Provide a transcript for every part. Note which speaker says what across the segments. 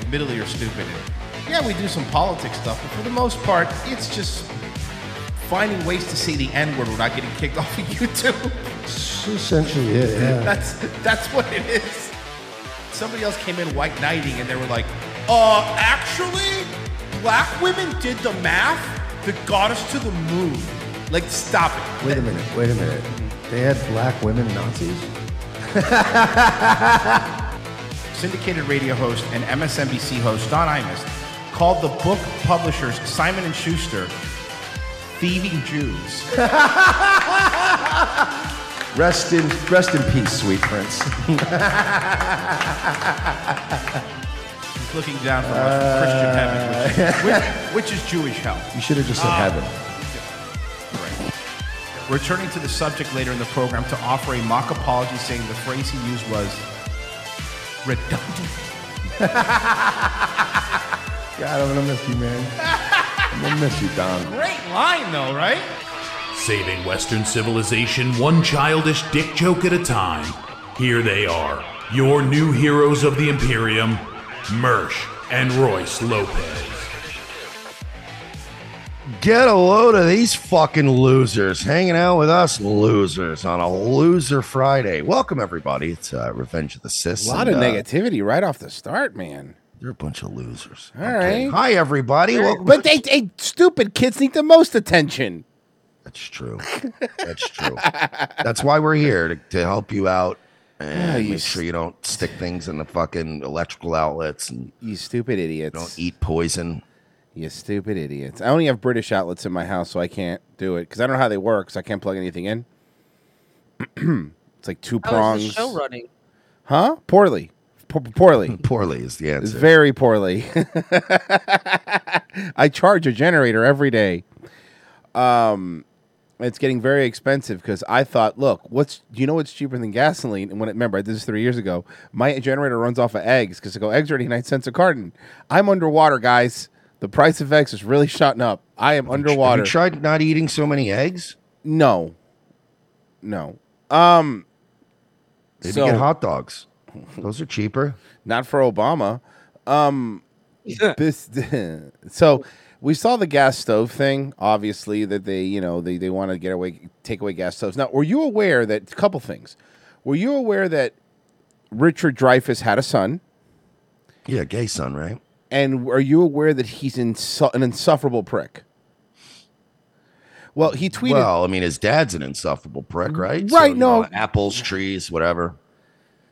Speaker 1: admittedly are stupid. Yeah, we do some politics stuff, but for the most part, it's just finding ways to say the N word without getting kicked off of YouTube.
Speaker 2: That's essentially it, yeah.
Speaker 1: That's that's what it is. Somebody else came in white knighting and they were like, uh, actually, black women did the math that got us to the moon. Like, stop it.
Speaker 2: Wait a minute, wait a minute. They had black women Nazis?
Speaker 1: syndicated radio host and MSNBC host Don Imus called the book publishers Simon and Schuster thieving Jews.
Speaker 2: Rest in, rest in peace, sweet prince.
Speaker 1: He's looking down from us
Speaker 3: Uh,
Speaker 1: from Christian heaven, which, which, which is Jewish hell. Um,
Speaker 2: You should have just said
Speaker 3: Ah.
Speaker 2: heaven.
Speaker 1: Returning to the subject later in the program to offer a mock apology, saying the phrase he used was redundant.
Speaker 2: God, I'm gonna miss you, man. I'm gonna miss you, Don.
Speaker 1: Great line, though, right?
Speaker 4: Saving Western civilization one childish dick joke at a time. Here they are, your new heroes of the Imperium, Mersch and Royce Lopez.
Speaker 2: Get a load of these fucking losers hanging out with us losers on a loser Friday. Welcome everybody. It's uh, Revenge of the Sis.
Speaker 3: A lot of
Speaker 2: and, uh,
Speaker 3: negativity right off the start, man.
Speaker 2: You're a bunch of losers.
Speaker 3: All
Speaker 2: I'm kidding.
Speaker 3: right.
Speaker 2: Hi everybody. Welcome.
Speaker 3: But they, they stupid kids need the most attention.
Speaker 2: That's true. That's true. That's why we're here to, to help you out and
Speaker 3: Ah, you
Speaker 2: make sure you don't stick things in the fucking electrical outlets and
Speaker 3: You stupid idiots.
Speaker 2: don't eat poison.
Speaker 3: You stupid idiots. I only have British outlets in my house, so I can't do it because I don't know how they work. So I can't plug anything in. it's like two
Speaker 5: How is
Speaker 3: prongs,
Speaker 5: Oh, the show running?
Speaker 3: huh? Poorly, P- poorly.
Speaker 2: Poorly is the
Speaker 3: It's
Speaker 2: answer.
Speaker 3: very poorly. I charge a generator every day. Um, it's getting very expensive because I thought, look, what's do you know what's cheaper than gasoline? And when it, remember, I did this three years ago. My generator runs off of eggs because I go eggs are eighty nine cents a carton. I'm underwater, guys. The price of eggs is really shooting up. I am
Speaker 2: Have you
Speaker 3: underwater.
Speaker 2: tried not eating so many eggs?
Speaker 3: no, no. Um,
Speaker 2: Maybe
Speaker 3: So-
Speaker 2: get hot dogs. Those are cheaper.
Speaker 3: not for Obama. Um, this so we saw the gas stove thing obviously that they you know they, they want to get away take away gas stoves now were you aware that a couple things were you aware that richard dreyfuss had a son
Speaker 2: Yeah, gay son, right?
Speaker 3: and are you aware that he's insu- an insufferable prick well he tweeted
Speaker 2: Well, I mean, his dad's an insufferable prick, right?
Speaker 3: Right,
Speaker 2: you
Speaker 3: no.
Speaker 2: know, apples, trees, whatever.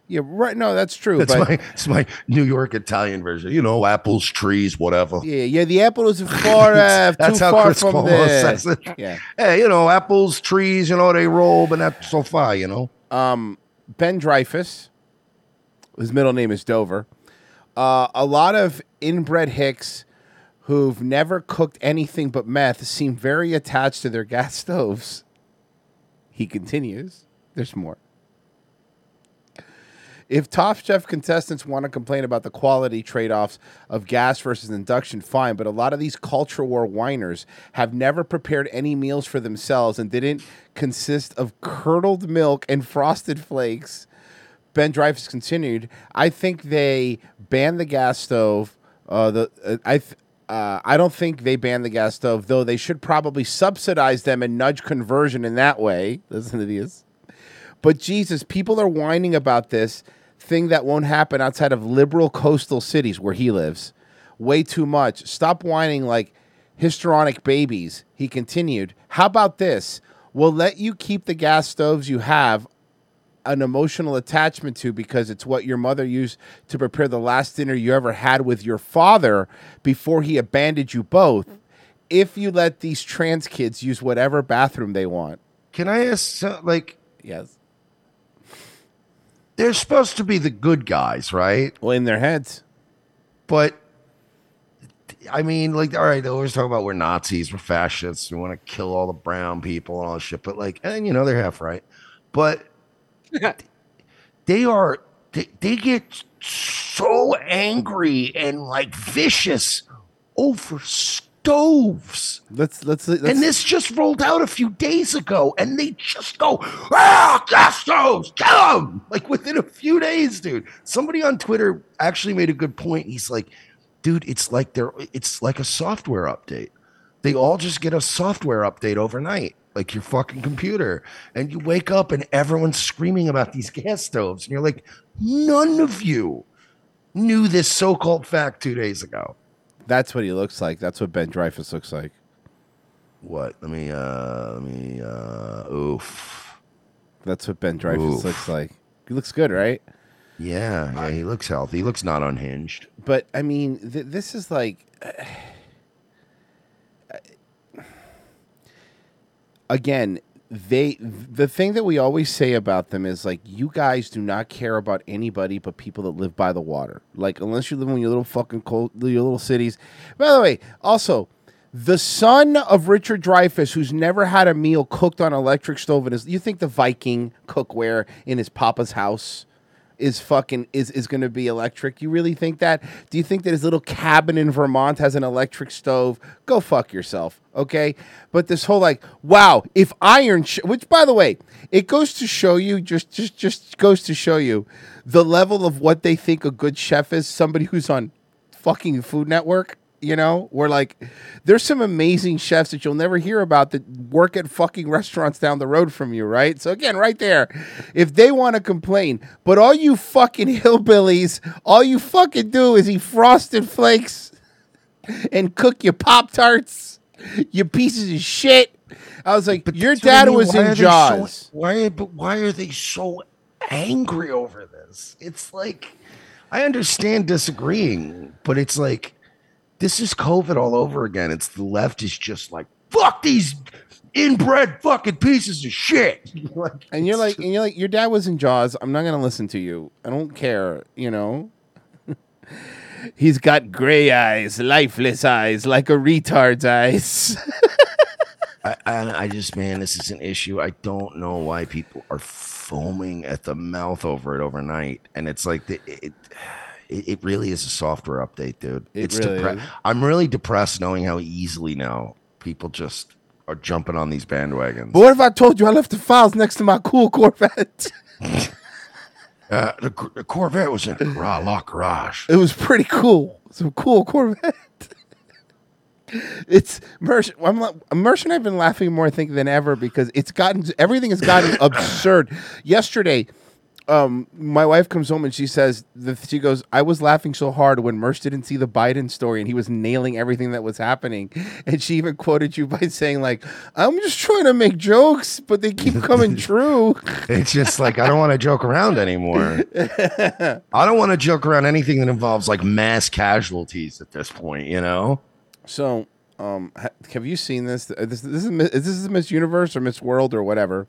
Speaker 3: yeah right no that's true
Speaker 2: That's
Speaker 3: but
Speaker 2: my, it's my New York Italian version. You know, apples, trees, whatever.
Speaker 3: yeah yeah the apple is far uh,
Speaker 2: That's
Speaker 3: too
Speaker 2: how
Speaker 3: far
Speaker 2: Chris
Speaker 3: from
Speaker 2: Cuomo
Speaker 3: the
Speaker 2: says it.
Speaker 3: yeah
Speaker 2: Hey, you know, apples, trees, you know, they roll, but not so far, you know.
Speaker 3: um, Ben Dreyfus. His middle name is Dover. Uh, a lot of inbred hicks who've never cooked anything but meth seem very attached to their gas stoves. He continues. There's more. If Top Chef contestants want to complain about the quality trade offs of gas versus induction, fine, but a lot of these culture war whiners have never prepared any meals for themselves and didn't consist of curdled milk and frosted flakes. Ben Dreyfus continued, I think they banned the gas stove. Uh, the uh, I th- uh, I don't think they banned the gas stove, though they should probably subsidize them and nudge conversion in that way. Listen to these. But Jesus, people are whining about this thing that won't happen outside of liberal coastal cities where he lives way too much. Stop whining like histrionic babies. He continued, How about this? We'll let you keep the gas stoves you have an emotional attachment to because it's what your mother used to prepare the last dinner you ever had with your father before he abandoned you both. If you let these trans kids use whatever bathroom they want.
Speaker 2: Can I ask, so- like,
Speaker 3: Yes.
Speaker 2: they're supposed to be the good guys, right?
Speaker 3: Well, in their heads.
Speaker 2: But I mean, like, all right, they always talk about we're Nazis, we're fascists, we want to kill all the brown people and all this shit. But like, and you know, they're half right. But they are, they, they get so angry and like vicious over stoves.
Speaker 3: Let's let's let's
Speaker 2: and this just rolled out a few days ago, and they just go, ah, gas stoves, kill them! Like within a few days, dude. Somebody on Twitter actually made a good point. He's like, dude, it's like they're it's like a software update. They all just get a software update overnight, like your fucking computer. And you wake up and everyone's screaming about these gas stoves. And you're like, none of you knew this so-called fact two days ago.
Speaker 3: That's what he looks like. That's what Ben Dreyfus looks like.
Speaker 2: What? Let me uh let me uh oof.
Speaker 3: That's what Ben Dreyfus
Speaker 2: Oof.
Speaker 3: looks like. He looks good, right?
Speaker 2: Yeah, yeah, he looks healthy. He looks not unhinged.
Speaker 3: But I mean, th- this is like again, they the thing that we always say about them is like you guys do not care about anybody but people that live by the water. Like unless you live in your little fucking cold, your little cities. By the way, also the son of Richard Dreyfus, who's never had a meal cooked on electric stove, and is you think the Viking cookware in his papa's house is fucking is is going to be electric? You really think that? Do you think that his little cabin in Vermont has an electric stove? Go fuck yourself, okay? But this whole like, wow, if iron, sh- which by the way, it goes to show you, just just just goes to show you the level of what they think a good chef is. Somebody who's on fucking Food Network. You know, where like there's some amazing chefs that you'll never hear about that work at fucking restaurants down the road from you, right? So again, right there, if they want to complain, but all you fucking hillbillies, all you fucking do is eat frosted flakes and cook your pop tarts, you pieces of shit. I was like, your
Speaker 2: That's what I
Speaker 3: dad
Speaker 2: mean.
Speaker 3: was
Speaker 2: Why are
Speaker 3: in
Speaker 2: they so-
Speaker 3: Jaws.
Speaker 2: why? But why are they so angry over this? It's like I understand disagreeing, but it's like this is COVID all over again. It's the left is just like fuck these inbred fucking pieces of shit. Like,
Speaker 3: and you're
Speaker 2: it's
Speaker 3: like,
Speaker 2: just-
Speaker 3: and you're like, your dad was in Jaws. I'm not gonna listen to you. I don't care. You know. He's got gray eyes, lifeless eyes, like a retard's eyes.
Speaker 2: I, I, I just man, this is an issue. I don't know why people are foaming at the mouth over it overnight, and it's like the, it, it it really is a software update, dude.
Speaker 3: It
Speaker 2: it's
Speaker 3: really
Speaker 2: depre-
Speaker 3: is.
Speaker 2: I'm really depressed knowing how easily now people just are jumping on these bandwagons.
Speaker 3: but what if I told you I left the files next to my cool Corvette?
Speaker 2: Uh, the, Cor- the Corvette was in a raw lock garage.
Speaker 3: It was pretty cool. Some cool Corvette. It's Mersh. I'm, la- Mersh and I've been laughing more, I think, than ever because it's gotten everything has gotten absurd. Yesterday, um, my wife comes home and she says, the, she goes, I was laughing so hard when Mersh didn't see the Biden story and he was nailing everything that was happening. And she even quoted you by saying, like, I'm just trying to make jokes, but they keep coming true.
Speaker 2: It's just like I don't want to joke around anymore. I don't want to joke around anything that involves like mass casualties at this point. You know.
Speaker 3: So, um, ha- have you seen this? Uh, This this is Mi- is this Miss Universe or Miss World or whatever.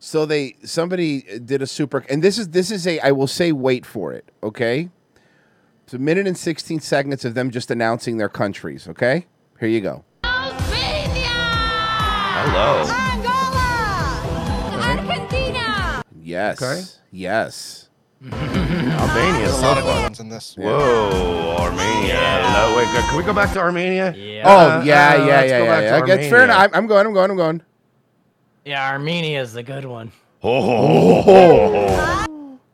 Speaker 3: So they somebody uh, did a super, and this is this is a I will say wait for it, okay? It's a minute and sixteen seconds of them just announcing their countries. Okay, here you go.
Speaker 2: Hello.
Speaker 3: Yes,
Speaker 2: Okay. Uh,
Speaker 3: yes. Oh,
Speaker 2: Albania.
Speaker 5: There's a lot of good ones in this.
Speaker 2: Whoa, Armenia. Hello. Wait, can we go back to Armenia?
Speaker 6: Yeah.
Speaker 3: Oh yeah,
Speaker 2: uh,
Speaker 3: yeah, yeah,
Speaker 2: let's
Speaker 3: yeah.
Speaker 2: go back
Speaker 3: yeah.
Speaker 2: to
Speaker 3: That's fair
Speaker 2: Armenia.
Speaker 3: enough. I'm, I'm going. I'm going. I'm going.
Speaker 6: Yeah, Armenia is the good one.
Speaker 2: Ho, Oh, ho, ho, ho, ho.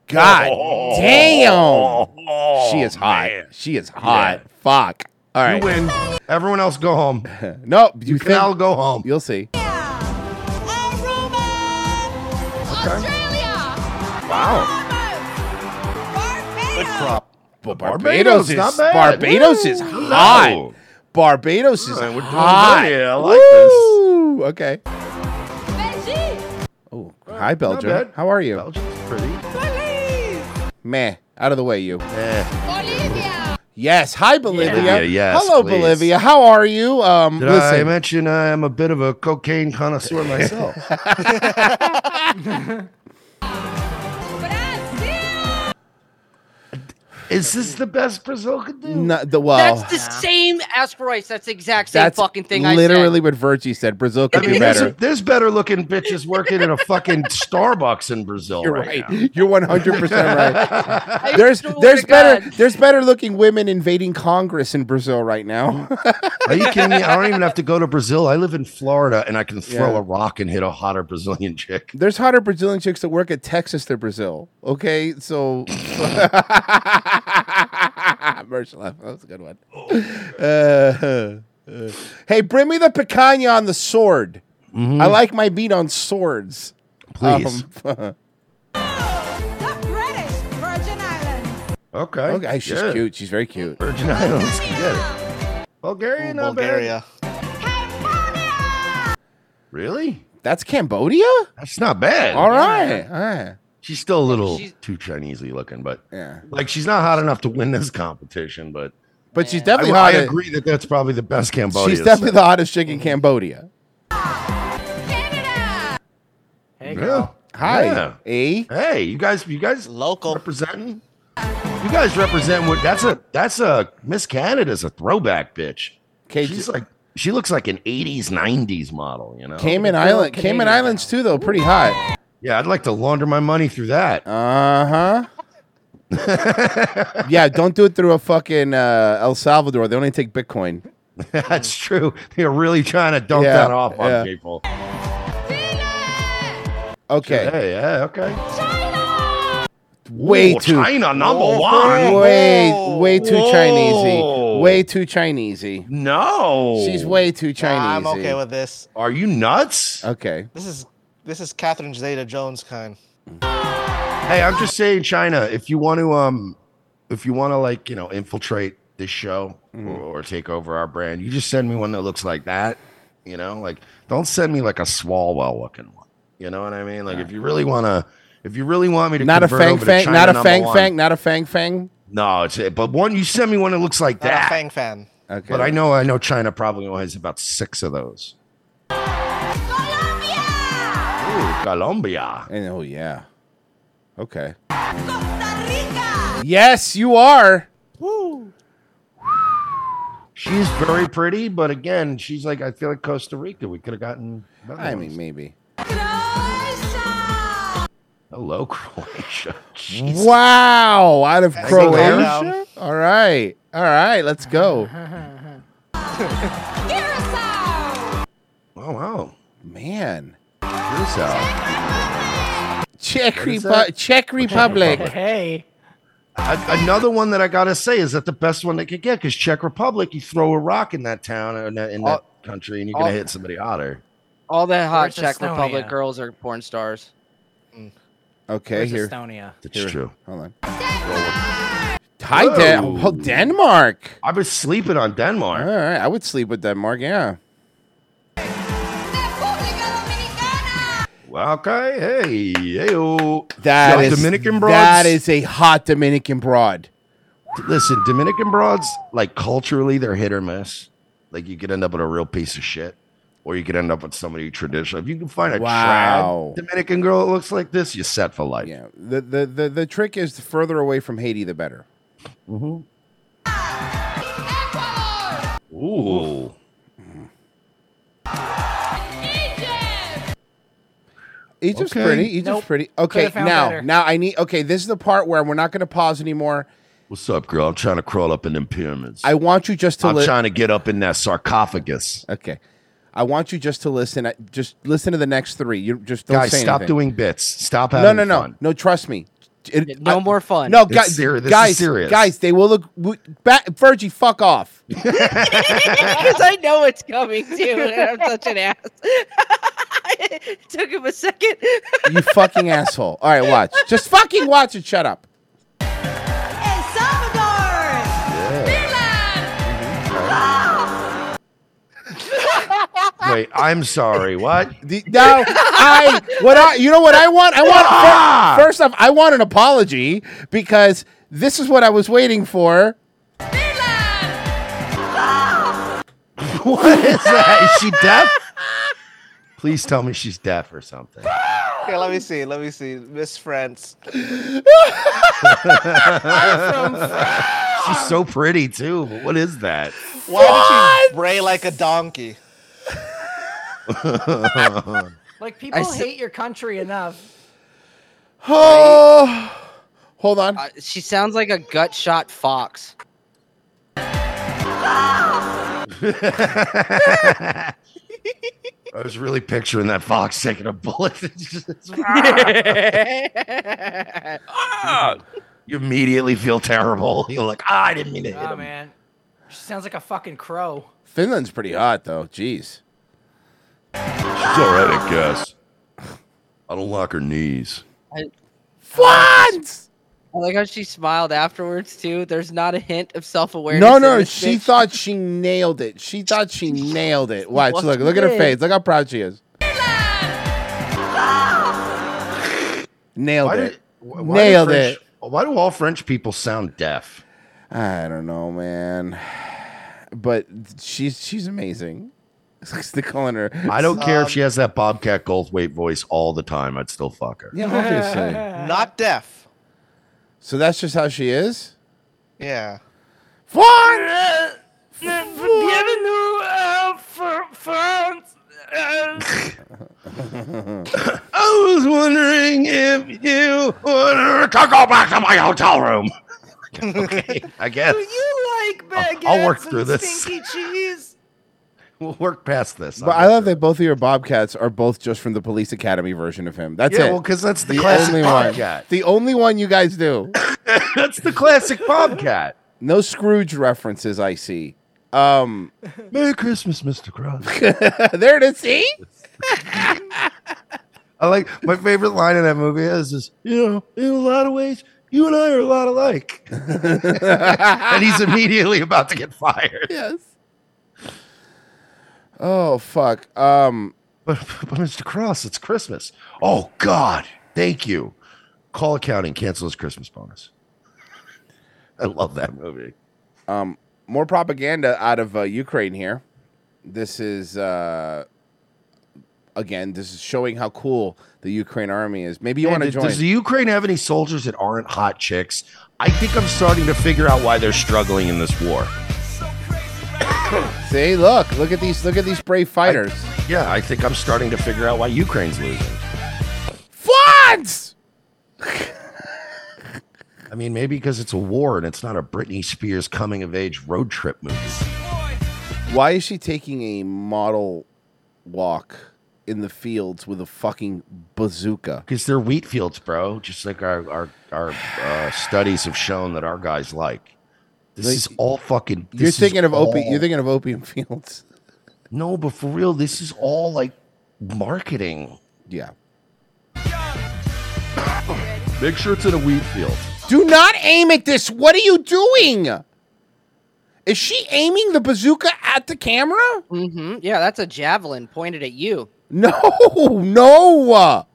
Speaker 3: God damn,
Speaker 2: Oh,
Speaker 3: she is hot.
Speaker 2: man.
Speaker 3: She is hot. Fuck. All
Speaker 2: You
Speaker 3: right.
Speaker 2: win. Everyone else go home.
Speaker 3: No, you,
Speaker 2: Can all
Speaker 3: think
Speaker 2: go home.
Speaker 3: you'll see.
Speaker 2: Wow.
Speaker 3: But Barbados,
Speaker 2: Barbados,
Speaker 3: is
Speaker 2: not bad.
Speaker 3: Barbados is
Speaker 2: Woo.
Speaker 3: hot.
Speaker 2: No.
Speaker 3: Barbados is
Speaker 2: Alright, we're doing
Speaker 3: hot.
Speaker 2: good here. I like this.
Speaker 3: Woo. Okay. Oh, hi
Speaker 2: bad.
Speaker 3: Belgium. How are you?
Speaker 2: Belgium's pretty.
Speaker 3: Meh. Out of the way, you.
Speaker 2: Eh.
Speaker 3: Yes. Hi Bolivia.
Speaker 2: Bolivia, yes,
Speaker 3: Hello
Speaker 2: please.
Speaker 3: Bolivia. How are you? Um,
Speaker 2: Did I
Speaker 3: listen.
Speaker 2: mention I'm a bit of a cocaine connoisseur myself?
Speaker 3: Oh.
Speaker 2: is this the best Brazil could do?
Speaker 3: no, the well.
Speaker 7: That's the same as Royce. That's the exact same
Speaker 3: that's
Speaker 7: fucking thing I said.
Speaker 3: literally what Virgie said. Brazil
Speaker 2: I
Speaker 3: could
Speaker 2: mean,
Speaker 3: be
Speaker 2: there's,
Speaker 3: better.
Speaker 2: there's better looking bitches working in a fucking Starbucks in Brazil
Speaker 3: You're
Speaker 2: right,
Speaker 3: right.
Speaker 2: now.
Speaker 3: You're 100 percent right.
Speaker 7: I
Speaker 3: There's
Speaker 7: swear
Speaker 3: there's
Speaker 7: to
Speaker 3: better
Speaker 7: God.
Speaker 3: there's better looking women invading Congress in Brazil right now.
Speaker 2: Are you kidding me? I don't even have to go to Brazil. I live in Florida and I can throw
Speaker 3: Yeah.
Speaker 2: a rock and hit a hotter Brazilian chick.
Speaker 3: There's hotter Brazilian chicks that uh, work at Texas than Brazil. Okay, so Merch left. That was a good one. Um, Uh, uh, hey, bring me the picanha on the sword. I like my meat on swords.
Speaker 2: Mm-hmm. Please.
Speaker 3: Um,
Speaker 2: Okay.
Speaker 3: okay, she's cute. She's very cute.
Speaker 2: Virgin Islands. You get it. Bulgaria, not bad.
Speaker 5: Bulgaria.
Speaker 2: Really?
Speaker 3: That's Cambodia?
Speaker 2: That's not bad.
Speaker 3: All right. All right.
Speaker 2: She's still a little
Speaker 7: She's-
Speaker 2: too Chinesey looking, but
Speaker 3: Yeah.
Speaker 2: like she's not hot enough to win this competition. But
Speaker 3: But she's
Speaker 2: I,
Speaker 3: definitely
Speaker 2: I
Speaker 3: hot.
Speaker 2: agree that that's probably the best Cambodia.
Speaker 3: She's definitely the hottest chick in Cambodia.
Speaker 6: Hey,
Speaker 2: Yeah.
Speaker 6: girl.
Speaker 3: Hi.
Speaker 2: Yeah.
Speaker 3: Eh?
Speaker 2: Hey, you guys, you guys
Speaker 5: Local.
Speaker 2: representing. You guys represent what? That's a that's a Miss Canada's a throwback bitch.
Speaker 3: Okay,
Speaker 2: She's
Speaker 3: j-
Speaker 2: like she looks like an '80s '90s model. You know?
Speaker 3: Cayman
Speaker 6: Look at the
Speaker 3: Island.
Speaker 6: Canadian
Speaker 3: Cayman Islands too, though. Pretty hot.
Speaker 2: Yeah, I'd like to launder my money through that.
Speaker 3: Uh huh. yeah. Don't do it through a fucking uh, El Salvador. They only take Bitcoin.
Speaker 2: That's true. They're really trying to dump
Speaker 3: Yeah,
Speaker 2: that off on
Speaker 3: yeah.
Speaker 2: people.
Speaker 3: Okay.
Speaker 2: Hey, yeah, okay.
Speaker 3: Way
Speaker 2: Ooh,
Speaker 3: too.
Speaker 2: China number
Speaker 5: Whoa.
Speaker 2: one.
Speaker 3: Way way too
Speaker 2: Whoa.
Speaker 3: Chinesey. Way too Chinesey.
Speaker 2: No,
Speaker 3: She's way too Chinesey.
Speaker 5: I'm okay with this.
Speaker 2: Are you nuts?
Speaker 3: Okay.
Speaker 5: This is this is Catherine Zeta Jones kind.
Speaker 2: Hey, I'm just saying, China. If you want to, um, if you want to, like, you know, infiltrate this show
Speaker 3: Mm.
Speaker 2: or, or take over our brand, you just send me one that looks like that. You know, like, don't send me like a Swalwell looking one. You know what I mean? Like, if you really want to, if you really want me to,
Speaker 3: Not a
Speaker 2: convert
Speaker 3: fang
Speaker 2: over to
Speaker 3: fang.
Speaker 2: China
Speaker 3: Not a
Speaker 2: number
Speaker 3: fang
Speaker 2: one-
Speaker 3: fang. Not a fang fang.
Speaker 2: No, it's it. But one, you send me one that looks like
Speaker 5: Not
Speaker 2: that.
Speaker 5: a Fang fan.
Speaker 3: Okay.
Speaker 2: But I know, I know, China probably only has about six of those. Ooh, Colombia.
Speaker 3: And- oh yeah. Okay. Yes, you are.
Speaker 2: She's very pretty, but again, she's like I feel like Costa Rica. We could have gotten. better
Speaker 3: I
Speaker 2: ones.
Speaker 3: mean, maybe.
Speaker 2: hello Croatia. Jesus.
Speaker 3: Wow, out of
Speaker 5: That's
Speaker 3: Croatia.
Speaker 5: a good
Speaker 3: All right, all right, let's go.
Speaker 2: Oh wow,
Speaker 3: Man,
Speaker 2: this out. uh,
Speaker 3: Czech
Speaker 2: is
Speaker 3: Repu-
Speaker 2: that?
Speaker 3: Czech Republic.
Speaker 6: Hey.
Speaker 2: A- another one that I gotta say is that the best one they could get because Czech Republic, you throw a rock in that town or in that, in that country, and you're gonna
Speaker 7: all-
Speaker 2: hit somebody hotter.
Speaker 7: All the hot
Speaker 6: Where's
Speaker 7: Czech
Speaker 6: Estonia?
Speaker 7: Republic girls are porn stars. Mm.
Speaker 3: Okay,
Speaker 6: Where's
Speaker 3: here.
Speaker 6: Estonia?
Speaker 2: That's
Speaker 3: here.
Speaker 2: true.
Speaker 3: Hold on. Hi,
Speaker 2: Whoa.
Speaker 3: Dan- oh, Denmark.
Speaker 2: I've been sleeping
Speaker 3: All
Speaker 2: on Denmark.
Speaker 3: right, I would sleep with Denmark. Yeah.
Speaker 2: Well, okay, hey, hey,
Speaker 3: that is
Speaker 2: Dominican broads.
Speaker 3: That is a hot Dominican broad.
Speaker 2: Listen, Dominican broads, like culturally, they're hit or miss. Like you could end up with a real piece of shit, or you could end up with somebody traditional. If you can find a
Speaker 3: Wow.
Speaker 2: trad Dominican girl that looks like this, you're set for life.
Speaker 3: Yeah. The, the the the trick is the further away from Haiti, the better.
Speaker 2: Mm-hmm. Ooh.
Speaker 3: Egypt's
Speaker 2: Okay.
Speaker 3: pretty. Egypt's
Speaker 6: Nope.
Speaker 3: pretty. Okay,
Speaker 6: found
Speaker 3: now
Speaker 6: better.
Speaker 3: now I need. Okay, this is the part where we're not going to pause anymore.
Speaker 2: What's up, girl? I'm trying to crawl up in them pyramids.
Speaker 3: I want you just to
Speaker 2: I'm
Speaker 3: li-
Speaker 2: trying to get up in that sarcophagus.
Speaker 3: Okay. I want you just to listen. I- Just listen to the next three. You just don't
Speaker 2: Guys,
Speaker 3: say
Speaker 2: stop
Speaker 3: anything.
Speaker 2: doing bits. Stop having
Speaker 3: No, no, no,
Speaker 2: fun.
Speaker 3: no. Trust me. It-
Speaker 7: No
Speaker 3: I-
Speaker 7: more fun.
Speaker 3: No,
Speaker 2: It's
Speaker 3: guys,
Speaker 2: seri- this is
Speaker 3: guys,
Speaker 2: serious.
Speaker 3: guys. They will look. w- Ba- Virgie, fuck off.
Speaker 7: because I know it's coming too, and I'm such an ass. it took him a second.
Speaker 3: You fucking asshole. All right, watch. Just fucking watch it. Shut up.
Speaker 2: Wait, I'm sorry. What?
Speaker 3: The- no, I. What I. You know what I want? I want.
Speaker 2: Ah!
Speaker 3: fir- first off, I want an apology because this is what I was waiting for.
Speaker 2: What is that? Is she deaf? Please tell me she's deaf or something.
Speaker 5: Okay, let me see. Let me see. Miss France.
Speaker 2: She's so pretty too. But what is that?
Speaker 5: Why did she bray like a donkey?
Speaker 6: Like people
Speaker 7: s-
Speaker 6: hate your country enough.
Speaker 3: Oh, hold on.
Speaker 7: Uh, she sounds like a gut shot fox.
Speaker 2: I was really picturing that fox Ah, taking a bullet. It's just- it's-
Speaker 7: That's
Speaker 2: Ah! You immediately feel terrible. You're like, ah, I didn't mean to hit
Speaker 6: Oh
Speaker 2: him.
Speaker 6: man, she sounds like a fucking crow.
Speaker 3: Finland's pretty hot though. Jeez.
Speaker 2: It's all right, I guess. I don't like her knees.
Speaker 3: What?
Speaker 7: I like how she smiled afterwards too. There's not a hint of self awareness.
Speaker 3: No, no, she thought she nailed it. She thought she nailed it. Watch,
Speaker 7: What
Speaker 3: look, look at her
Speaker 7: did?
Speaker 3: face. Look how proud she is. Nailed
Speaker 2: Why
Speaker 3: it.
Speaker 2: did, why do
Speaker 3: Nailed
Speaker 2: French-
Speaker 3: it.
Speaker 2: Why do all French people sound deaf?
Speaker 3: I don't know, man. But she's she's amazing. They're calling her.
Speaker 2: I don't care if
Speaker 3: Um,
Speaker 2: she has that Bobcat Goldthwait voice all the time. I'd still fuck her.
Speaker 3: Yeah, obviously.
Speaker 5: Not deaf.
Speaker 3: so that's just how she is.
Speaker 5: Yeah.
Speaker 3: Fun.
Speaker 2: I was wondering if you wanted to go back to my hotel room. okay, I guess
Speaker 6: you
Speaker 5: Oh,
Speaker 6: like
Speaker 2: I'll- I'll work baguettes through and this. stinky
Speaker 6: cheese?
Speaker 2: we'll work past this.
Speaker 3: But I love that both of your Bobcats are both just from the Police Academy version of him. That's
Speaker 2: Yeah,
Speaker 3: it.
Speaker 2: well, because that's the,
Speaker 3: the
Speaker 2: classic
Speaker 3: only one.
Speaker 2: Bobcat.
Speaker 3: The only one you guys do.
Speaker 2: that's the classic Bobcat.
Speaker 3: No Scrooge references I see. Um,
Speaker 2: Merry Christmas, Mr. Cross.
Speaker 3: there it is. See,
Speaker 2: I like my favorite line in that movie is this, you know, in a lot of ways, you and I are a lot alike. and he's immediately about to get fired.
Speaker 3: yes. Oh fuck. Um,
Speaker 2: But, but Mr. Cross, it's Christmas. Oh God, thank you. Call accounting, cancel his Christmas bonus. I love that movie.
Speaker 3: um, more propaganda out of uh, Ukraine here. This is uh, again. This is showing how cool the Ukraine army is. Maybe you want to
Speaker 2: does,
Speaker 3: join.
Speaker 2: does the Ukraine have any soldiers that aren't hot chicks? I think I'm starting to figure out why they're struggling in this war.
Speaker 3: See, look, look at these, look at these brave fighters.
Speaker 2: Yeah, I think I'm starting to figure out why Ukraine's losing.
Speaker 3: Fonz.
Speaker 2: I mean, maybe because it's a war and it's not a Britney Spears coming of age road trip movie.
Speaker 3: Why is she taking a model walk in the fields with a fucking bazooka?
Speaker 2: Because they're wheat fields, bro. Just like our our, our uh, studies have shown that our guys like. This
Speaker 3: Like,
Speaker 2: is all fucking. this
Speaker 3: you're
Speaker 2: is
Speaker 3: thinking of opium.
Speaker 2: all-
Speaker 3: You're thinking of opium fields.
Speaker 2: no, but for real, this is all like marketing.
Speaker 3: Yeah.
Speaker 2: Make sure it's in a wheat field.
Speaker 3: Do not aim at this. What are you doing? Is she aiming the bazooka at the camera?
Speaker 7: hmm Yeah, that's a javelin pointed at you.
Speaker 3: No, no.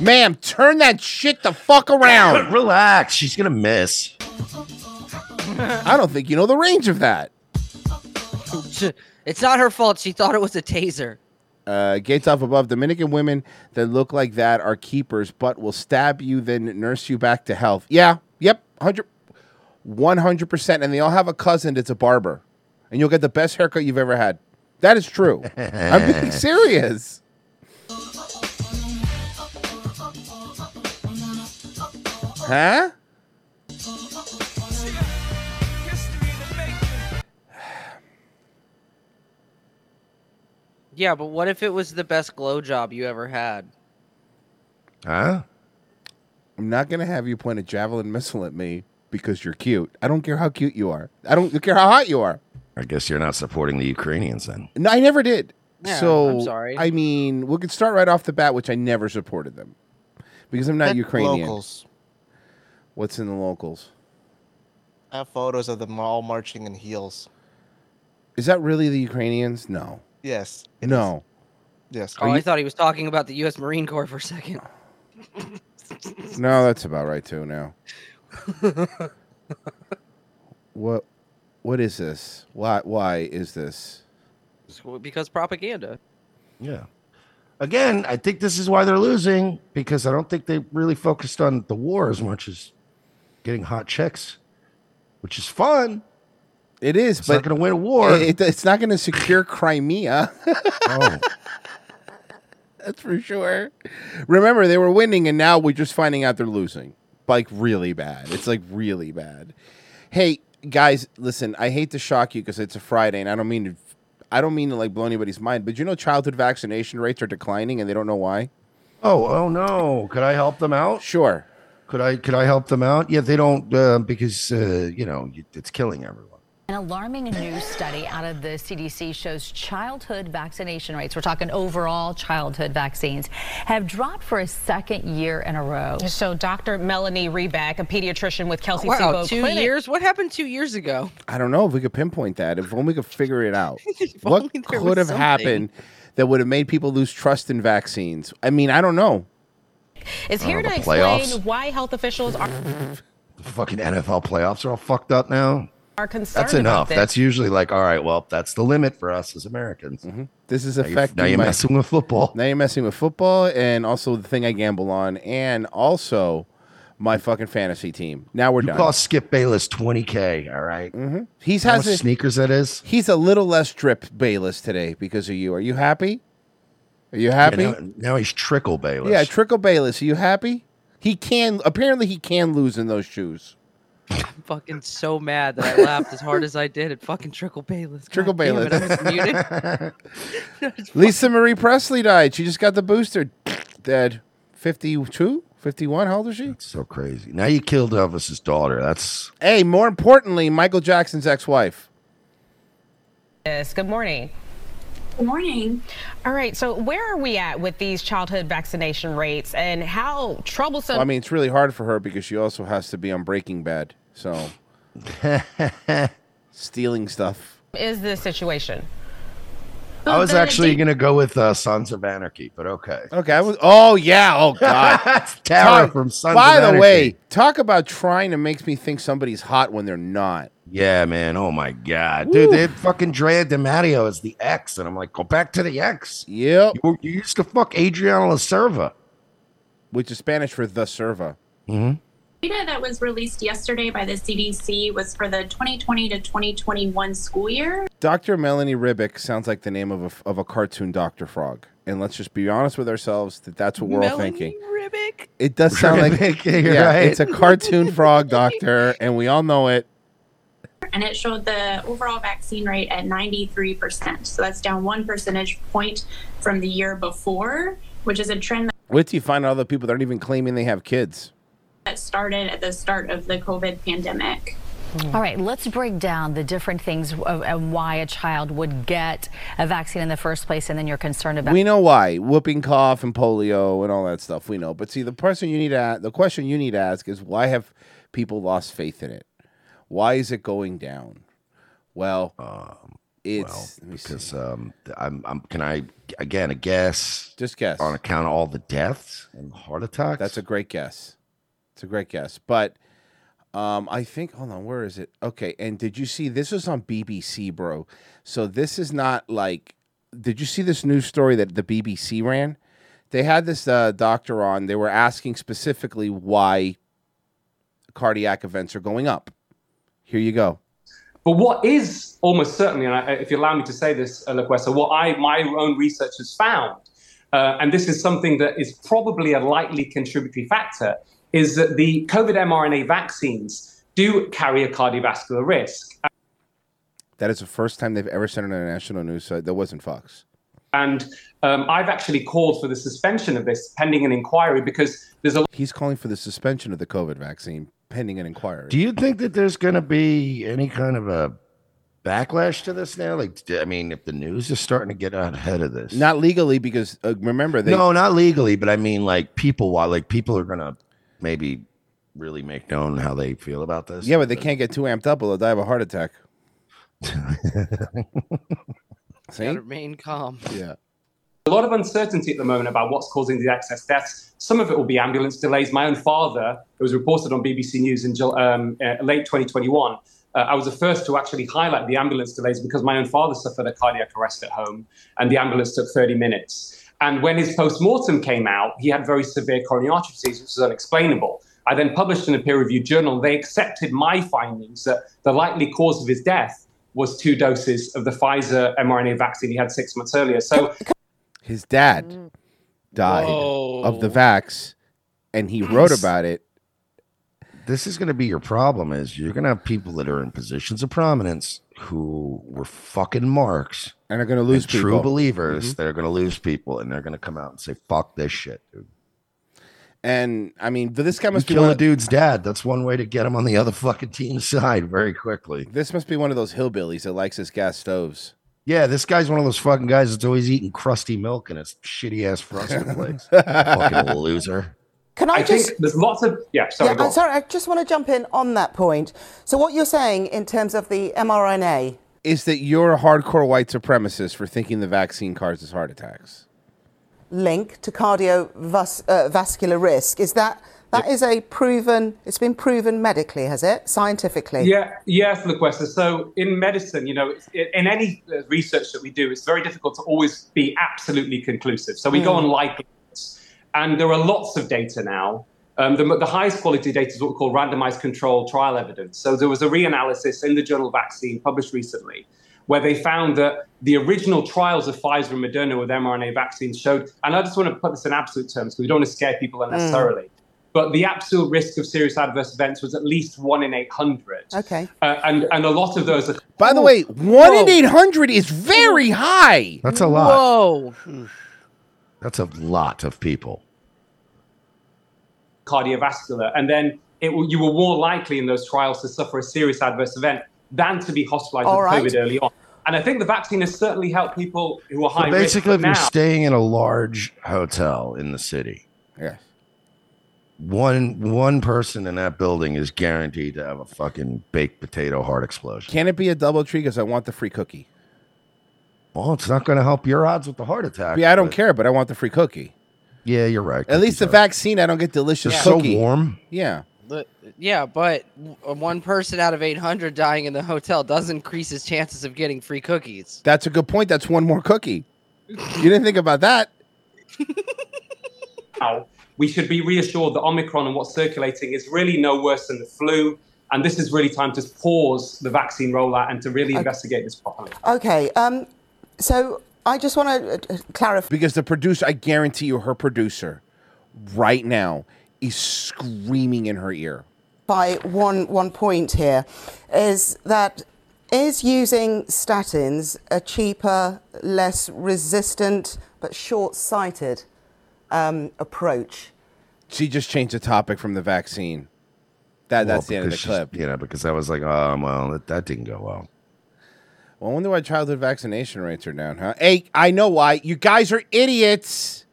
Speaker 3: Ma'am, turn that shit the fuck around.
Speaker 2: Relax, she's gonna miss.
Speaker 3: I don't think you know the range of that.
Speaker 7: It's not her fault. She thought it was a taser.
Speaker 3: Uh, gates off above. Dominican women that look like that are keepers, but will stab you, then nurse you back to health. Yeah. Yep. 100, 100%. And they all have a cousin that's a barber. And you'll get the best haircut you've ever had. That is true. I'm being serious. Huh?
Speaker 7: Yeah, but what if it was the best glow job you ever had?
Speaker 2: Huh?
Speaker 3: I'm not gonna have you point a javelin missile at me because you're cute. I don't care how cute you are. I don't care how hot you are.
Speaker 2: I guess you're not supporting the Ukrainians then.
Speaker 3: No, I never did.
Speaker 7: Yeah, I'm
Speaker 3: so
Speaker 7: sorry.
Speaker 3: I mean, we could start right off the bat, which I never supported them because I'm not
Speaker 5: Fuck
Speaker 3: Ukrainian.
Speaker 5: Locals.
Speaker 3: What's in the locals?
Speaker 5: I have photos of them all marching in heels.
Speaker 3: Is that really the Ukrainians? No,
Speaker 5: Yes.
Speaker 3: no.
Speaker 5: Yes.
Speaker 7: oh, I thought he was talking about the U.S. Marine Corps for a second.
Speaker 3: No, that's about right too. Now, what? What is this? Why? Why is this?
Speaker 7: Because propaganda.
Speaker 2: Yeah. Again, I think this is why they're losing because I don't think they really focused on the war as much as getting hot chicks, which is fun.
Speaker 3: It is,
Speaker 2: It's
Speaker 3: but
Speaker 2: not going to win a war.
Speaker 3: it, it's not going to secure Crimea.
Speaker 2: oh,
Speaker 3: That's for sure. Remember, they were winning, and now we're just finding out they're losing. Like, really bad. It's like really bad. Hey, guys, listen, I hate to shock you because it's a Friday, and I don't mean to. I don't mean to like blow anybody's mind, but you know childhood vaccination rates are declining and they don't know why?
Speaker 2: oh, oh no! Could I help them out?
Speaker 3: Sure.
Speaker 2: Could I could I help them out? Yeah, they don't uh, because uh, you know it's killing everyone.
Speaker 8: An alarming new study out of the CDC shows childhood vaccination rates, we're talking overall childhood vaccines, have dropped for a second year in a row.
Speaker 9: So, Dr. Melanie Reback, a pediatrician with Kelsey
Speaker 10: Wow,
Speaker 9: Sebo
Speaker 10: two
Speaker 9: Clinic.
Speaker 10: years? What happened two years ago?
Speaker 3: I don't know if we could pinpoint that. If only we could figure it out. what
Speaker 10: only there was
Speaker 3: could have
Speaker 10: something.
Speaker 3: happened that would have made people lose trust in vaccines? I mean, I don't know.
Speaker 9: is here
Speaker 2: the
Speaker 9: to explain
Speaker 2: playoffs.
Speaker 9: why health officials are,
Speaker 2: The fucking NFL playoffs are all fucked up now.
Speaker 9: are concerned
Speaker 2: That's
Speaker 9: about
Speaker 2: enough.
Speaker 9: this.
Speaker 2: That's usually like, all right, well, that's the limit for us as Americans.
Speaker 3: Mm-hmm. This is
Speaker 2: Now you're,
Speaker 3: affecting
Speaker 2: now you're
Speaker 3: my-
Speaker 2: messing with football.
Speaker 3: now you're messing with football and also the thing I gamble on and also my fucking fantasy team. Now we're
Speaker 2: You
Speaker 3: done.
Speaker 2: cost Skip Bayless twenty k. All right?
Speaker 3: Mm-hmm. He's
Speaker 2: how much
Speaker 3: has a,
Speaker 2: sneakers that is.
Speaker 3: he's a little less drip Bayless today because of you. Are you happy? Are you
Speaker 2: Yeah,
Speaker 3: happy?
Speaker 2: now, now he's trickle Bayless.
Speaker 3: Yeah, Trickle Bayless. Are you happy? He can. Apparently, he can lose in those shoes.
Speaker 10: I'm fucking so mad that I laughed as hard as I did at fucking Trickle Bayless. God
Speaker 3: Trickle
Speaker 10: damn it, I
Speaker 3: Bayless.
Speaker 10: was muted.
Speaker 3: Lisa Marie Presley died. She just got the booster. Dead. 52? 51? How old is she?
Speaker 2: so crazy. Now you killed Elvis's daughter. That's
Speaker 3: Hey, more importantly, Michael Jackson's ex wife.
Speaker 9: Yes, Good morning.
Speaker 11: Good morning.
Speaker 9: All right. So, where are we at with these childhood vaccination rates and how troublesome
Speaker 3: I mean, it's really hard for her because she also has to be on Breaking Bad. So, stealing stuff.
Speaker 9: is this situation?
Speaker 3: Oh,
Speaker 2: I was
Speaker 11: the-
Speaker 2: actually
Speaker 11: they-
Speaker 2: going to go with uh, Sons of Anarchy, but okay.
Speaker 3: Okay. I was, oh, yeah. Oh, God.
Speaker 2: That's Tara
Speaker 3: Talk-
Speaker 2: from Sons
Speaker 3: By
Speaker 2: of
Speaker 3: the
Speaker 2: Anarchy.
Speaker 3: way, talk about trying to make me think somebody's hot when they're not.
Speaker 2: Yeah, man. Oh my god, dude. They had fucking Drea DiMatteo as the X, and I'm like, go back to the X.
Speaker 3: Yep.
Speaker 2: You, you used to fuck Adriana Laserva.
Speaker 3: Which is Spanish for the serva.
Speaker 2: Mm-hmm.
Speaker 11: Data that was released yesterday by the CDC was for the 2020 to 2021 school year.
Speaker 3: Dr. Melanie Ribick sounds like the name of a, of a cartoon Dr. Frog. And let's just be honest with ourselves that that's what we're all
Speaker 10: Melanie
Speaker 3: thinking.
Speaker 10: Ribick.
Speaker 3: It does sound like
Speaker 2: Ribic, you're
Speaker 3: yeah,
Speaker 2: right.
Speaker 3: it's a cartoon frog doctor, and we all know it.
Speaker 11: and it showed the overall vaccine rate at 93%. So that's down one percentage point from the year before, which is a trend
Speaker 3: Wait till you find all the people that aren't even claiming they have kids.
Speaker 11: that started at the start of the COVID pandemic.
Speaker 8: All right, let's break down the different things of, and why a child would get a vaccine in the first place, and then you're concerned about
Speaker 3: We know why whooping cough and polio and all that stuff. We know, but see, the person you need to ask, the question you need to ask is why have people lost faith in it? Why is it going down? Well,
Speaker 2: Um,
Speaker 3: it's
Speaker 2: Well,
Speaker 3: let me see.
Speaker 2: because um, I'm, I'm. Can I again a guess
Speaker 3: just guess.
Speaker 2: on account of all the deaths and heart attacks?
Speaker 3: That's a great guess. It's a great guess. But um, I think, hold on, where is it? Okay. And did you see this was on BBC, bro? So this is not like, did you see this news story that the BBC ran? They had this uh, doctor on. They were asking specifically why cardiac events are going up. Here you go.
Speaker 12: But what is almost certainly, and I, if you allow me to say this, uh, Laquesa, what I my own research has found, uh, and this is something that is probably a likely contributory factor, is that the COVID mRNA vaccines do carry a cardiovascular risk.
Speaker 3: That is the first time they've ever sent it on a national news site that wasn't Fox.
Speaker 12: And um, I've actually called for the suspension of this pending an inquiry because there's a
Speaker 3: He's calling for the suspension of the COVID vaccine pending an inquiry.
Speaker 2: Do you think that there's going to be any kind of a backlash to this now? Like, d- I mean, if the news is starting to get out ahead of this,
Speaker 3: Not legally, because uh, remember, they,
Speaker 2: no, not legally, but I mean, like people, wa- like people are going to maybe really make known how they feel about this.
Speaker 3: Yeah, but they can't get too amped up or they'll die of a heart attack. See?
Speaker 10: Gotta remain calm.
Speaker 3: Yeah.
Speaker 12: a lot of uncertainty at the moment about what's causing these excess deaths. Some of it will be ambulance delays. My own father, it was reported on BBC News in Jul- um, uh, late 2021. Uh, I was the first to actually highlight the ambulance delays because my own father suffered a cardiac arrest at home, and the ambulance took 30 minutes. And when his post-mortem came out, he had very severe coronary artery disease, which was unexplainable. I then published in a peer-reviewed journal. They accepted my findings that the likely cause of his death was two doses of the Pfizer mRNA vaccine he had six months earlier. So
Speaker 3: His dad died of the vax and he wrote about it.
Speaker 2: this is going to be your problem is you're going to have people that are in positions of prominence who were fucking marks
Speaker 3: And are going to lose
Speaker 2: and true
Speaker 3: people. Mm-hmm.
Speaker 2: believers that are going to lose people and they're going to come out and say fuck this shit dude
Speaker 3: And I mean, but this guy must be
Speaker 2: Kill
Speaker 3: one
Speaker 2: a
Speaker 3: of-
Speaker 2: dude's dad. That's one way to get him on the other fucking team's side very quickly.
Speaker 3: this must be one of those hillbillies that likes his gas stoves.
Speaker 2: Yeah, this guy's one of those fucking guys that's always eating crusty milk and his shitty ass frosted flakes. fucking loser.
Speaker 13: Can I, just?
Speaker 12: there's lots of yeah. Sorry,
Speaker 13: yeah,
Speaker 12: go
Speaker 13: I'm
Speaker 12: on.
Speaker 13: sorry. I just want to jump in on that point. So what you're saying in terms of the mRNA?
Speaker 3: Is that you're a hardcore white supremacist for thinking the vaccine causes heart attacks?
Speaker 13: link to cardiovascular risk. Is that that is a proven? It's been proven medically, has it? Scientifically?
Speaker 12: Yeah, yes, LaQuesta. So in medicine, you know, it's, in any uh, research that we do, it's very difficult to always be absolutely conclusive. So we go
Speaker 14: Mm.
Speaker 12: on likelihoods, and there are lots of data now. Um, the, the highest quality data is what we call randomized controlled trial evidence. So there was a reanalysis in the journal Vaccine published recently where they found that the original trials of Pfizer and Moderna with mRNA vaccines showed, and I just want to put this in absolute terms because we don't want to scare people unnecessarily, but the absolute risk of serious adverse events was at least one in 800.
Speaker 13: Okay.
Speaker 12: Uh, and, and a lot of those are.
Speaker 3: By the way, one in eight hundred is very high.
Speaker 2: That's a lot.
Speaker 13: Whoa.
Speaker 2: That's a lot of people.
Speaker 12: cardiovascular, and then it, will- you were more likely in those trials to suffer a serious adverse event than to be hospitalized
Speaker 2: All
Speaker 12: with
Speaker 2: right.
Speaker 12: COVID early on. And I think the vaccine has certainly helped people who are
Speaker 2: So
Speaker 12: high
Speaker 2: basically, if
Speaker 12: risk. but
Speaker 2: you're
Speaker 12: now,
Speaker 2: staying in a large hotel in the city,
Speaker 3: yeah,
Speaker 2: one one person in that building is guaranteed to have a fucking baked potato heart explosion.
Speaker 3: Can it be a double tree? Because I want the free cookie.
Speaker 2: Well, it's not going to help your odds with the heart attack.
Speaker 3: Yeah, I don't care, but I want the free cookie.
Speaker 2: Yeah, you're right.
Speaker 3: At least the vaccine, I don't get delicious
Speaker 2: They're so
Speaker 3: cookie.
Speaker 2: warm.
Speaker 3: Yeah.
Speaker 10: But- yeah, but w- uh, one person out of 800 dying in the hotel does increase his chances of getting free cookies.
Speaker 3: That's a good point. That's one more cookie. You didn't think about that.
Speaker 12: now we should be reassured that Omicron and what's circulating is really no worse than the flu. And this is really time to pause the vaccine rollout and to really investigate this properly.
Speaker 13: Okay. Um, so I just uh, want to clarify.
Speaker 3: Because the producer, I guarantee you, her producer right now is screaming in her ear.
Speaker 13: by one one point here is that is using statins a cheaper, less resistant, but short-sighted um, approach?
Speaker 3: She just changed the topic from the vaccine. That
Speaker 2: Well,
Speaker 3: that's the end of the
Speaker 2: because she's-
Speaker 3: clip.
Speaker 2: You know, because I was like, oh, well, that, that didn't go well.
Speaker 3: Well, I wonder why childhood vaccination rates are down, huh? Hey, I know why. You guys are idiots.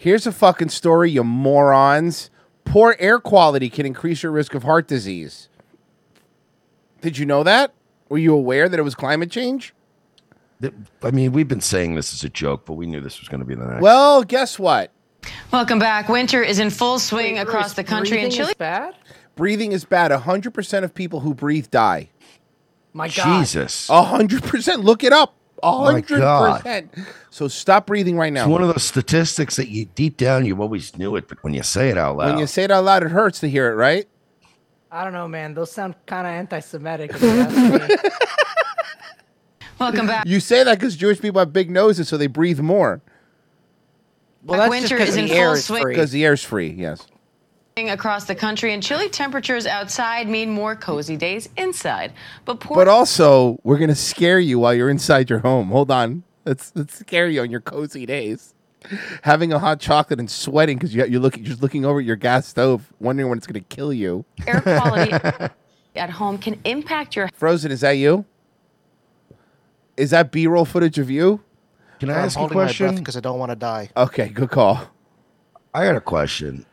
Speaker 3: Here's a fucking story, you morons. Poor air quality can increase your risk of heart disease. Did you know that? Were you aware that it was climate change?
Speaker 2: Th- I mean, we've been saying this is a joke, but we knew this was going to be the next.
Speaker 3: Well, guess what?
Speaker 15: Welcome back. Winter is in full swing
Speaker 6: Bruce,
Speaker 15: across the country and
Speaker 6: breathing is
Speaker 15: Chile.
Speaker 6: bad?
Speaker 3: Breathing is bad. 100% of people who breathe die.
Speaker 6: My God.
Speaker 2: Jesus.
Speaker 3: 100%. Look it up.
Speaker 2: My God.
Speaker 3: 100%. So stop breathing right now.
Speaker 2: It's one of those statistics that you deep down you always knew it, but when you say it out loud,
Speaker 3: When you say it out loud, it hurts to hear it, right?
Speaker 6: I don't know, man. Those sound kind of anti-Semitic. if you ask me.
Speaker 15: Welcome back.
Speaker 3: You say that because Jewish people have big noses, so they breathe more.
Speaker 10: Well, that's just
Speaker 15: Winter
Speaker 10: 'cause
Speaker 15: is in
Speaker 10: the
Speaker 15: full
Speaker 10: air is
Speaker 15: swing.
Speaker 10: free.
Speaker 3: Because the air's free, yes.
Speaker 15: Across the country and chilly temperatures outside mean more cozy days inside. But poor
Speaker 3: But also, we're gonna scare you while you're inside your home. Hold on, let's let's scare you on your cozy days. Having a hot chocolate and sweating because you, you're looking, just looking over at your gas stove, wondering when it's gonna kill you.
Speaker 15: air quality at home can impact your
Speaker 3: Frozen, is that you? Is that B-roll footage of you?
Speaker 2: Can
Speaker 16: I'm holding my breath because I don't want to die.
Speaker 3: Okay, good call.
Speaker 2: I got a question.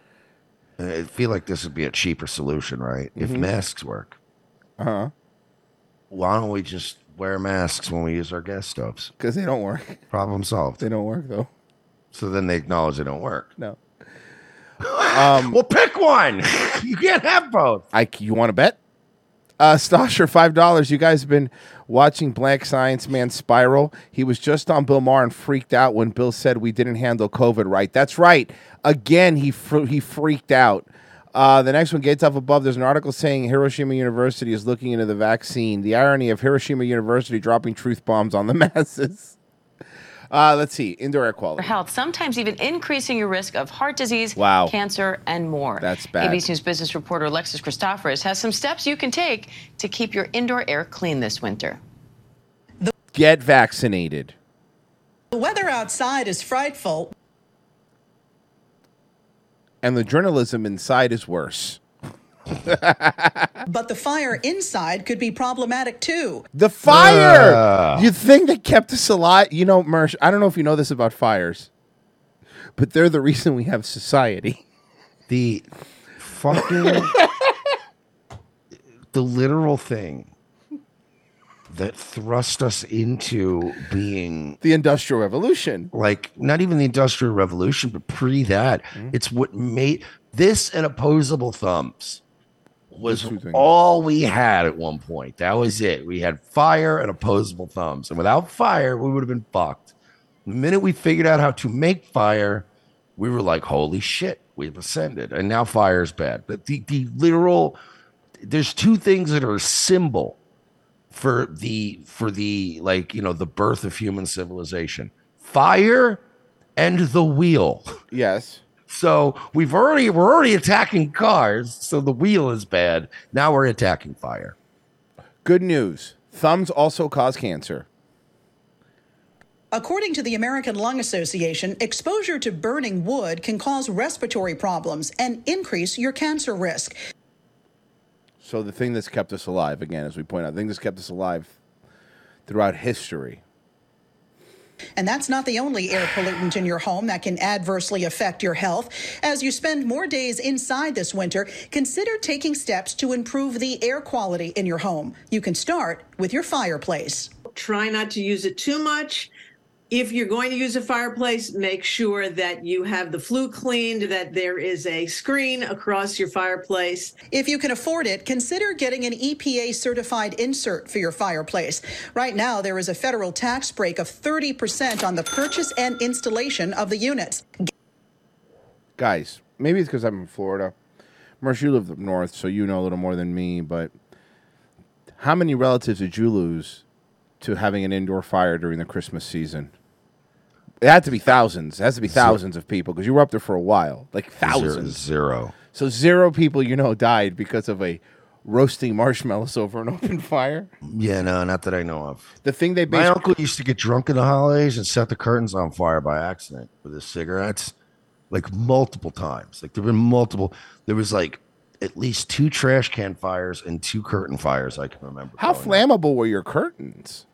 Speaker 2: and I feel like this would be a cheaper solution, right? If
Speaker 3: Mhm.
Speaker 2: masks work,
Speaker 3: Uh-huh.
Speaker 2: why don't we just wear masks when we use our gas stoves?
Speaker 3: Because they don't work.
Speaker 2: Problem solved.
Speaker 3: They don't work though.
Speaker 2: So then they acknowledge they don't work.
Speaker 3: No. Um,
Speaker 2: well, pick one. you can't have both.
Speaker 3: I you want to bet? Uh, Stasher, five dollars. You guys have been watching Black Science Man spiral. He was just on Bill Maher and freaked out when Bill said we didn't handle COVID right. That's right. Again, he fr- he freaked out. Uh, the next one, Gates Up Above. There's an article saying Hiroshima University is looking into the vaccine. The irony of Hiroshima University dropping truth bombs on the masses. Uh, let's see. Indoor air quality.
Speaker 15: health, sometimes even increasing your risk of heart disease,
Speaker 3: Wow.
Speaker 15: cancer, and more.
Speaker 3: That's bad.
Speaker 15: ABC News business reporter Alexis Christophorus has some steps you can take to keep your indoor air clean this winter.
Speaker 3: Get vaccinated.
Speaker 17: The weather outside is frightful.
Speaker 3: and the journalism inside is worse.
Speaker 17: But the fire inside could be problematic too.
Speaker 3: The fire.
Speaker 17: Ah.
Speaker 3: You think they kept us alive? You know, Mersh, I don't know if you know this about fires, but they're the reason we have society.
Speaker 2: The fucking the literal thing that thrust us into being
Speaker 3: the industrial revolution
Speaker 2: like not even the industrial revolution but pre that
Speaker 3: Mm-hmm.
Speaker 2: it's what made this and opposable thumbs was all we had at one point that was it we had fire and opposable thumbs and without fire we would have been fucked the minute we figured out how to make fire we were like holy shit we've ascended and now fire's bad but the, the literal there's two things that are a symbol for the for the like you know the birth of human civilization fire and the wheel
Speaker 3: yes
Speaker 2: so we've already we're already attacking cars so the wheel is bad now we're attacking fire
Speaker 3: good news thumbs also cause cancer
Speaker 17: According to the American Lung Association, exposure to burning wood can cause respiratory problems and increase your cancer risk.
Speaker 3: So the thing that's kept us alive, again, as we point out, the thing that's kept us alive throughout history.
Speaker 17: And that's not the only air pollutant in your home that can adversely affect your health. As you spend more days inside this winter, consider taking steps to improve the air quality in your home. You can start with your fireplace.
Speaker 18: Try not to use it too much. If you're going to use a fireplace, make sure that you have the flue cleaned, that there is a screen across your fireplace.
Speaker 17: If you can afford it, consider getting an EPA certified insert for your fireplace. Right now, there is a federal tax break of 30% on the purchase and installation of the units.
Speaker 3: Guys, maybe it's because I'm in Florida. Mersh, you live up north, so you know a little more than me, but how many relatives did you lose to having an indoor fire during the Christmas season? It had to be thousands. It has to be
Speaker 2: Zero.
Speaker 3: thousands of people because you were up there for a while. Like thousands.
Speaker 2: zero
Speaker 3: So zero people you know died because of a roasting marshmallows over an open fire.
Speaker 2: yeah no not that i know of
Speaker 3: The thing they
Speaker 2: my
Speaker 3: based
Speaker 2: uncle used to get drunk in the holidays and set the curtains on fire by accident with his cigarettes, like multiple times. Like there've been multiple. There was like at least two trash can fires and two curtain fires I can remember.
Speaker 3: How flammable were your curtains?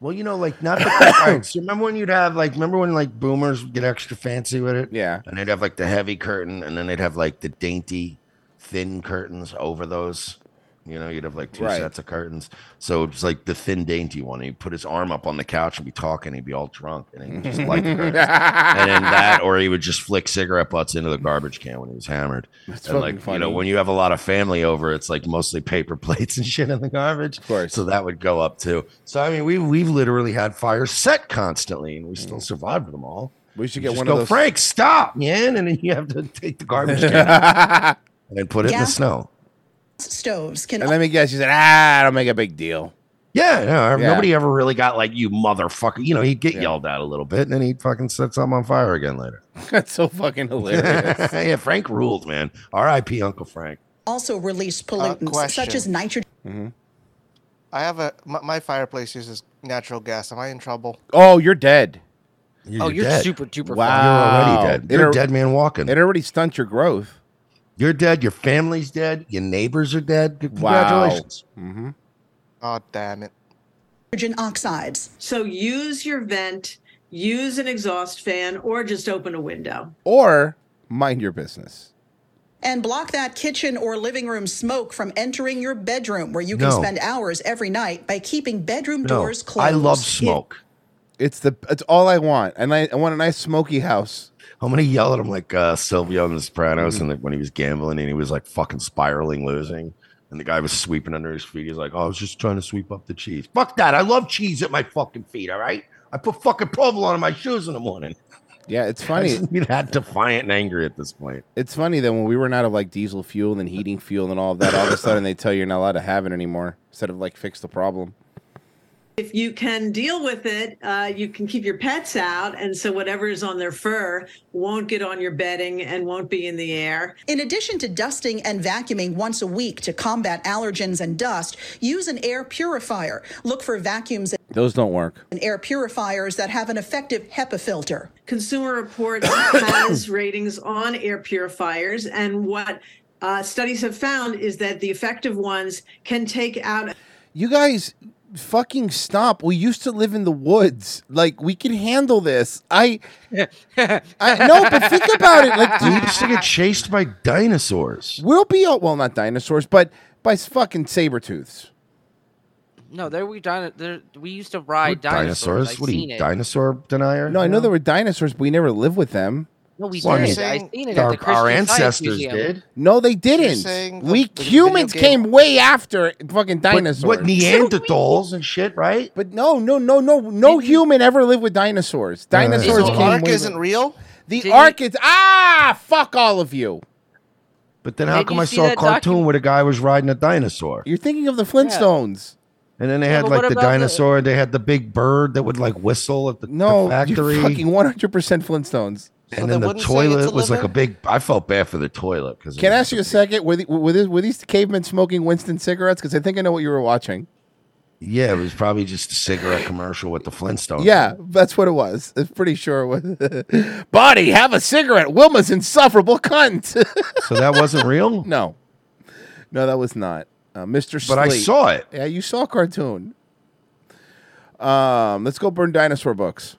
Speaker 2: Well, you know, like not the curtain fires. You remember when you'd have like remember when like boomers would get extra fancy with it?
Speaker 3: Yeah.
Speaker 2: And they'd have like the heavy curtain and then they'd have like the dainty thin curtains over those. You know, you'd have like two
Speaker 3: Right.
Speaker 2: sets of curtains. So it was like the thin dainty one. He'd put his arm up on the couch and be talking, he'd be all drunk and he'd just like the curtains. And then that or he would just flick cigarette butts into the garbage can when he was hammered.
Speaker 3: That's
Speaker 2: and like
Speaker 3: fucking
Speaker 2: you know,
Speaker 3: funny.
Speaker 2: when you have a lot of family over, it's like mostly paper plates and shit in the garbage. Of course. So that would go up too. So I mean, we we've literally had fires set constantly, and we still survived them all.
Speaker 3: Mm. We should
Speaker 2: You
Speaker 3: get
Speaker 2: just
Speaker 3: one
Speaker 2: go,
Speaker 3: of those.
Speaker 2: Frank, stop, man, and then you have to take the garbage can out and then put it in
Speaker 17: Yeah.
Speaker 2: the snow.
Speaker 17: Stoves can
Speaker 3: And let me guess, you said, ah, I don't make a big deal.
Speaker 2: Yeah, no,
Speaker 3: Yeah.
Speaker 2: nobody ever really got like you motherfucker. You know, he'd get yelled at a little bit, and then he'd fucking set something on fire again later.
Speaker 3: That's so fucking hilarious.
Speaker 2: yeah, Frank ruled, man. R.I.P. Uncle Frank.
Speaker 17: also release pollutants such
Speaker 5: question.
Speaker 17: as nitrogen.
Speaker 3: Mm-hmm.
Speaker 5: I have a my, my fireplace uses natural gas. Am I in trouble?
Speaker 3: Oh, you're dead.
Speaker 5: Oh, you're dead. super duper
Speaker 2: You're already dead.
Speaker 3: It
Speaker 2: You're a
Speaker 3: al-
Speaker 2: dead man walking.
Speaker 3: It already stunts your growth.
Speaker 2: You're dead. Your family's dead. Your neighbors are dead.
Speaker 3: Wow.
Speaker 2: C- Congratulations.
Speaker 3: Mm-hmm.
Speaker 5: Oh damn it!
Speaker 17: Nitrogen oxides.
Speaker 18: So use your vent, use an exhaust fan, or just open a window.
Speaker 3: Or mind your business.
Speaker 17: And block that kitchen or living room smoke from entering your bedroom, where you can
Speaker 2: No.
Speaker 17: spend hours every night by keeping bedroom
Speaker 2: No,
Speaker 17: doors closed.
Speaker 2: I love smoke.
Speaker 3: It's the it's all I want, and I, I want a nice smoky house.
Speaker 2: I'm gonna yell at him like uh, Silvio in The Sopranos,
Speaker 3: Mm-hmm.
Speaker 2: and like when he was gambling and he was like fucking spiraling, losing, and the guy was sweeping under his feet. He's like, "Oh, I was just trying to sweep up the cheese." Fuck that! I love cheese at my fucking feet. All right, I put fucking provolone on my shoes in the morning.
Speaker 3: Yeah, it's funny.
Speaker 2: be that defiant and angry at this point.
Speaker 3: It's funny that when we run out of like diesel fuel and heating fuel and all of that, all of a sudden they tell you you're not allowed to have it anymore. Instead of like fix the problem.
Speaker 18: if you can deal with it, uh, you can keep your pets out. And so whatever is on their fur won't get on your bedding and won't be in the air.
Speaker 17: In addition to dusting and vacuuming once a week to combat allergens and dust, use an air purifier. Look for vacuums
Speaker 3: Those don't work.
Speaker 17: and air purifiers that have an effective HEPA filter.
Speaker 18: Consumer Reports has ratings on air purifiers, and what uh, studies have found is that the effective ones can take out
Speaker 3: You guys fucking stop. We used to live in the woods. Like we can handle this. I, I no, but think about it. Like
Speaker 2: we used to get chased by dinosaurs.
Speaker 3: We'll be all, well, not dinosaurs, but by s- fucking saber tooths.
Speaker 10: No, there we dino- there, we used to ride dinosaurs. I've
Speaker 3: What are
Speaker 10: seen it.
Speaker 3: dinosaur denier? No, I know there were dinosaurs, but we never lived with them.
Speaker 10: No, we
Speaker 3: Well, I
Speaker 10: did.
Speaker 3: mean,
Speaker 10: I seen it at the Christian Science Museum.
Speaker 3: No, they
Speaker 10: saying
Speaker 3: didn't.
Speaker 10: the-
Speaker 3: We
Speaker 10: the video
Speaker 3: humans
Speaker 10: game-
Speaker 3: came way after fucking dinosaurs.
Speaker 2: But, but Neanderthals and shit, right?
Speaker 3: But no, no, no, no, no human ever lived with
Speaker 2: Uh,
Speaker 3: dinosaurs. Dinosaurs.
Speaker 5: the
Speaker 3: came
Speaker 5: Ark
Speaker 3: way-
Speaker 5: isn't real.
Speaker 3: The Ark is ah, fuck all of you.
Speaker 2: But then how
Speaker 3: Did
Speaker 2: come
Speaker 3: you
Speaker 2: I
Speaker 3: see
Speaker 2: saw a
Speaker 3: that
Speaker 2: cartoon where the guy was riding a dinosaur?
Speaker 3: You're thinking of the Flintstones.
Speaker 2: And then they
Speaker 3: Yeah,
Speaker 2: had
Speaker 3: but
Speaker 2: like
Speaker 3: what
Speaker 2: the
Speaker 3: about the-
Speaker 2: dinosaur. They had the big bird that would like whistle at the, the
Speaker 3: No,
Speaker 2: factory.
Speaker 3: you're fucking 100 percent Flintstones.
Speaker 2: and then the toilet was like a big. I felt bad for the toilet because
Speaker 3: Can I ask you a second? Were, the, were, this, were these cavemen smoking Winston cigarettes? Because I think I know what you were watching.
Speaker 2: yeah, it was probably just a cigarette commercial with the Flintstones.
Speaker 3: Yeah, that's what it was. I'm pretty sure it was. Buddy, have a cigarette. Wilma's insufferable cunt.
Speaker 2: so that wasn't real.
Speaker 3: No, no, that was not. Uh, Mr.
Speaker 2: But I
Speaker 3: Slate.
Speaker 2: saw it.
Speaker 3: Yeah, you saw a cartoon. Um, let's go burn dinosaur books.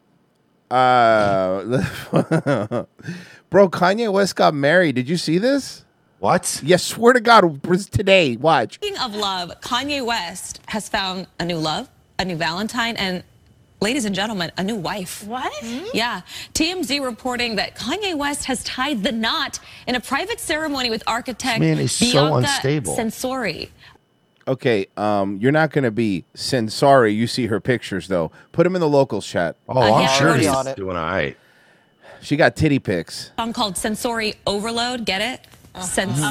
Speaker 3: Uh, bro, Kanye West got married. Did you see this?
Speaker 2: What?
Speaker 3: Yes, swear to God, it was today. Watch.
Speaker 16: Speaking of love, Kanye West has found a new love, a new Valentine, and ladies and gentlemen, a new wife. What? Yeah. TMZ reporting that Kanye West has tied the knot in a private ceremony with architect
Speaker 3: This man is so
Speaker 16: Bianca
Speaker 3: unstable.
Speaker 16: Sensori.
Speaker 3: Okay, um, you're not gonna be sin sorry. You see her pictures though. Put them in the locals chat.
Speaker 2: Oh,
Speaker 16: Uh, I'm yeah, sure already he's on it.
Speaker 2: doing all right.
Speaker 3: She got titty pics.
Speaker 16: Song called Sensori Overload. Get it? Sensor.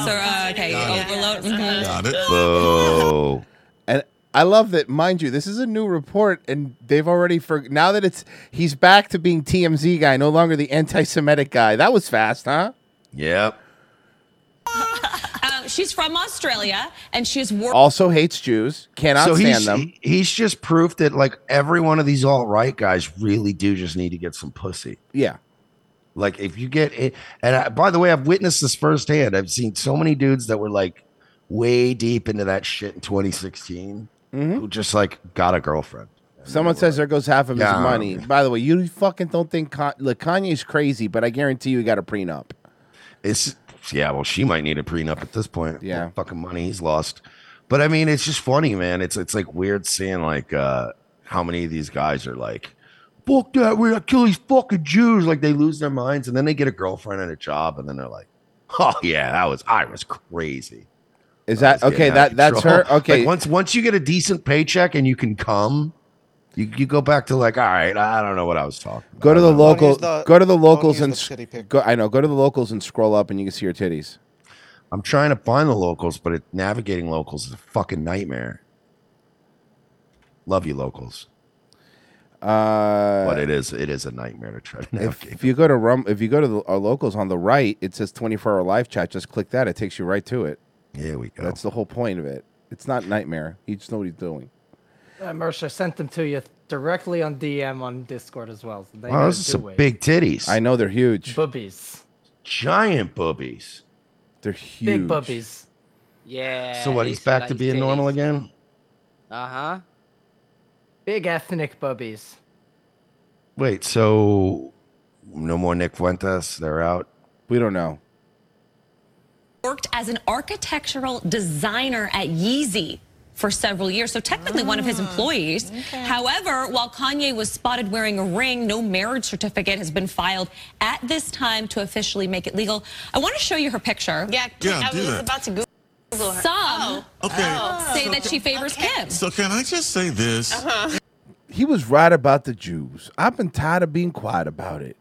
Speaker 16: Okay, Overload. mhm.
Speaker 2: Oh.
Speaker 3: And I love that, mind you, this is a new report, and they've already for now that it's he's back to being TMZ guy, no longer the anti-Semitic guy. That was fast, huh?
Speaker 2: Yep.
Speaker 16: Um, she's from Australia, and she's working.
Speaker 3: Also hates Jews. Cannot
Speaker 2: so
Speaker 3: stand
Speaker 2: he's,
Speaker 3: them.
Speaker 2: He's just proof that like every one of these alt right guys really do just need to get some pussy.
Speaker 3: Yeah.
Speaker 2: Like if you get it, and I, by the way, I've witnessed this firsthand. I've seen so many dudes that were like way deep into that shit in 2016
Speaker 3: Mm-hmm.
Speaker 2: who just like got a girlfriend.
Speaker 3: Someone says there goes half of
Speaker 2: Yeah.
Speaker 3: his money. By the way, you fucking don't think Con- look, Kanye's crazy, but I guarantee you he got a prenup.
Speaker 2: It's yeah, well, she might need a prenup at this point.
Speaker 3: Yeah.
Speaker 2: What fucking money he's lost. But I mean, it's just funny, man. It's it's like weird seeing like uh how many of these guys are like, fuck that, we're gonna kill these fucking Jews. Like they lose their minds and then they get a girlfriend and a job, and then they're like, Oh yeah, that was I was crazy.
Speaker 3: Is that
Speaker 2: It's getting
Speaker 3: okay?
Speaker 2: out of
Speaker 3: That that's
Speaker 2: control.
Speaker 3: her. Okay,
Speaker 2: Like, once once you get a decent paycheck and you can come, you, you go back to like, all right, I don't know what I was talking about.
Speaker 3: Go to the local.
Speaker 2: use the-
Speaker 3: go to the
Speaker 2: don't
Speaker 3: locals
Speaker 2: use
Speaker 3: and
Speaker 2: the
Speaker 3: sc-
Speaker 2: titty pic.
Speaker 3: go. I know. Go to the locals and scroll up, and you can see her titties.
Speaker 2: I'm trying to find the locals, but it, navigating locals is a fucking nightmare. Love you, locals.
Speaker 3: Uh,
Speaker 2: but it is it is a nightmare to try to
Speaker 3: If,
Speaker 2: navigate.
Speaker 3: if you go to rum, if you go to the, our locals on the right, it says 24 hour live chat. Just click that; it takes you right to it.
Speaker 2: Yeah, we go.
Speaker 3: That's the whole point of it. It's not nightmare. You just know what he's doing.
Speaker 6: Uh, Mercer sent them to you directly on DM on Discord as well. So they
Speaker 2: Wow,
Speaker 6: got
Speaker 2: those are
Speaker 6: two
Speaker 2: some
Speaker 6: ways.
Speaker 2: big titties.
Speaker 3: I know they're huge.
Speaker 6: Boobies.
Speaker 2: Giant boobies.
Speaker 3: They're
Speaker 6: Big boobies.
Speaker 10: Yeah.
Speaker 2: So what? He's back to being normal again.
Speaker 10: Uh huh.
Speaker 6: Big ethnic boobies.
Speaker 2: Wait, so no more Nick Fuentes? They're out.
Speaker 3: We don't know.
Speaker 16: worked as an architectural designer at Yeezy for several years, so technically one of his employees. However, while Kanye was spotted wearing a ring, no marriage certificate has been filed at this time to officially make it legal. I want to show you her picture. Yeah,
Speaker 19: Yeah, I do was that. about
Speaker 16: to Google her. Oh. Some
Speaker 19: Okay.
Speaker 16: say that she favors Kim.
Speaker 19: So can I just say this?
Speaker 3: He was right about the Jews. I've been tired of being quiet about it.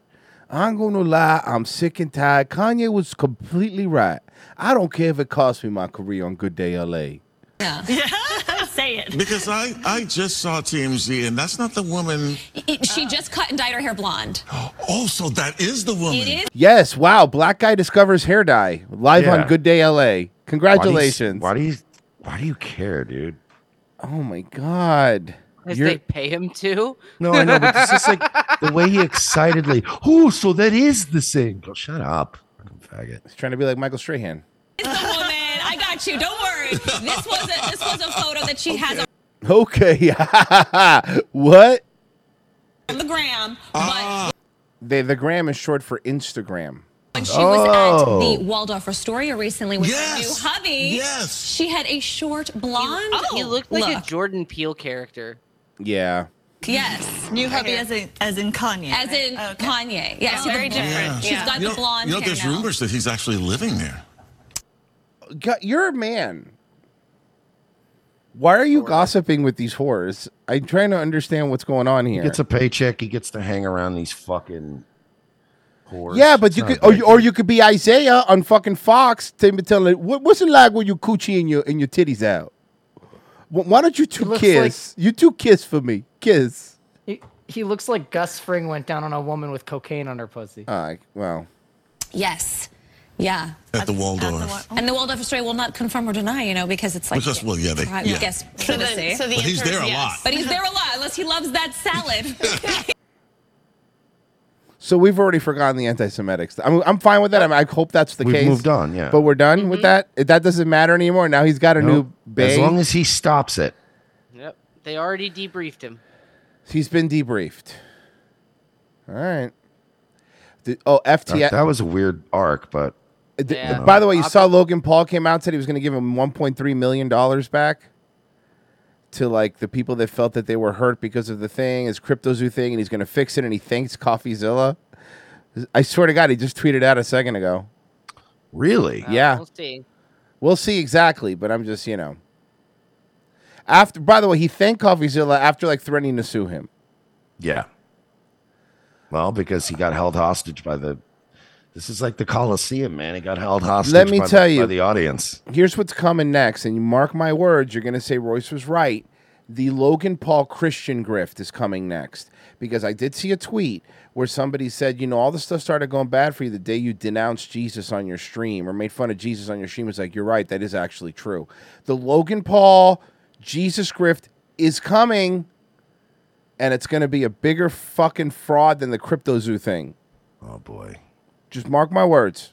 Speaker 3: I'm gonna lie. I'm sick and tired. Kanye was completely right. I don't care if it costs me my career on Good Day LA.
Speaker 16: Yeah. say it.
Speaker 19: Because I, I just saw TMZ, and that's not the woman.
Speaker 16: It- she just cut and dyed her hair blonde.
Speaker 19: Oh, so that is the woman.
Speaker 16: It is.
Speaker 3: Yes, wow. Black guy discovers hair dye live
Speaker 2: Yeah.
Speaker 3: on Good Day LA. Congratulations.
Speaker 2: Why do you? Why do you care, dude?
Speaker 3: Oh my god.
Speaker 10: Because
Speaker 3: You're-
Speaker 10: they pay him to?
Speaker 2: No, I know, but this is like the way he excitedly. Oh, so that is the same. Go shut up, fucking faggot.
Speaker 3: He's trying to be like Michael Strahan.
Speaker 16: Man, I got you. Don't worry. This was a, this was a photo that she has on
Speaker 3: Okay. what?
Speaker 16: the gram.
Speaker 19: Ah.
Speaker 3: They, the gram is short for Instagram.
Speaker 16: When she was at
Speaker 3: Oh.
Speaker 16: the Waldorf Astoria recently with her new hubby,
Speaker 19: yes.
Speaker 16: she had a short blonde.
Speaker 10: Oh, He, he looked like a
Speaker 16: look.
Speaker 10: Jordan Peele character.
Speaker 3: Yeah.
Speaker 16: Yes.
Speaker 20: New hubby as in, as in Kanye.
Speaker 16: As in Kanye. Yes.
Speaker 20: Oh,
Speaker 16: the
Speaker 20: very
Speaker 16: blonde-
Speaker 20: different.
Speaker 16: She's
Speaker 20: Yeah.
Speaker 16: got the
Speaker 19: You know-
Speaker 16: blonde
Speaker 19: You know,
Speaker 16: hair
Speaker 19: there's
Speaker 16: now.
Speaker 19: rumors that he's actually living there.
Speaker 3: God, you're a man. Why are you gossiping with these whores? I'm trying to understand what's going on
Speaker 2: He
Speaker 3: here.
Speaker 2: gets a paycheck. He gets to hang around these fucking. Whores.
Speaker 3: yeah, but
Speaker 2: It's
Speaker 3: you
Speaker 2: not
Speaker 3: could,
Speaker 2: a
Speaker 3: or
Speaker 2: big
Speaker 3: you, or you could be Isaiah on fucking Fox, t- telling what, what's it like when you coochie and your and your titties out? Wh- Why don't you two
Speaker 6: looks
Speaker 3: kiss? you two kiss for me, kiss.
Speaker 6: He, he looks like Gus Fring went down on a woman with cocaine on her pussy.
Speaker 2: Uh,
Speaker 3: All right, well,
Speaker 16: Yes. Yeah.
Speaker 19: At the Waldorf.
Speaker 16: And the Waldorf Astoria will not confirm or deny, you know, because it's like.
Speaker 19: Because, well, yeah, they-
Speaker 16: Right,
Speaker 19: yeah.
Speaker 16: Guess
Speaker 19: So the-
Speaker 16: privacy.
Speaker 19: so the But he's answer there is a yes. lot.
Speaker 16: But he's there a lot, unless he loves that salad.
Speaker 3: so we've already forgotten the anti-Semitics. I'm I'm fine with that. I, mean, I hope that's the
Speaker 2: We've
Speaker 3: case.
Speaker 2: moved on, yeah.
Speaker 3: but we're done with that. That doesn't matter anymore. Now he's got a
Speaker 2: Nope.
Speaker 3: new bae.
Speaker 2: As long as he stops it.
Speaker 10: Yep. They already debriefed him.
Speaker 3: He's been debriefed. All right. The- oh, FTX.
Speaker 2: That, that was a weird arc, but
Speaker 3: Th- uh,
Speaker 2: Yeah.
Speaker 3: By the way, you saw Logan Paul came out said he was going to give him 1.3 million dollars back to like the people that felt that they were hurt because of the thing, his CryptoZoo thing, and he's going to fix it. And he thanks CoffeeZilla. I swear to God, he just tweeted out a second ago.
Speaker 2: Really?
Speaker 3: yeah.
Speaker 10: We'll see.
Speaker 3: We'll see exactly, but I'm just you know. After, by the way, he thanked CoffeeZilla after like threatening to sue him.
Speaker 2: yeah. Well, because he got held hostage by the. This is like the Coliseum, man. He got held hostage.
Speaker 3: Let me
Speaker 2: by the-
Speaker 3: tell
Speaker 2: by
Speaker 3: you.
Speaker 2: the audience.
Speaker 3: Here's what's coming next, and you mark my words, you're going to say Royce was right. The Logan Paul Christian grift is coming next because I did see a tweet where somebody said, you know, all this stuff started going bad for you the day you denounced Jesus on your stream or made fun of Jesus on your stream. It's like, you're right, that is actually true. The Logan Paul Jesus grift is coming, and it's going to be a bigger fucking fraud than the CryptoZoo thing.
Speaker 2: Oh, boy.
Speaker 3: Just mark my words.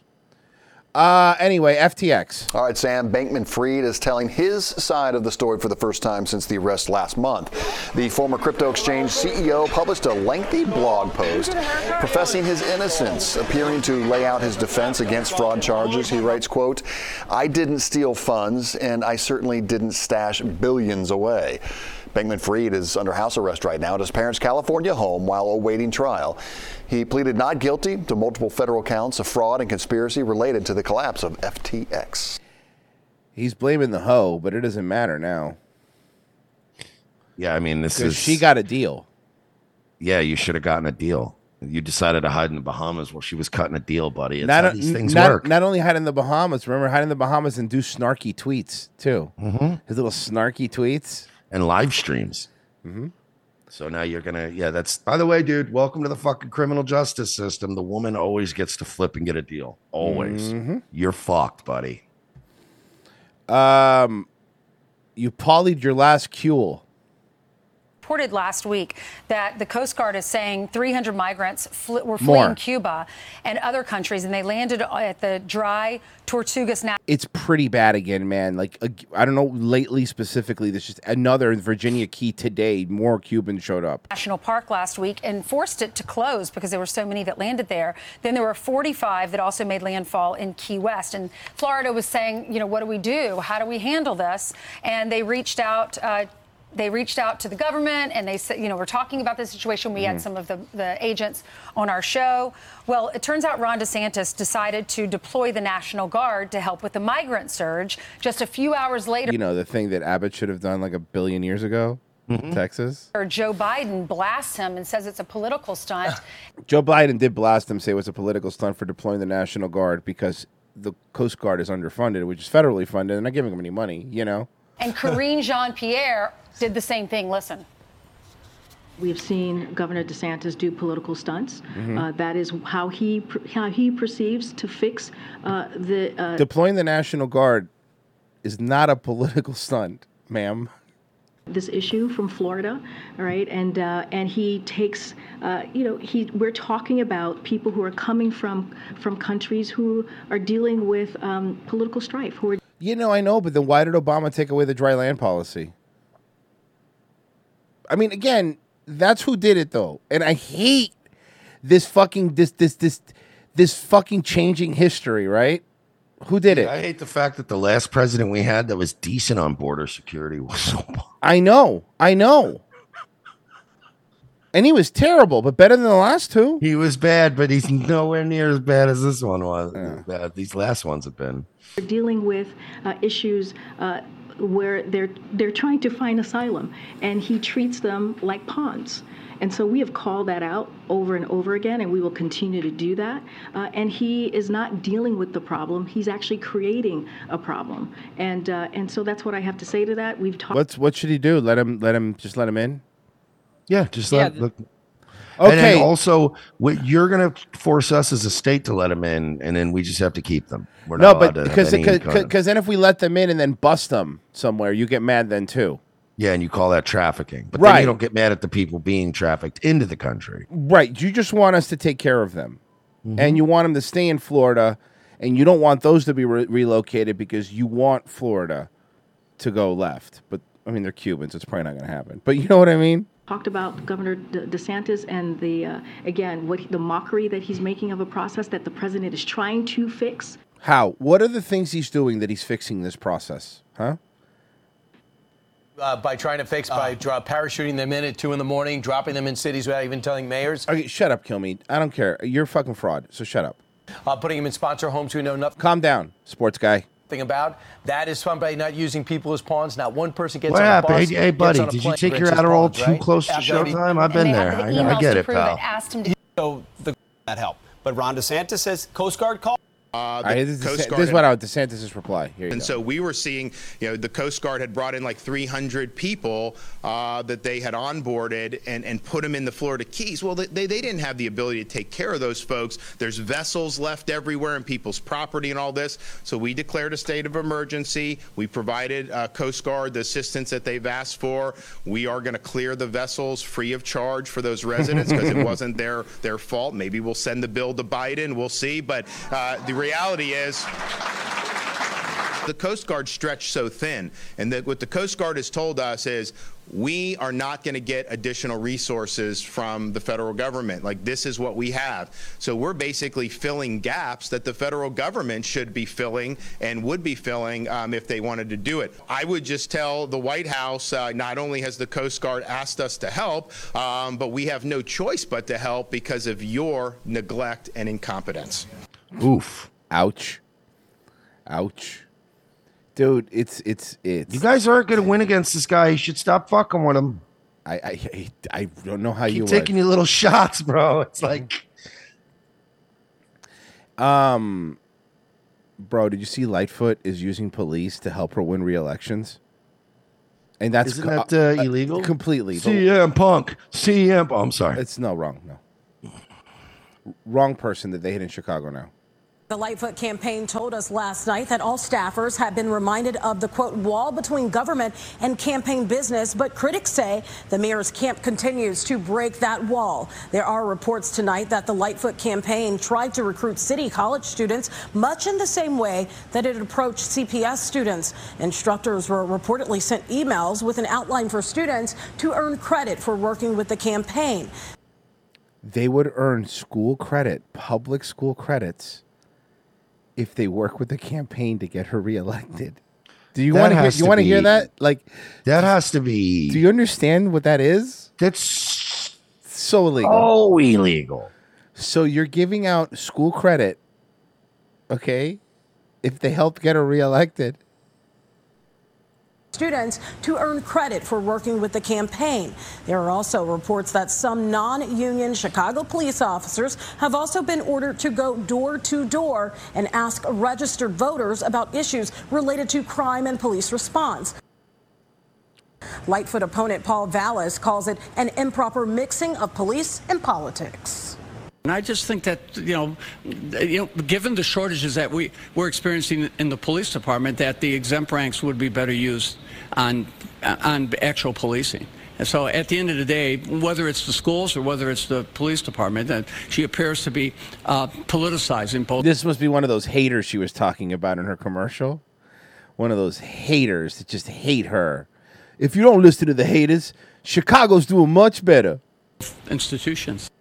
Speaker 3: Uh, anyway, FTX.
Speaker 21: All right, Sam Bankman Fried is telling his side of the story for the first time since the arrest last month. The former crypto exchange CEO published a lengthy blog post professing his innocence, appearing to lay out his defense against fraud charges. He writes, quote, I didn't steal funds and I certainly didn't stash billions away. Bankman Fried is under house arrest right now at his parents' California home while awaiting trial. He pleaded not guilty to multiple federal counts of fraud and conspiracy related to the collapse of FTX.
Speaker 3: He's blaming the hoe, but it doesn't matter now.
Speaker 2: Yeah, I mean, this
Speaker 3: 'Cause
Speaker 2: is.
Speaker 3: she got a deal.
Speaker 2: Yeah, you should have gotten a deal. You decided to hide in the Bahamas while she was cutting a deal, buddy. It's
Speaker 3: Not,
Speaker 2: how these things
Speaker 3: not,
Speaker 2: work.
Speaker 3: not only hide in the Bahamas, remember hide in the Bahamas and do snarky tweets too. His little snarky tweets
Speaker 2: Mm-hmm. and live streams.
Speaker 3: Mm-hmm.
Speaker 2: So now you're gonna, yeah. That's by the way, dude. Welcome to the fucking criminal justice system. The woman always gets to flip and get a deal. Always.
Speaker 3: Mhm.
Speaker 2: You're fucked, buddy.
Speaker 3: Um, you polyed your last cule.
Speaker 22: reported last week that the Coast Guard is saying 300 migrants fl-
Speaker 3: More.
Speaker 22: were fleeing Cuba and other countries, and they landed at the dry Tortugas National.
Speaker 3: It's pretty bad again, man. Like ag- I don't know lately specifically. There's just another in Virginia Key today. More Cubans showed up.
Speaker 22: National Park last week and forced it to close because there were so many that landed there. Then there were 45 that also made landfall in Key West. And Florida was saying, you know, what do we do? How do we handle this? And they reached out. Uh, they reached out to the government and they said, you know, we're talking about this situation. We
Speaker 3: Mm.
Speaker 22: had
Speaker 14: Mhm.
Speaker 22: some of the, the agents on our show. Well, it turns out Ron DeSantis decided to deploy the National Guard to help with the migrant surge. Just a few hours later,
Speaker 3: You know the thing that Abbott should have done like a billion years ago,
Speaker 2: Mm-hmm.
Speaker 3: Texas.
Speaker 22: or Joe Biden blasts him and says it's a political stunt.
Speaker 3: Joe Biden did blast him, say it was a political stunt for deploying the National Guard because the Coast Guard is underfunded, which is federally funded. They're not giving him any money, you know?
Speaker 22: And Karine Jean Pierre did the same thing. Listen.
Speaker 23: We've seen Governor DeSantis do political stunts.
Speaker 3: Mhm.
Speaker 23: Uh, that is how he pr- how he perceives to fix uh, the. Uh,
Speaker 3: Deploying the National Guard is not a political stunt, ma'am.
Speaker 23: this issue from Florida, all right? And uh, and he takes, uh, you know, he we're talking about people who are coming from from countries who are dealing with um, political strife, who are
Speaker 3: You know, I know, but then why did Obama take away the dry land policy? I mean, again, that's who did it though. And I hate this fucking this this this this fucking changing history, right? Who did it?
Speaker 2: I hate the fact that the last president we had that was decent on border security was
Speaker 3: I know. I know. And he was terrible, but better than the last two.
Speaker 2: He was bad, but he's nowhere near as bad as this one was. That these last ones have been.
Speaker 23: dealing with uh, issues. Uh, where they're they're trying to find asylum, and he treats them like pawns, and so we have called that out over and over again, and we will continue to do that. Uh, and he is not dealing with the problem; he's actually creating a problem, and uh, and so that's what I have to say to that. We've talked.
Speaker 3: What's what should he do? Let him let him just let him in?
Speaker 2: Yeah, just let look. And
Speaker 3: Okay.
Speaker 2: then also, what you're going to force us as a state to let them in, and then we just have to keep them. We're
Speaker 3: No,
Speaker 2: not allowed
Speaker 3: but
Speaker 2: to have
Speaker 3: because
Speaker 2: any kind of-
Speaker 3: because then if we let them in and then bust them somewhere, you get mad then too.
Speaker 2: yeah, and you call that trafficking, but then
Speaker 3: Right.
Speaker 2: you don't get mad at the people being trafficked into the country.
Speaker 3: Right. You just want us to take care of them.
Speaker 2: Mm-hmm.
Speaker 3: And you want them to stay in Florida and you don't want those to be re- relocated because you want Florida to go left. But I mean, they're Cubans. It's probably not going to happen. But you know what I mean?
Speaker 23: talked about Governor De- DeSantis and the uh, again what the mockery that he's making of a process that the president is trying to fix.
Speaker 3: How? What are the things he's doing that he's fixing this process? Huh?
Speaker 14: uh, by trying to fix
Speaker 3: Ah.
Speaker 14: by dro- parachuting them in at two in the morning, dropping them in cities without even telling mayors,
Speaker 3: Okay, shut up, kill me. I don't care. You're a fucking fraud. So shut up.
Speaker 14: uh, putting them in sponsor homes who know nothing
Speaker 3: Calm down, sports guy.
Speaker 14: about. That is somebody not using people as pawns. Not one person gets
Speaker 2: What
Speaker 14: on
Speaker 2: happened?
Speaker 14: a bus.
Speaker 2: Hey, hey,
Speaker 14: gets
Speaker 2: buddy,
Speaker 14: on a
Speaker 2: did you
Speaker 14: plane,
Speaker 2: take your
Speaker 14: gets as
Speaker 2: Adderall
Speaker 14: pawns,
Speaker 2: too
Speaker 14: right?
Speaker 2: close to
Speaker 14: Everybody-
Speaker 2: showtime? I've been there. I, know- I get it, pal.
Speaker 22: Asked him
Speaker 14: So the that help, but Ron DeSantis says Coast Guard call.
Speaker 24: Uh,
Speaker 3: I, this, is DeSantis- this is what I, DeSantis' reply. Here you
Speaker 24: and
Speaker 3: go.
Speaker 24: so we were seeing, you know, the Coast Guard had brought in like 300 people uh, that they had onboarded and, and put them in the Florida Keys. Well, they, they, they didn't have the ability to take care of those folks. There's vessels left everywhere and people's property and all this. So we declared a state of emergency. We provided uh, Coast Guard the assistance that they've asked for. We are going to clear the vessels free of charge for those residents because it wasn't their their fault. Maybe we'll send the bill to Biden. We'll see. But uh, the reality is. The Coast Guard stretched so thin, and that what the Coast Guard has told us is we are not going to get additional resources from the federal government. Like this is what we have. So we're basically filling gaps that the federal government should be filling and would be filling um, if they wanted to do it. I would just tell the White House uh, not only has the Coast Guard asked us to help, um, but we have no choice but to help because of your neglect and incompetence.
Speaker 2: Oof.
Speaker 3: Ouch. Ouch. Dude, it's it's it's.
Speaker 2: You guys aren't going to win against this guy. You should stop fucking with him.
Speaker 3: I I I don't know how
Speaker 2: Um, Keep
Speaker 3: you Mm-hmm. would.
Speaker 2: taking your little shots, bro. It's like
Speaker 3: Um, bro, did you see Lightfoot is using police to help her win re-elections? And that's
Speaker 2: Isn't that, uh,
Speaker 3: illegal? Completely. The-
Speaker 2: CM Punk. CM. I'm sorry.
Speaker 3: It's no wrong. No. Wrong person that they hit in Chicago now.
Speaker 25: The Lightfoot campaign told us last night that all staffers have been reminded of the quote wall between government and campaign business, but critics say the mayor's camp continues to break that wall. There are reports tonight that the Lightfoot campaign tried to recruit city college students much in the same way that it approached CPS students. Instructors were reportedly sent emails with an outline for students to earn credit for working with the campaign.
Speaker 3: They would earn school credit, public school credits, if they work with the campaign to get her reelected. Do you
Speaker 2: That
Speaker 3: want to hear?
Speaker 2: has
Speaker 3: You
Speaker 2: to
Speaker 3: want to hear
Speaker 2: be-
Speaker 3: that? Like
Speaker 2: that has to be.
Speaker 3: Do you understand what that is?
Speaker 2: That's
Speaker 3: so illegal.
Speaker 2: so illegal.
Speaker 3: So you're giving out school credit, okay? If they help get her reelected,
Speaker 25: students to earn credit for working with the campaign. There are also reports that some non-union Chicago police officers have also been ordered to go door to door and ask registered voters about issues related to crime and police response. Lightfoot opponent Paul Vallis calls it an improper mixing of police and politics.
Speaker 4: And I just think that you know, you know, given the shortages that we we're experiencing in the police department, that the exempt ranks would be better used on on actual policing. And so, at the end of the day, whether it's the schools or whether it's the police department, uh, she appears to be uh, politicizing both.
Speaker 3: This must be one of those haters she was talking about in her commercial. One of those haters that just hate her. If you don't listen to the haters, Chicago's doing much better.
Speaker 4: institutions.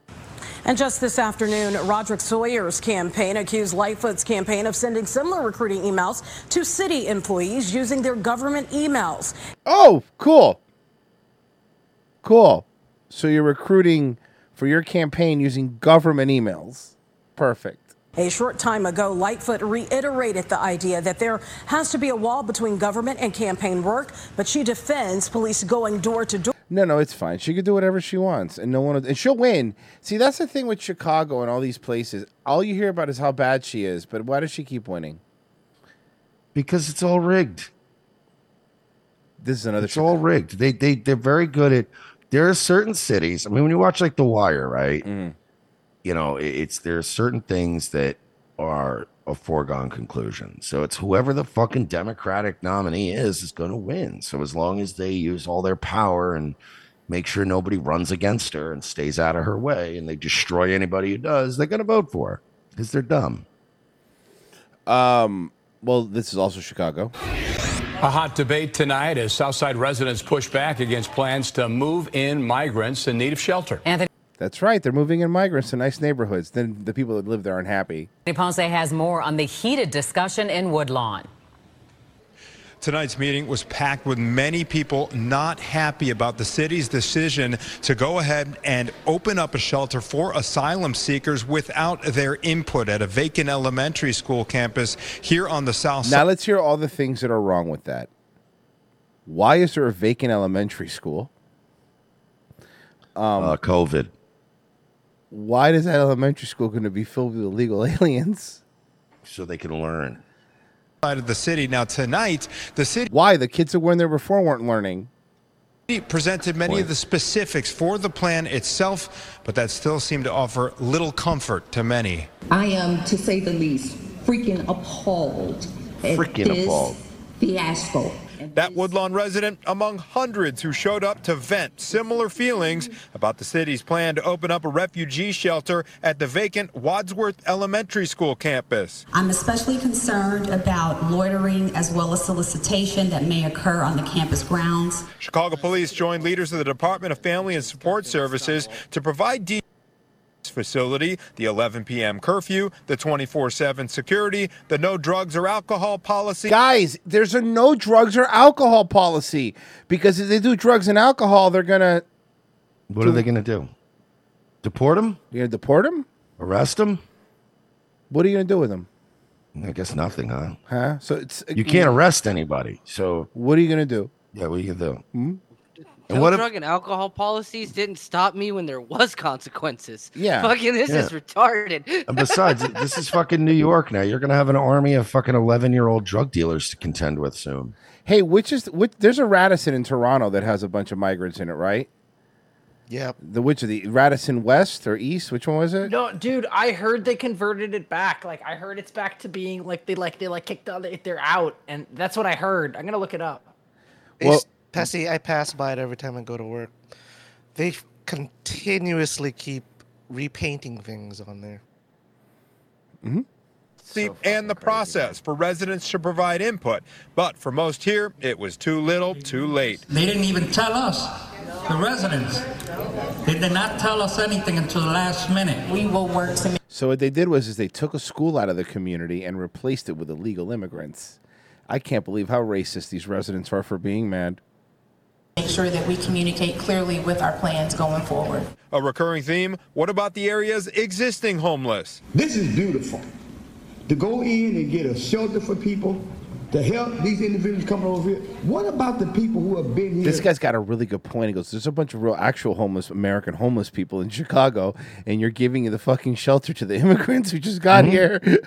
Speaker 25: And just this afternoon, Roderick Sawyer's campaign accused Lightfoot's campaign of sending similar recruiting emails to city employees using their government emails.
Speaker 3: Oh, cool. Cool. So you're recruiting for your campaign using government emails. Perfect.
Speaker 25: A short time ago, Lightfoot reiterated the idea that there has to be a wall between government and campaign work, but she defends police going door to door.
Speaker 3: No, no, it's fine. She could do whatever she wants, and no one, will, and she'll win. See, that's the thing with Chicago and all these places. All you hear about is how bad she is, but why does she keep winning?
Speaker 2: because it's all rigged.
Speaker 3: This is another.
Speaker 2: It's all rigged. They they they're very good at. There are certain cities. I mean, when you watch like The Wire, right?
Speaker 3: Mm.
Speaker 2: You know, it- it's there are certain things that are a foregone conclusion. So it's whoever the fucking Democratic nominee is is going to win. So as long as they use all their power and make sure nobody runs against her and stays out of her way, and they destroy anybody who does, they're going to vote for her because they're dumb.
Speaker 3: Um. Well, this is also Chicago.
Speaker 26: A hot debate tonight as Southside residents push back against plans to move in migrants in need of shelter.
Speaker 27: Anthony
Speaker 3: That's right. They're moving in migrants to nice neighborhoods. Then the people that live there aren't happy.
Speaker 27: Ponce has more on the heated discussion in Woodlawn.
Speaker 28: Tonight's meeting was packed with many people not happy about the city's decision to go ahead and open up a shelter for asylum seekers without their input at a vacant elementary school campus here on the south
Speaker 3: Now let's hear all the things that are wrong with that. Why is there a vacant elementary school? Um,
Speaker 2: Uh, COVID.
Speaker 3: why does that elementary school going to be filled with illegal aliens?
Speaker 2: So they can learn.
Speaker 28: side of the city. Now tonight, the city
Speaker 3: Why the kids that were in there before weren't learning?
Speaker 28: presented many of the specifics for the plan itself, but that still seemed to offer little comfort to many.
Speaker 29: I am, to say the least, freaking appalled at
Speaker 28: Freaking
Speaker 29: this
Speaker 28: appalled.
Speaker 29: fiasco.
Speaker 28: That Woodlawn resident among hundreds who showed up to vent similar feelings about the city's plan to open up a refugee shelter at the vacant Wadsworth Elementary School campus.
Speaker 30: I'm especially concerned about loitering as well as solicitation that may occur on the campus grounds.
Speaker 28: Chicago police joined leaders of the Department of Family and Support Services to provide details facility, the 11 p.m. curfew, the 24/7 security, the no drugs or alcohol policy.
Speaker 3: Guys, there's a no drugs or alcohol policy because if they do drugs and alcohol, they're gonna
Speaker 2: What are they going to do? Deport them?
Speaker 3: Yeah, deport them?
Speaker 2: Arrest them?
Speaker 3: What are you going to do with them?
Speaker 2: I guess nothing, huh?
Speaker 3: huh? So it's
Speaker 2: You can't arrest anybody. So
Speaker 3: what are you going to do? Hmm?
Speaker 2: Yeah, what are you going to do?
Speaker 10: No
Speaker 2: And what if
Speaker 10: drug and alcohol policies didn't stop me when there was consequences.
Speaker 2: Yeah,
Speaker 10: Fucking this is
Speaker 2: yeah.
Speaker 10: retarded.
Speaker 2: And besides, this is fucking New York now. You're going to have an army of fucking 11 year old drug dealers to contend with soon.
Speaker 3: Hey, which is which? There's a Radisson in Toronto that has a bunch of migrants in it, right?
Speaker 5: Yep.
Speaker 3: The which of the Radisson West or East? Which one was it?
Speaker 6: No, dude, I heard they converted it back. Like I heard it's back to being like they like they like kicked out they're out and that's what I heard. I'm gonna look it up.
Speaker 5: They s- Tessie, I pass by it every time I go to work. They f- continuously keep repainting things on there.
Speaker 28: the- and the process for residents to provide input. But for most here, it was too little, too late.
Speaker 31: They didn't even tell us, the residents. They did not tell us anything until the last minute. We will work to make
Speaker 3: So what they did was is they took a school out of the community and replaced it with illegal immigrants. I can't believe how racist these residents are for being mad.
Speaker 30: sure that we communicate clearly with our plans going forward.
Speaker 28: A recurring theme what about the area's existing homeless?
Speaker 32: This is beautiful. To go in and get a shelter for people, to help these individuals coming over here. What about the people who have been here?
Speaker 3: This guy's got a really good point. He goes, "There's a bunch of real, actual homeless American homeless people in Chicago, and you're giving the fucking shelter to the immigrants who just got
Speaker 2: Mhm.
Speaker 3: here."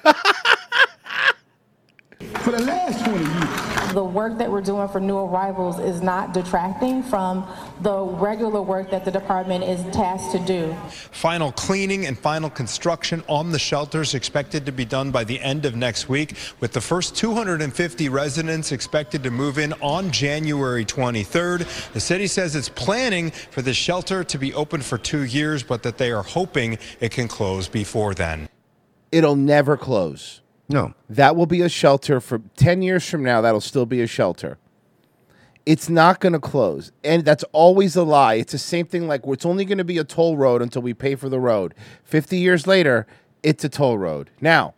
Speaker 32: for the last 20 years.
Speaker 7: The work that we're doing for new arrivals is not detracting from the regular work that the department is tasked to do.
Speaker 28: Final cleaning and final construction on the shelters expected to be done by the end of next week, with the first 250 residents expected to move in on January 23rd. The city says it's planning for the shelter to be open for two years, but that they are hoping it can close before then.
Speaker 3: It'll never close.
Speaker 2: No.
Speaker 3: That will be a shelter for 10 years from now. That'll still be a shelter. It's not going to close. And that's always a lie. It's the same thing like it's only going to be a toll road until we pay for the road. 50 years later, it's a toll road. Now,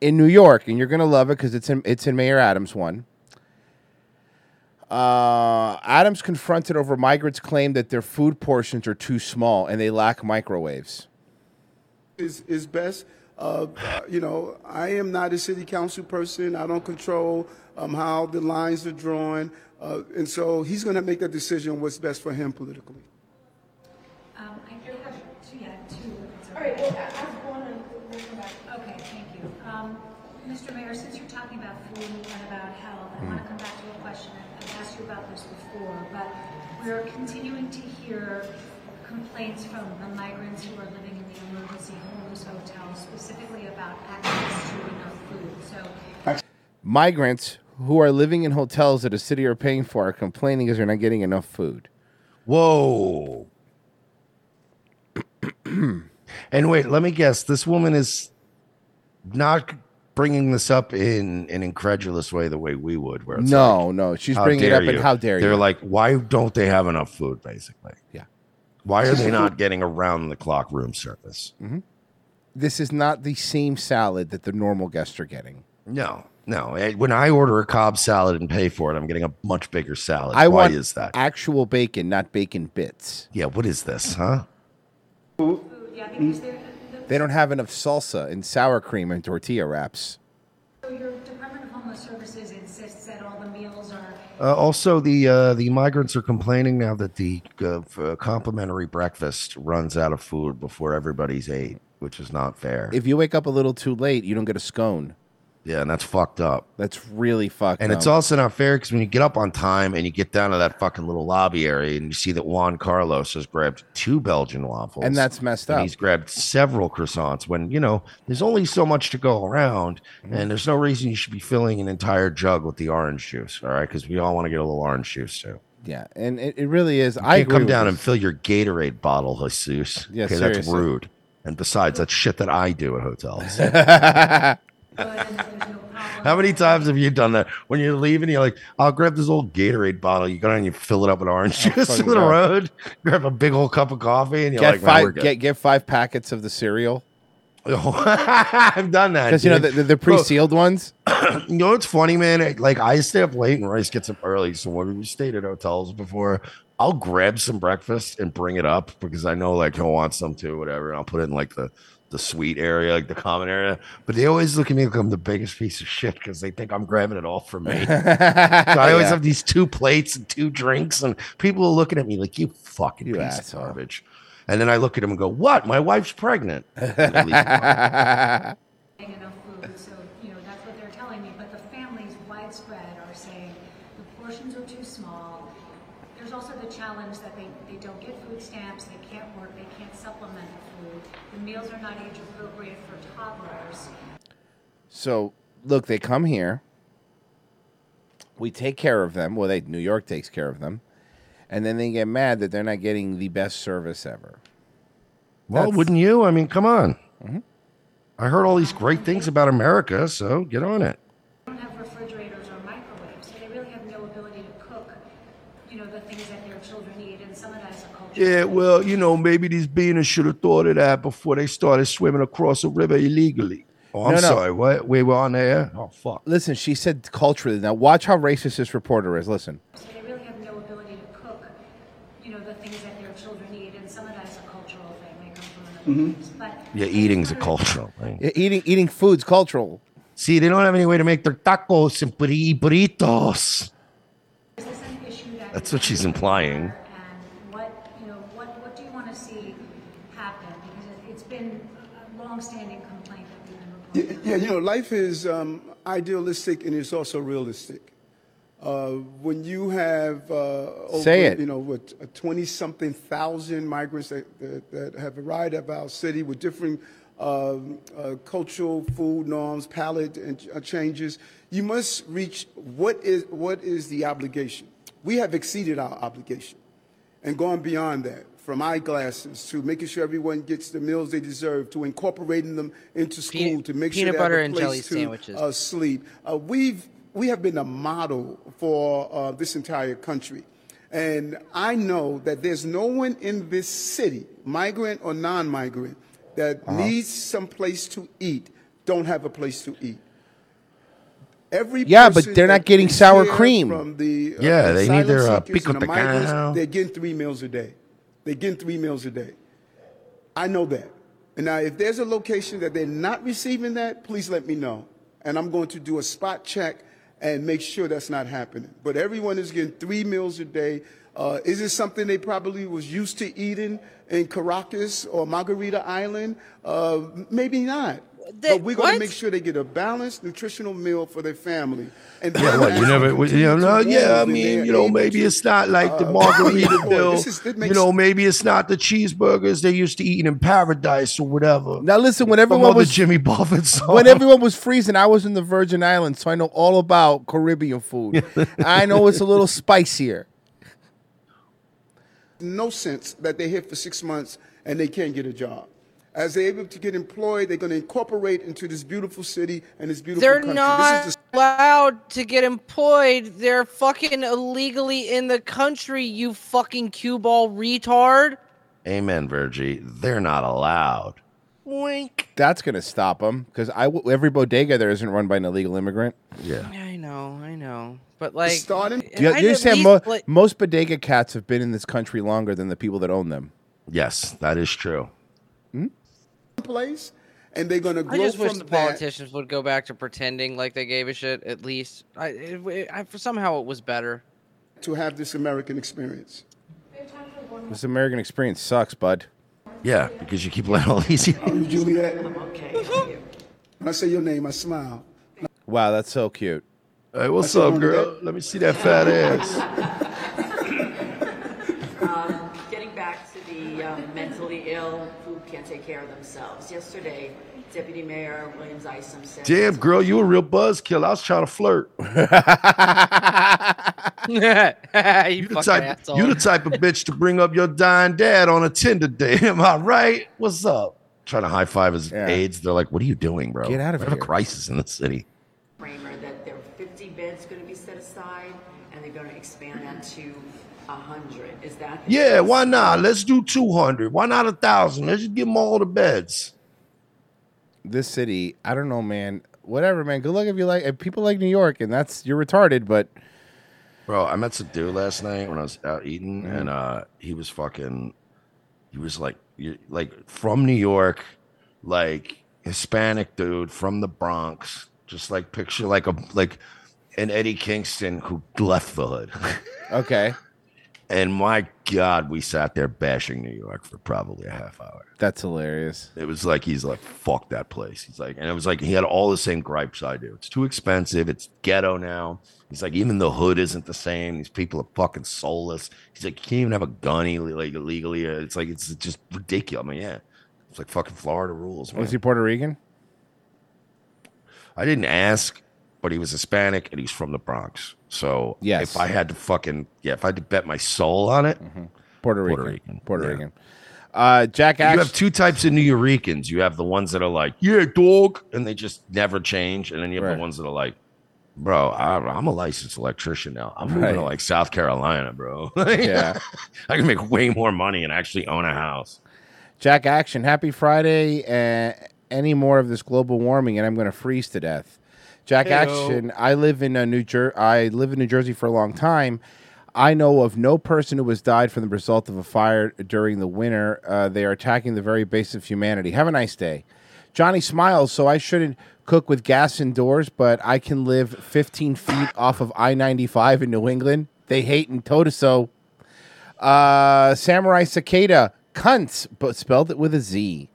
Speaker 3: in New York, and you're going to love it because it's in, it's in Mayor Adams' one. Uh, Adams confronted over migrants' claim that their food portions are too small and they lack microwaves.
Speaker 12: is, is best. Uh, uh, you know, I am not a city council person. I don't control um, how the lines are drawn. Uh, and so he's going to make that decision what's best for him politically.
Speaker 33: Um, I do have two, yeah, two. All right, well, ask one and we'll come back. Okay, thank you. Um, Mr. Mayor, since you're talking about food and about health, I want to come back to a question. I- I've asked you about this before, but we're continuing to hear complaints from the migrants who are living in the emergency homeless hotels, specifically about access to enough food. So
Speaker 3: Migrants who are living in hotels that a city are paying for are complaining because they're not getting enough food.
Speaker 2: Whoa. and wait, let me guess. This woman is not bringing this up in an incredulous way, the way we would. Where it's
Speaker 3: No,
Speaker 2: like,
Speaker 3: no, she's
Speaker 2: "How
Speaker 3: bringing it up
Speaker 2: dare
Speaker 3: and
Speaker 2: you."
Speaker 3: how dare
Speaker 2: They're
Speaker 3: you.
Speaker 2: like, why don't they have enough food? Basically,
Speaker 3: yeah.
Speaker 2: Why are they not getting around the clock room service?
Speaker 3: Mhm. This is not the same salad that the normal guests are getting.
Speaker 2: No, no. Eh, When I order a Cobb salad and pay for it, I'm getting a much bigger salad.
Speaker 3: I
Speaker 2: why
Speaker 3: want
Speaker 2: is that?
Speaker 3: actual bacon, not bacon bits.
Speaker 2: Yeah, what is this, huh?
Speaker 3: They don't have enough salsa and sour cream and tortilla wraps.
Speaker 33: so your Department of Homeless Services insists that all the meals are
Speaker 2: Uh, also, the uh, the migrants are complaining now that the uh, f- uh, complimentary breakfast runs out of food before everybody's ate, which is not fair.
Speaker 3: If you wake up a little too late, you don't get a scone.
Speaker 2: Yeah, and that's fucked up.
Speaker 3: That's really fucked
Speaker 2: and
Speaker 3: up.
Speaker 2: it's also not fair because when you get up on time and you get down to that fucking little lobby area and you see that Juan Carlos has grabbed two Belgian waffles.
Speaker 3: And that's messed
Speaker 2: and
Speaker 3: up.
Speaker 2: He's grabbed several croissants when, you know, there's only so much to go around
Speaker 3: Mm-hmm.
Speaker 2: and there's no reason you should be filling an entire jug with the orange juice. All right. Because we all want to get a little orange juice too.
Speaker 3: Yeah, and it, it really is.
Speaker 2: You
Speaker 3: I
Speaker 2: can't
Speaker 3: agree
Speaker 2: come
Speaker 3: with
Speaker 2: down
Speaker 3: this.
Speaker 2: and fill your Gatorade bottle, Jesus.
Speaker 3: Yeah,
Speaker 2: okay, that's
Speaker 3: seriously.
Speaker 2: rude. And besides, that's shit that I do at hotels. How many times have you done that? When you're leaving, you're like, I'll grab this old Gatorade bottle. You go down and you fill it up with orange juice
Speaker 3: Fucking
Speaker 2: on the
Speaker 3: God.
Speaker 2: road, grab a big old cup of coffee, and you're
Speaker 3: get
Speaker 2: like, "Man, we're
Speaker 3: five
Speaker 2: good."
Speaker 3: get get five packets of the cereal.
Speaker 2: I've done that.
Speaker 3: Because you know
Speaker 2: dude.
Speaker 3: the, the
Speaker 2: Bro,
Speaker 3: pre-sealed ones.
Speaker 2: you know what's funny, man? It- Like I stay up late and Rice gets up early. So when we stayed at hotels before, I'll grab some breakfast and bring it up because I know like he'll want some too, whatever. And I'll put it in like the the sweet area, like the common area. But they always look at me like I'm the biggest piece of shit because they think I'm grabbing it all for me. so I always
Speaker 3: Yeah.
Speaker 2: have these two plates and two drinks, and people are looking at me like you fucking
Speaker 3: You
Speaker 2: piece
Speaker 3: asshole.
Speaker 2: of garbage. And then I look at him and go, "What? My wife's pregnant." And they leave me alone.
Speaker 33: getting enough food, so, you know, that's what they're telling me, but the families widespread are saying the portions are too small. There's also the challenge that they, they don't get food stamps, they can't work, they can't supplement the food. The meals are not age appropriate for toddlers.
Speaker 3: So look, they come here. We take care of them. Well, they New York takes care of them, and then they get mad that they're not getting the best service ever.
Speaker 2: Well,
Speaker 3: That's-
Speaker 2: wouldn't you? I mean, come on. I heard all these great things about America, so get on it.
Speaker 33: They don't have refrigerators or microwaves, so they really have no ability to cook, you know, the things that their children eat, and some of that's a culture.
Speaker 2: Yeah, well, you know, maybe these beanies should have thought of that before they started swimming across a river illegally. Oh, I'm
Speaker 3: No, no.
Speaker 2: sorry. What? We were on air? Oh, fuck.
Speaker 3: Listen, she said culturally. Now watch how racist this reporter is. Listen.
Speaker 33: So they really have no ability to cook, you know, the things that their children eat, and some of that's a cultural thing. They come from another
Speaker 2: Mhm.
Speaker 33: place. But
Speaker 2: Yeah, eating's a cultural thing.
Speaker 3: E-, Eating eating food's cultural.
Speaker 2: Oh, See, they don't have any way to make their tacos and burri- burritos.
Speaker 33: is this an issue that
Speaker 2: That's what she's implying.
Speaker 33: what you know? What what do you want to see happen? Because it- it's been a longstanding complaint that we've been reporting.
Speaker 32: yeah, you know, life is um, idealistic and it's also realistic. Uh, when you have uh, over,
Speaker 3: Say it.
Speaker 32: you know, what twenty something thousand migrants that, that, that have arrived at our city with different um, uh, cultural, food norms, palate and, uh, changes, you must reach what is what is the obligation. We have exceeded our obligation and gone beyond that, from eyeglasses to making sure everyone gets the meals they deserve, to incorporating them into school, to make sure
Speaker 10: peanut
Speaker 32: they have
Speaker 10: butter
Speaker 32: a
Speaker 10: and
Speaker 32: place
Speaker 10: jelly
Speaker 32: to
Speaker 10: sandwiches.
Speaker 32: uh, sleep. Uh, we've we have been a model for uh, this entire country, and I know that there's no one in this city, migrant or non-migrant, that needs some place to eat, don't have a place to eat. Every
Speaker 3: Yeah, but
Speaker 32: person
Speaker 3: they're not
Speaker 32: that
Speaker 3: getting
Speaker 32: we
Speaker 3: sour
Speaker 32: hear
Speaker 3: cream.
Speaker 32: from the, uh,
Speaker 2: Yeah, they need their,
Speaker 32: asylum
Speaker 2: uh,
Speaker 32: seekers
Speaker 2: pico
Speaker 32: and the migrants,
Speaker 2: de gallo.
Speaker 32: They're getting three meals a day. They're getting three meals a day. I know that. And now, if there's a location that they're not receiving that, please let me know. And I'm going to do a spot check and make sure that's not happening. But everyone is getting three meals a day. Uh, is it something they probably was used to eating in Caracas or Margarita Island? Uh, maybe not. but we're going to make sure they get a balanced nutritional meal for their family. And
Speaker 2: Yeah, what, you never, what, you know, yeah, I mean, you know, maybe it's not like the Margaritaville,
Speaker 32: This is- that
Speaker 2: you
Speaker 32: makes-
Speaker 2: know, maybe it's not the cheeseburgers they used to eat in paradise or whatever.
Speaker 3: Now listen, when
Speaker 2: Some
Speaker 3: everyone
Speaker 2: other
Speaker 3: was
Speaker 2: Jimmy Buffett song.
Speaker 3: when everyone was freezing, I was in the Virgin Islands, so I know all about Caribbean food. I know it's a little spicier.
Speaker 32: no sense that they're here for six months and they can't get a job. As they're able to get employed, they're going to incorporate into this beautiful city and this beautiful
Speaker 10: They're
Speaker 32: country.
Speaker 10: not
Speaker 32: This is
Speaker 10: allowed to get employed. They're fucking illegally in the country, you fucking cue ball retard.
Speaker 2: Amen, Virgie. They're not allowed.
Speaker 10: Wink.
Speaker 3: That's gonna stop them because I w- every bodega there isn't run by an illegal immigrant.
Speaker 2: Yeah,
Speaker 10: I know, I know. But like starting
Speaker 3: you, understand mo- most bodega cats have been in this country longer than the people that own them.
Speaker 2: Yes, that is true.
Speaker 32: the place, and they're going to grow
Speaker 10: I just
Speaker 32: from
Speaker 10: wish the
Speaker 32: that.
Speaker 10: politicians would go back to pretending like they gave a shit. At least, I, it, I for somehow it was better.
Speaker 32: To have this American experience.
Speaker 3: This American experience sucks, bud.
Speaker 2: Yeah, because you keep letting all these.
Speaker 32: Are you Juliet? okay. When I say your name, I smile.
Speaker 3: Wow, that's so cute.
Speaker 2: Hey, what's up, girl? Let me see that fat ass.
Speaker 15: Um, Getting back to the um, mentally ill who can't take care of themselves. Yesterday, Deputy Mayor Williams Isom said.
Speaker 2: Damn, girl, you a real buzzkill. I was trying to flirt. you
Speaker 10: you the
Speaker 2: the type, you the type of bitch to bring up your dying dad on a Tinder date. Am I right? What's up? Trying to high five his aides. They're like, "What are you doing, bro?
Speaker 3: Get out of
Speaker 2: we have
Speaker 3: here."
Speaker 2: a crisis in the city."
Speaker 15: Kramer that there are 50 beds going to be set aside and they're going to expand that to 100. Is that? the
Speaker 2: Yeah,
Speaker 15: case?
Speaker 2: why not? Let's do two hundred. Why not a thousand? Let's just give them all the beds.
Speaker 3: This city, I don't know, man. Whatever, man. Good luck if you like. If people like New York, and that's you're retarded, but
Speaker 2: Bro, I met some dude last night when I was out eating, and uh, he was fucking. He was like, you- like from New York, like Hispanic dude from the Bronx. Just like picture like a like an Eddie Kingston who left the hood.
Speaker 3: okay.
Speaker 2: And my God, we sat there bashing New York for probably a half hour.
Speaker 3: That's hilarious.
Speaker 2: It was like he's like, fuck that place. He's like, and it was like he had all the same gripes I do. It's too expensive. It's ghetto now. He's like, even the hood isn't the same. These people are fucking soulless. He's like, you can't even have a gun illegally. Like, illegally. It's like it's just ridiculous. I mean, yeah, it's like fucking Florida rules. man.
Speaker 3: was he Puerto Rican?
Speaker 2: I didn't ask, but he was Hispanic and he's from the Bronx. So
Speaker 3: Yes.
Speaker 2: if I had to fucking yeah, if I had to bet my soul on it,
Speaker 3: Mm-hmm. Puerto
Speaker 2: Rican. Puerto
Speaker 3: Rican.
Speaker 2: Rican.
Speaker 3: Puerto
Speaker 2: yeah.
Speaker 3: Rican. Uh, Jack.
Speaker 2: You
Speaker 3: Ash-
Speaker 2: have two types of New Yorkans. You have the ones that are like, yeah, dog, and they just never change. And then you have the ones that are like, bro, I, I'm a licensed electrician now. I'm moving to
Speaker 3: Right.
Speaker 2: like South Carolina, bro.
Speaker 3: Yeah.
Speaker 2: I can make way more money and actually own a house.
Speaker 3: Jack Action, happy Friday. Uh, any more of this global warming, and I'm going to freeze to death. Jack
Speaker 2: Heyo.
Speaker 3: Action, I live in uh, New Jer- I live in New Jersey for a long time. I know of no person who has died from the result of a fire during the winter. Uh, they are attacking the very base of humanity. Have a nice day. Johnny smiles, so I shouldn't cook with gas indoors, but I can live 15 feet off of I 95 in New England. They hate in Totoso. Uh, Samurai Cicada, cunts, but spelled it with a Z.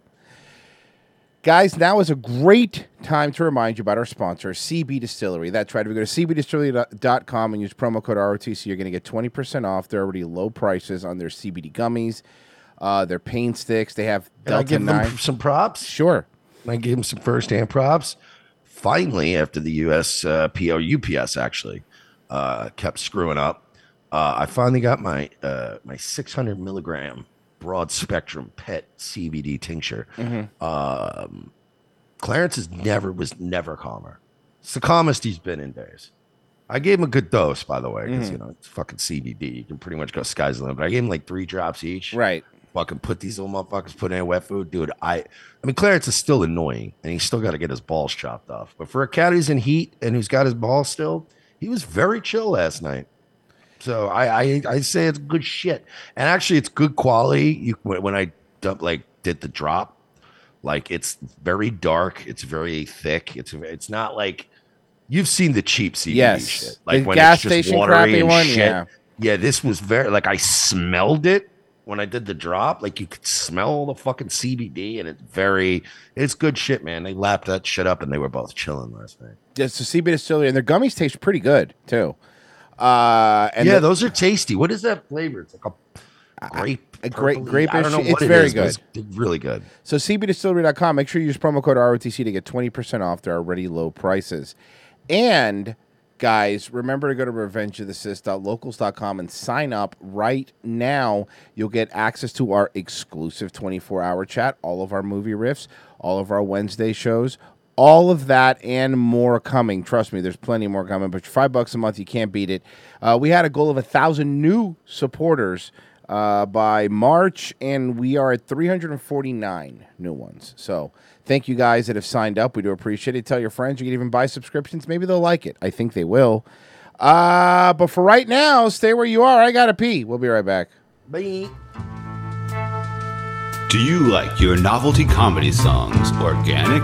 Speaker 3: Guys, now is a great time to remind you about our sponsor, CB Distillery. That's right. If you go to cbdistillery.com and use promo code ROTC, you're going to get 20% off their already low prices on their CBD gummies, uh, their pain sticks. They have
Speaker 2: Can I
Speaker 3: Delta
Speaker 2: give them
Speaker 3: 9.
Speaker 2: some props?
Speaker 3: Sure.
Speaker 2: I gave him some first-hand props. Finally, after the U.S. Uh, PO UPS actually uh, kept screwing up, uh, I finally got my uh, my 600 milligram broad-spectrum PET CBD tincture.
Speaker 10: Mm-hmm.
Speaker 17: Mhm.
Speaker 2: Um, Clarence is never was never calmer. It's the calmest he's been in days. I gave him a good dose, by the way, because you
Speaker 3: Mhm.
Speaker 2: know it's fucking CBD. You can pretty much go sky's the limit. But I gave him like three drops each.
Speaker 3: Right.
Speaker 2: Fucking put these little motherfuckers put in their wet food, dude. I, I mean, Clarence is still annoying, and he's still got to get his balls chopped off. But for a cat who's in heat and who's got his balls still, he was very chill last night. So I, I, I say it's good shit, and actually, it's good quality. You when when I dump like did the drop, like it's very dark, it's very thick, it's it's not like you've seen the cheap CBD
Speaker 3: Yes.
Speaker 2: shit, like
Speaker 3: The
Speaker 2: when
Speaker 3: gas
Speaker 2: it's just
Speaker 3: station
Speaker 2: watery
Speaker 3: crappy
Speaker 2: and
Speaker 3: one,
Speaker 2: shit.
Speaker 3: yeah.
Speaker 2: Yeah. this was very like I smelled it when I did the drop. Like you could smell the fucking CBD, and it's very it's good shit, man. They lapped that shit up, and they were both chilling last night.
Speaker 3: Yeah, so CB Distillery, and their gummies taste pretty good, too. Uh, and
Speaker 2: yeah,
Speaker 3: the-
Speaker 2: those are tasty. What is that flavor? It's like a grape,
Speaker 3: a grape,
Speaker 2: purpley-
Speaker 3: grape.
Speaker 2: I don't know
Speaker 3: issue. it's
Speaker 2: what it
Speaker 3: very
Speaker 2: is, but
Speaker 3: good.
Speaker 2: it's really good.
Speaker 3: So cbdistillery.com. Make sure you use promo code ROTC to get 20% off their already low prices. And guys, remember to go to revengeofthesist.locals.com and sign up right now. You'll get access to our exclusive 24-hour chat, all of our movie riffs, all of our Wednesday shows, all of that and more coming. Trust me, there's plenty more coming. But for five bucks a month, you can't beat it. Uh, we had a goal of a thousand new supporters uh, by March, and we are at 349 new ones. So thank you guys that have signed up. We do appreciate it. Tell your friends. You can even buy subscriptions. Maybe they'll like it. I think they will. Uh, but for right now, stay where you are. I gotta pee. We'll be right back.
Speaker 2: Bye.
Speaker 34: Do you like your novelty comedy songs organic?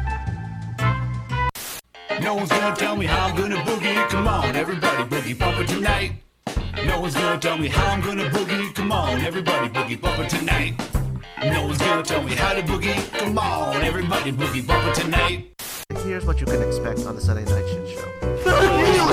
Speaker 18: No one's gonna tell me how I'm gonna boogie. Come on, everybody, boogie bumper tonight. No one's gonna tell me how I'm gonna boogie. Come on, everybody, boogie bumper tonight. No one's gonna tell me how to boogie. Come on, everybody, boogie bumper tonight.
Speaker 16: Here's what you can expect on the Sunday Night Shit Show.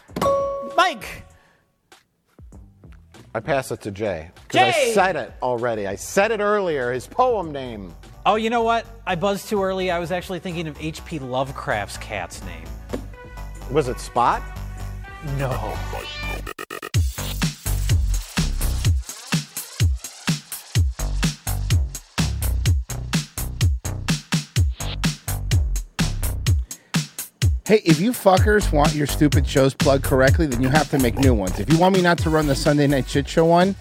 Speaker 35: Mike.
Speaker 24: I pass it to Jay. 'cause I
Speaker 35: Jay!
Speaker 24: said it already. I said it earlier. His poem name.
Speaker 35: Oh, you know what? I buzzed too early. I was actually thinking of H.P. Lovecraft's cat's name.
Speaker 24: Was it Spot?
Speaker 35: No.
Speaker 3: Hey, if you fuckers want your stupid shows plugged correctly, then you have to make new ones. If you want me not to run the Sunday Night Shit Show one,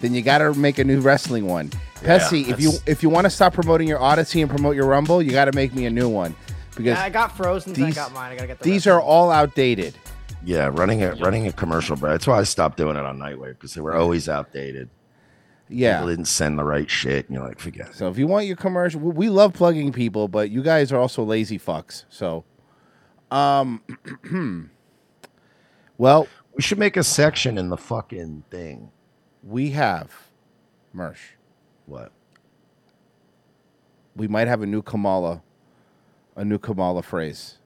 Speaker 3: then you got to make a new wrestling one.
Speaker 36: Yeah,
Speaker 3: Pessy, if
Speaker 36: that's-
Speaker 3: you if you want to stop promoting your Odyssey and promote your Rumble, you got to make me a new one because
Speaker 37: Yeah, I got Frozen's, I
Speaker 3: These,
Speaker 37: got mine. I gotta get the
Speaker 3: these are all outdated.
Speaker 2: Yeah, running a running a commercial break. That's why I stopped doing it on Nightwave because they were always outdated.
Speaker 3: Yeah.
Speaker 2: People didn't send the right shit. And you're like, forget it.
Speaker 3: So if you want your commercial, we- we love plugging people, but you guys are also lazy fucks. So, um, well,
Speaker 2: we should make a section in the fucking thing.
Speaker 3: We have, Mersh.
Speaker 2: What?
Speaker 3: We might have a new Kamala, a new Kamala phrase.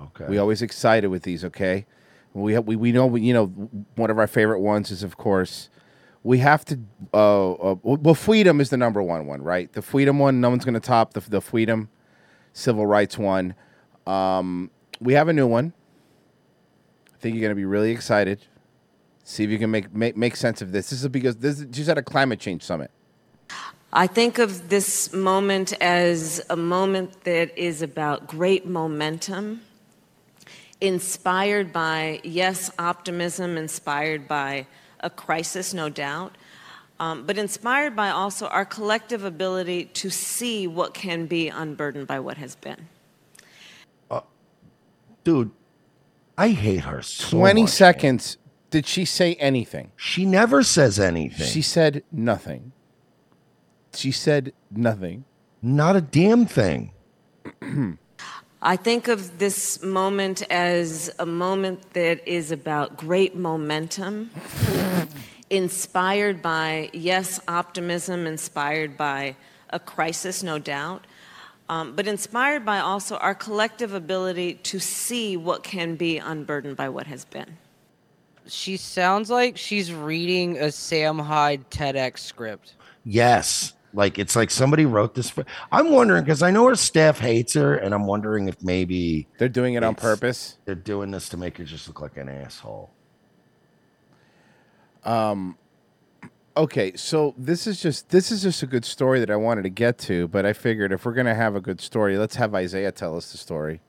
Speaker 2: Okay.
Speaker 3: We always excited with these. Okay. We have, we we know you know one of our favorite ones is of course. We have to. Uh, uh, well, freedom is the number one one, right? The freedom one, no one's going to top the the freedom, civil rights one. Um, we have a new one. I think you're going to be really excited. See if you can make, make make sense of this. This is because this is she's at a climate change summit.
Speaker 38: I think of this moment as a moment that is about great momentum, inspired by, yes, optimism, inspired by a crisis, no doubt, um, but inspired by also our collective ability to see what can be unburdened by what has been.
Speaker 2: Dude, I hate her so
Speaker 3: Twenty
Speaker 2: much.
Speaker 3: seconds. Did she say anything?
Speaker 2: She never says anything.
Speaker 3: She said nothing. She said nothing.
Speaker 2: Not a damn thing.
Speaker 38: I think of this moment as a moment that is about great momentum, inspired by, yes, optimism, inspired by a crisis, no doubt, um, but inspired by also our collective ability to see what can be unburdened by what has been.
Speaker 10: She sounds like she's reading a Sam Hyde TEDx script.
Speaker 2: Yes. Like it's like somebody wrote this. For, I'm wondering because I know her staff hates her, and I'm wondering if maybe
Speaker 3: they're doing it on
Speaker 2: purpose. They're doing this to make her just look like an asshole.
Speaker 3: Um, okay, so this is just this is just a good story that I wanted to get to, but I figured if we're gonna have a good story, let's have Isaiah tell us the story.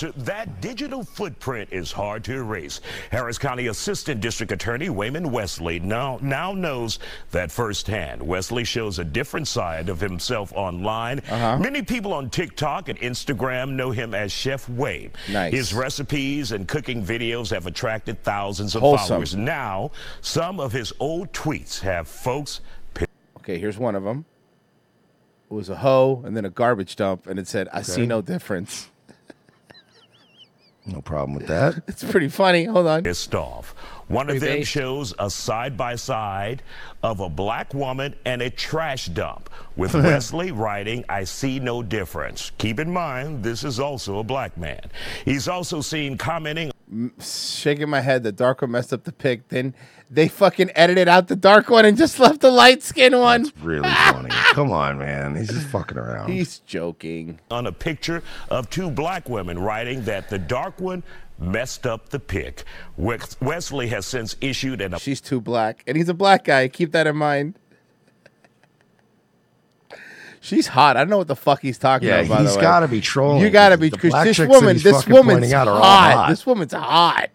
Speaker 5: To- That digital footprint is hard to erase. Harris County Assistant District Attorney Wayman Wesley now, now knows that firsthand. Wesley shows a different side of himself online.
Speaker 3: Uh-huh.
Speaker 5: Many people on TikTok and Instagram know him as Chef Way.
Speaker 3: Nice.
Speaker 5: His recipes and cooking videos have attracted thousands of
Speaker 3: Wholesome.
Speaker 5: followers. Now, some of his old tweets have folks.
Speaker 3: Okay, here's one of them. It was a hoe and then a garbage dump, and it said, "I see
Speaker 2: Okay.
Speaker 3: no difference."
Speaker 2: No problem with that.
Speaker 3: It's pretty funny. Hold on.
Speaker 5: Pissed off. One of them shows a side by side of a black woman and a trash dump, with Wesley writing, I see no difference. Keep in mind, this is also a black man. He's also seen commenting.
Speaker 3: Shaking my head, the dark one messed up the pic. Then they fucking edited out the dark one and just left the light skin one.
Speaker 2: Really funny. Come on, man. He's just fucking around.
Speaker 3: He's joking.
Speaker 5: On a picture of two black women writing that the dark one messed up the pic. Wex- Wesley has since issued an.
Speaker 3: She's too black, and he's a black guy. Keep that in mind. She's hot. I don't know what the fuck he's talking
Speaker 2: Yeah,
Speaker 3: about. By
Speaker 2: he's
Speaker 3: the way,
Speaker 2: gotta be trolling,
Speaker 3: You gotta
Speaker 2: 'cause
Speaker 3: be
Speaker 2: the
Speaker 3: because
Speaker 2: black
Speaker 3: this
Speaker 2: chicks that
Speaker 3: woman,
Speaker 2: he's
Speaker 3: this
Speaker 2: fucking
Speaker 3: woman's
Speaker 2: pointing out are all
Speaker 3: hot.
Speaker 2: hot.
Speaker 3: This woman's hot.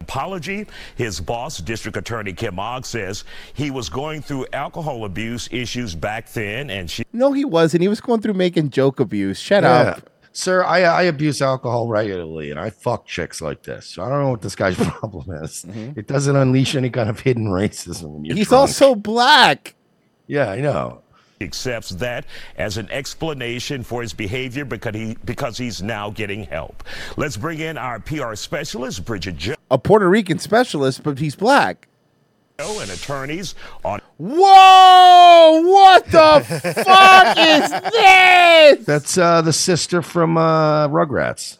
Speaker 5: apology. His boss, District Attorney Kim Ogg, says he was going through alcohol abuse issues back then, and she
Speaker 3: No, he wasn't. He was going through making joke abuse. Shut up.
Speaker 2: Sir, I, I abuse alcohol regularly and I fuck chicks like this. So I don't know what this guy's problem is. It doesn't unleash any kind of hidden racism. When you're
Speaker 3: Mm-hmm. He's
Speaker 2: drunk.
Speaker 3: also black.
Speaker 2: Yeah, I know.
Speaker 5: accepts that as an explanation for his behavior because he because he's now getting help. Let's bring in our PR specialist, Bridget Joe,
Speaker 3: A Puerto Rican specialist, but he's black.
Speaker 5: and attorneys on
Speaker 3: Whoa! What the fuck is this?
Speaker 2: That's uh, the sister from uh, Rugrats.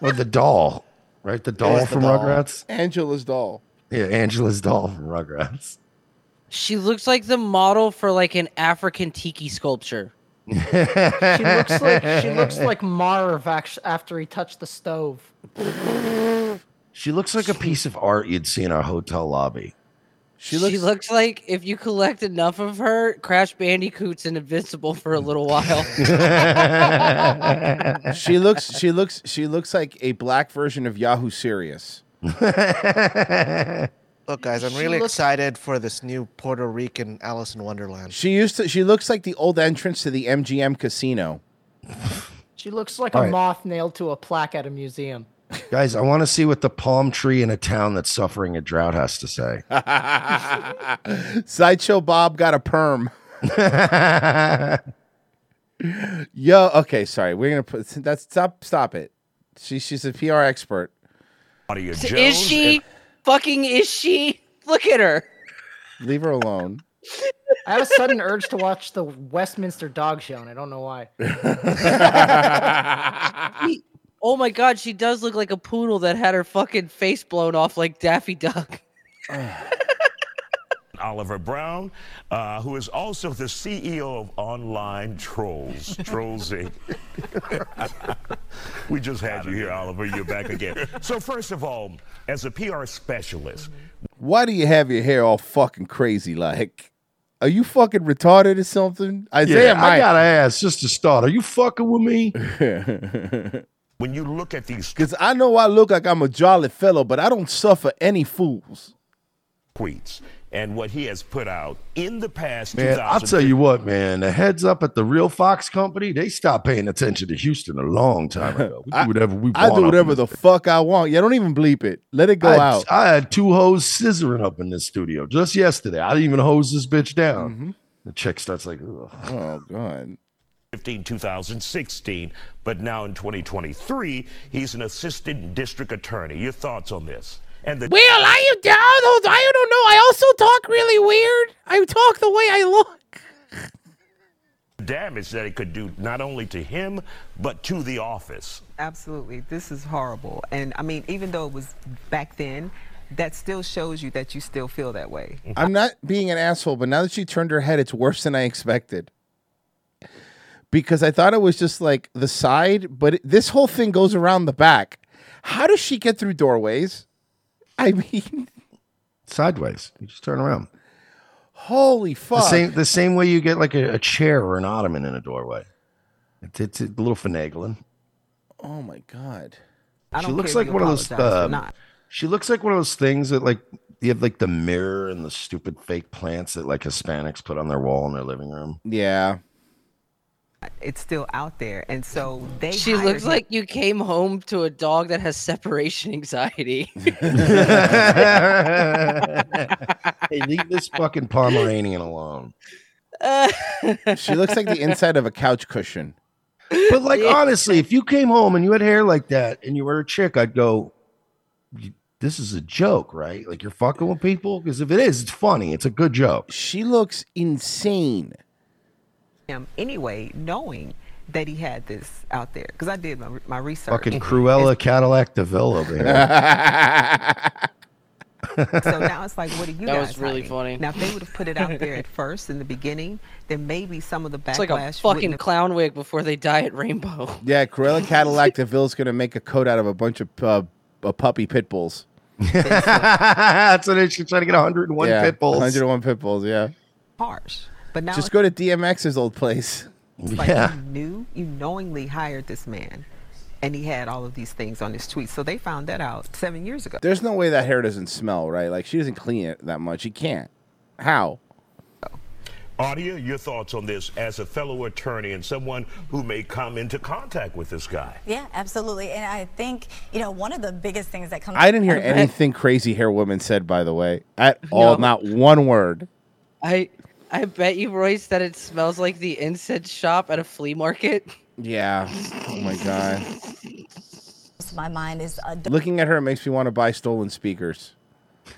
Speaker 2: or the doll, right? The doll
Speaker 3: It's the
Speaker 2: from
Speaker 3: doll.
Speaker 2: Rugrats.
Speaker 3: Angela's doll.
Speaker 2: Yeah, Angela's doll from Rugrats.
Speaker 10: She looks like the model for like an African tiki sculpture.
Speaker 6: She looks like she looks like Marv act- after he touched the stove.
Speaker 2: She looks like a piece of art you'd see in a hotel lobby.
Speaker 10: She looks, like if you collect enough of her, Crash Bandicoot's invincible for a little while.
Speaker 3: she looks she looks she looks like a black version of Yahoo Serious.
Speaker 16: Look, guys, I'm
Speaker 3: She
Speaker 16: really
Speaker 3: looks-
Speaker 16: excited for this new Puerto Rican Alice in Wonderland.
Speaker 3: She used to she looks like the old entrance to the MGM casino.
Speaker 6: She looks like
Speaker 2: All
Speaker 6: a
Speaker 2: right.
Speaker 6: moth nailed to a plaque at a museum.
Speaker 2: Guys, I want to see what the palm tree in a town that's suffering a drought has to say.
Speaker 3: Sideshow Bob got a perm. Yo, okay, sorry. We're gonna put that's stop stop it. She she's a PR expert.
Speaker 5: Audio
Speaker 10: is she? Fucking is she? Look at her.
Speaker 3: Leave her alone.
Speaker 6: I have a sudden urge to watch the Westminster Dog Show, and I don't know why.
Speaker 10: She- oh my god, she does look like a poodle that had her fucking face blown off like Daffy Duck.
Speaker 5: Oliver Brown, uh, who is also the CEO of Online Trolls, Trolls Inc. we just had you here, Oliver. You're back again. So, first of all, as a PR specialist,
Speaker 3: Why do you have your hair all fucking crazy like? Are you fucking retarded or something? Isaiah
Speaker 2: Yeah,
Speaker 3: might
Speaker 2: I gotta ask just to start. Are you fucking with me?
Speaker 5: when you look at these
Speaker 3: Because I know I look like I'm a jolly fellow, but I don't suffer any fools.
Speaker 5: tweets and what he has put out in the past,
Speaker 2: Man, I'll
Speaker 5: 2000
Speaker 2: tell you what, man. The heads up at the real Fox company, they stopped paying attention to Houston a long time ago. We do whatever we
Speaker 3: I
Speaker 2: want.
Speaker 3: do
Speaker 2: up
Speaker 3: whatever
Speaker 2: in
Speaker 3: the fuck I want. Yeah, don't even bleep it. Let it go
Speaker 2: I, had-
Speaker 3: out.
Speaker 2: I had two hoes scissoring up in this studio just yesterday. I didn't even hose this bitch down.
Speaker 3: Mm-hmm.
Speaker 2: The chick starts like, Ugh.
Speaker 3: oh god.
Speaker 5: 15, 2016, but now in 2023, he's an assistant district attorney. Your thoughts on this? And the
Speaker 18: Well, I am down. I don't know. I also talk really weird. I talk the way I look.
Speaker 5: damage that it could do not only to him, but to the office.
Speaker 26: Absolutely. This is horrible. And I mean, even though it was back then, that still shows you that you still feel that way.
Speaker 3: Mm-hmm. I'm not being an asshole, but now that she turned her head, it's worse than I expected. Because I thought it was just like the side, but it, this whole thing goes around the back. How does she get through doorways? I mean,
Speaker 2: sideways. You just turn around.
Speaker 3: holy fuck.
Speaker 2: The same, the same way you get like a, a chair or an ottoman in a doorway. It's, it's a little finagling.
Speaker 3: Oh my god.
Speaker 26: I
Speaker 2: she
Speaker 26: don't
Speaker 2: looks
Speaker 26: care
Speaker 2: like
Speaker 26: if you
Speaker 2: one of those.
Speaker 26: apologize or
Speaker 2: um,
Speaker 26: not.
Speaker 2: she looks like one of those things that like you have like the mirror and the stupid fake plants that like Hispanics put on their wall in their living room.
Speaker 3: Yeah.
Speaker 26: It's still out there, and so they.
Speaker 10: She
Speaker 26: hired
Speaker 10: looks
Speaker 26: him.
Speaker 10: like you came home to a dog that has separation anxiety.
Speaker 2: Hey, leave this fucking Pomeranian alone. um,
Speaker 3: she looks like the inside of a couch cushion.
Speaker 2: But like honestly, if you came home and you had hair like that and you were a chick, I'd go, "You- "This is a joke, right? Like you're fucking with people." Because if it is, it's funny. It's a good joke.
Speaker 3: She looks insane.
Speaker 26: him anyway, knowing that he had this out there because I did my, my research.
Speaker 2: Fucking
Speaker 10: Mm-hmm.
Speaker 2: Cruella Cadillac DeVille over here.
Speaker 26: So now it's like, what do you
Speaker 10: That was
Speaker 26: guys
Speaker 10: really
Speaker 26: hiding?
Speaker 10: funny.
Speaker 26: Now if they would have put it out there at first in the beginning, then maybe some of the backlash.
Speaker 10: It's like a
Speaker 26: wouldn't
Speaker 10: fucking
Speaker 26: have-
Speaker 10: clown wig before they dye it rainbow.
Speaker 3: Yeah, Cruella Cadillac DeVille's gonna make a coat out of a bunch of uh, uh, puppy pit bulls.
Speaker 2: That's what it, she's trying to get 101
Speaker 3: yeah,
Speaker 2: pit bulls.
Speaker 3: 101 pit bulls, yeah.
Speaker 26: harsh. But now
Speaker 3: Just go to DMX's old place.
Speaker 26: it's like hmm. you knew, you knowingly hired this man, and he had all of these things on his tweets. So they found that out seven years ago.
Speaker 3: There's no way that hair doesn't smell, right? Like she doesn't clean it that much. She can't. How?
Speaker 5: Audia, your thoughts on this as a fellow attorney and someone who may come into contact with this guy?
Speaker 27: Yeah, absolutely. And I think, you know, one of the biggest things that comes
Speaker 3: I didn't hear
Speaker 27: out of that-
Speaker 3: anything crazy hair woman said, by the way, at all.
Speaker 10: No.
Speaker 3: Not one word.
Speaker 10: I I bet you, Royce, that it smells like the incense shop at a flea market.
Speaker 3: Yeah. Oh my god.
Speaker 27: comes to my mind is uh, a
Speaker 3: Looking at her makes me want to buy stolen speakers.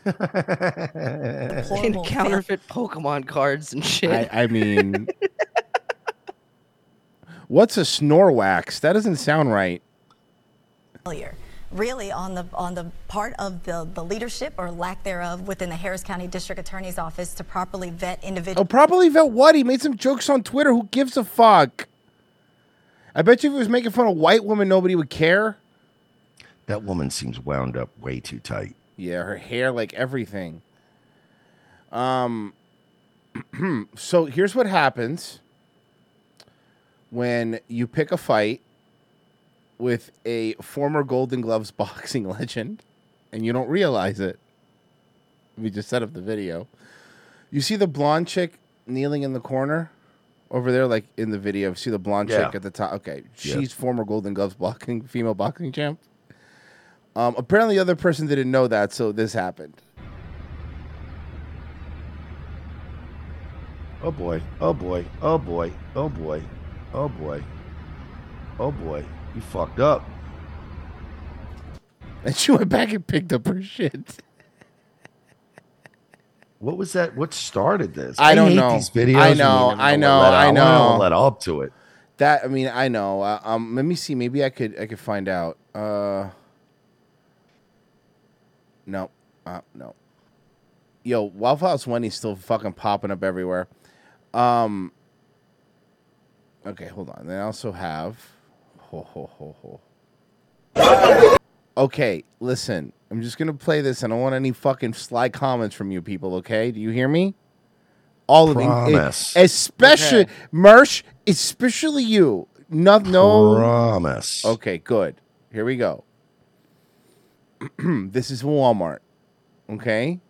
Speaker 10: And counterfeit Pokemon cards and shit.
Speaker 3: I, I mean, what's a Snorlax? That doesn't sound right.
Speaker 27: failure really on the on the part of the, the leadership or lack thereof within the Harris County District Attorney's Office to properly vet
Speaker 3: Oh,
Speaker 27: individuals.
Speaker 3: probably felt what? He made some jokes on Twitter. Who gives a fuck? I bet you if he was making fun of white women, nobody would care.
Speaker 2: That woman seems wound up way too tight.
Speaker 3: Yeah, her hair, like everything. Um, so here's what happens when you pick a fight with a former Golden Gloves boxing legend, and you don't realize it. We just set up the video. You see the blonde chick kneeling in the corner over there, like in the video. See the blonde
Speaker 2: Yeah.
Speaker 3: chick at the top. Okay,
Speaker 2: Yeah.
Speaker 3: she's former Golden Gloves boxing female boxing champ. Um, apparently, the other person didn't know that, so this happened.
Speaker 2: Oh boy. Oh boy. Oh boy. Oh boy. Oh boy. Oh boy. You fucked up.
Speaker 3: And she went back and picked up her shit.
Speaker 2: What was that? What started this?
Speaker 3: I don't
Speaker 2: hate
Speaker 3: know.
Speaker 2: These videos
Speaker 3: I
Speaker 2: when they
Speaker 3: know.
Speaker 2: never
Speaker 3: I
Speaker 2: let
Speaker 3: know.
Speaker 2: up.
Speaker 3: I
Speaker 2: wanna
Speaker 3: know.
Speaker 2: Let up to it.
Speaker 3: That I mean, I know. Uh, um, let me see. Maybe I could. I could find out. Uh, no, uh, no. Yo, Waffle House Wendy's still fucking popping up everywhere. Um. Okay, hold on. Then I also have. Ho ho ho ho. Okay, listen. I'm just gonna play this. I don't want any fucking sly comments from you people. Okay? Do you hear me? All of you,
Speaker 2: Promise.
Speaker 3: especially
Speaker 2: Okay.
Speaker 3: Mersh, especially you. No, no.
Speaker 2: Promise.
Speaker 3: Okay, good. Here we go. this is Walmart. Okay.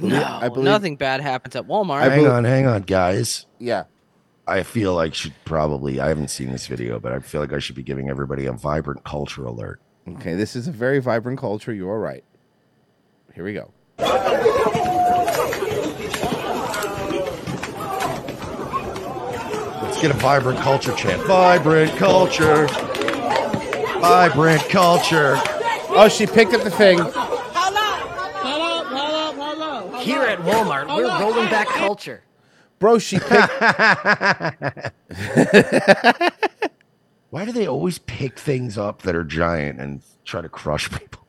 Speaker 10: no,
Speaker 3: I believe-
Speaker 10: nothing bad happens at Walmart.
Speaker 2: hang on, hang on, guys.
Speaker 3: Yeah.
Speaker 2: I feel like should probably I haven't seen this video, but I feel like I should be giving everybody a vibrant culture alert.
Speaker 3: Okay, this is a very vibrant culture. You are right. Here we go.
Speaker 2: Let's get a vibrant culture chant. Vibrant culture. Vibrant culture.
Speaker 3: Oh, she picked up the thing.
Speaker 6: Here at Walmart, we're rolling back culture.
Speaker 3: Bro, she picked.
Speaker 2: Why do they always pick things up that are giant and try to crush people?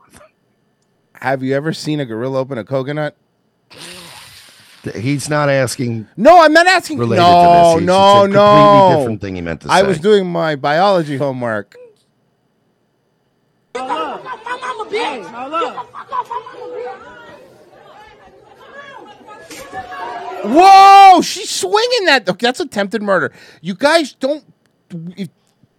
Speaker 3: Have you ever seen a gorilla open a coconut?
Speaker 2: He's not asking.
Speaker 3: No, I'm not asking.
Speaker 2: Related
Speaker 3: no,
Speaker 2: to this. It's a
Speaker 3: no,
Speaker 2: completely
Speaker 3: no.
Speaker 2: different thing he meant to
Speaker 3: I was
Speaker 2: say.
Speaker 3: doing my biology homework. Whoa, she's swinging that. Okay, that's attempted murder. You guys don't. if-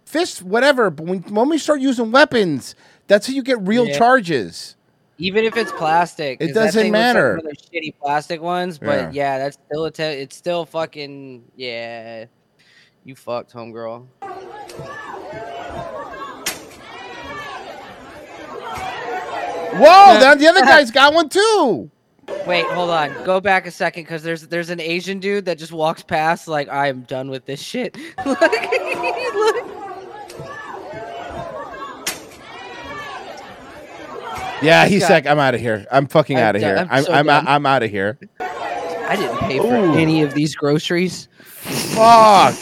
Speaker 3: fist, whatever. But when, when we start using weapons, that's how you get real
Speaker 10: Yeah.
Speaker 3: charges.
Speaker 10: Even if it's plastic,
Speaker 3: It
Speaker 10: 'cause that
Speaker 3: doesn't
Speaker 10: thing looks like
Speaker 3: matter.
Speaker 10: one of those shitty plastic ones, but yeah, that's still a te- it's still fucking yeah. You fucked, homegirl.
Speaker 3: Whoa, now the other guy's got one too.
Speaker 10: Wait, hold on. Go back a second because there's there's an Asian dude that just walks past like I'm done with this shit. Look, look.
Speaker 3: Yeah, he's
Speaker 10: This guy-
Speaker 3: like, I'm out of here. I'm fucking
Speaker 10: I'm
Speaker 3: out of
Speaker 10: done. I'm
Speaker 3: here. I'm I'm,
Speaker 10: so
Speaker 3: I'm,
Speaker 10: done."
Speaker 3: I'm out of here.
Speaker 10: I didn't pay for
Speaker 3: Ooh.
Speaker 10: any of these groceries.
Speaker 3: Fuck.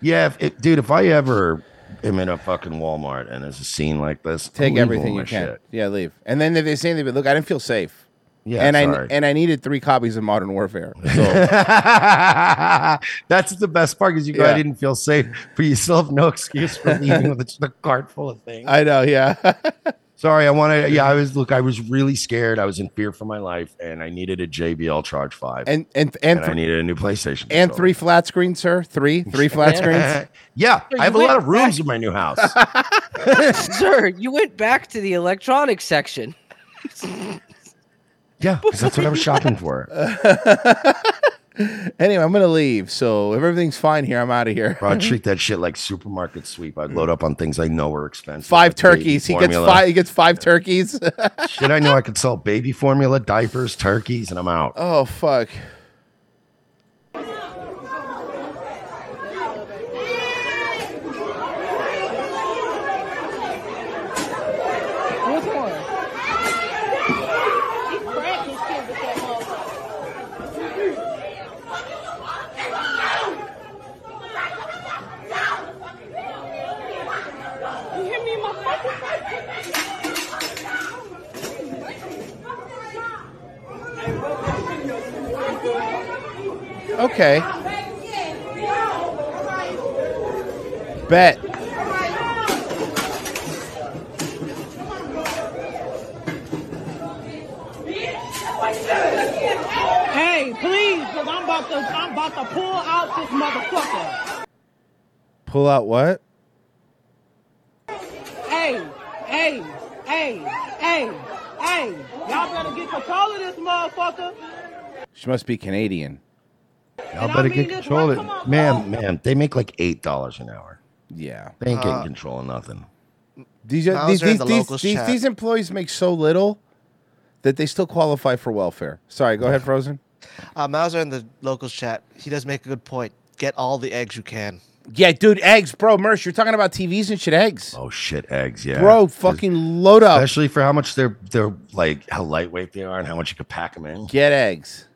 Speaker 2: Yeah, if, if- dude, if I ever am in a fucking Walmart and there's a scene like this, I'm
Speaker 3: Take
Speaker 2: leaving
Speaker 3: everything
Speaker 2: all
Speaker 3: you
Speaker 2: my
Speaker 3: can.
Speaker 2: shit.
Speaker 3: Yeah, leave. And then they say, "Look, I didn't feel safe."
Speaker 2: Yeah,
Speaker 3: and
Speaker 2: sorry.
Speaker 3: I and I needed three copies of Modern Warfare.
Speaker 2: That's the best part because you go,
Speaker 3: Yeah.
Speaker 2: I didn't feel safe, but you still have no excuse for leaving with the, the cart full of things.
Speaker 3: I know, yeah.
Speaker 2: Sorry, I wanted. Yeah, I was. Look, I was really scared. I was in fear for my life, and I needed a JBL Charge Five,
Speaker 3: And- and- and
Speaker 2: I
Speaker 3: th-
Speaker 2: needed a new PlayStation.
Speaker 3: and
Speaker 2: controller.
Speaker 3: three flat screens, sir. Three, three flat screens.
Speaker 2: yeah,
Speaker 10: Sir,
Speaker 2: I have a
Speaker 10: you
Speaker 2: lot
Speaker 10: went
Speaker 2: of rooms in my new house.
Speaker 10: Sir, you went back to the electronics section.
Speaker 2: Yeah, 'cause that's what I was shopping for.
Speaker 3: anyway, I'm gonna leave. So if everything's fine here, I'm out of here.
Speaker 2: Bro, I treat that shit like supermarket sweep. I'd load up on things I know are expensive.
Speaker 3: five
Speaker 2: like baby
Speaker 3: turkeys. He gets
Speaker 2: formula.
Speaker 3: five. He gets five turkeys.
Speaker 2: Shit, I know I could sell baby formula, diapers, turkeys, and I'm out.
Speaker 3: oh fuck. Okay. Bet.
Speaker 21: Hey, please, cause I'm about to, I'm about to pull out this motherfucker.
Speaker 3: Pull out what?
Speaker 21: Hey, hey, hey, hey, hey, y'all better get control of this motherfucker.
Speaker 3: She must be Canadian.
Speaker 2: Y'all better get control of it. Ma'am, ma'am, they make like $8 an hour.
Speaker 3: Yeah.
Speaker 2: They ain't
Speaker 3: Uh,
Speaker 2: getting control of nothing.
Speaker 3: These are, these,
Speaker 2: Bowser
Speaker 3: these,
Speaker 2: and the
Speaker 3: these,
Speaker 2: locals
Speaker 3: these,
Speaker 2: chat.
Speaker 3: these employees make so little that they still qualify for welfare. Sorry, go ahead, Frozen.
Speaker 16: Uh, Mauser in the locals chat, he does make a good point. Get all the eggs you can.
Speaker 3: Yeah, dude, eggs, bro, Mersh, you're talking about TVs and shit, eggs.
Speaker 2: Oh shit, eggs, yeah.
Speaker 3: Bro, fucking load up.
Speaker 2: Especially for how much they're they're like how lightweight they are and how much you could pack them in.
Speaker 3: Get eggs.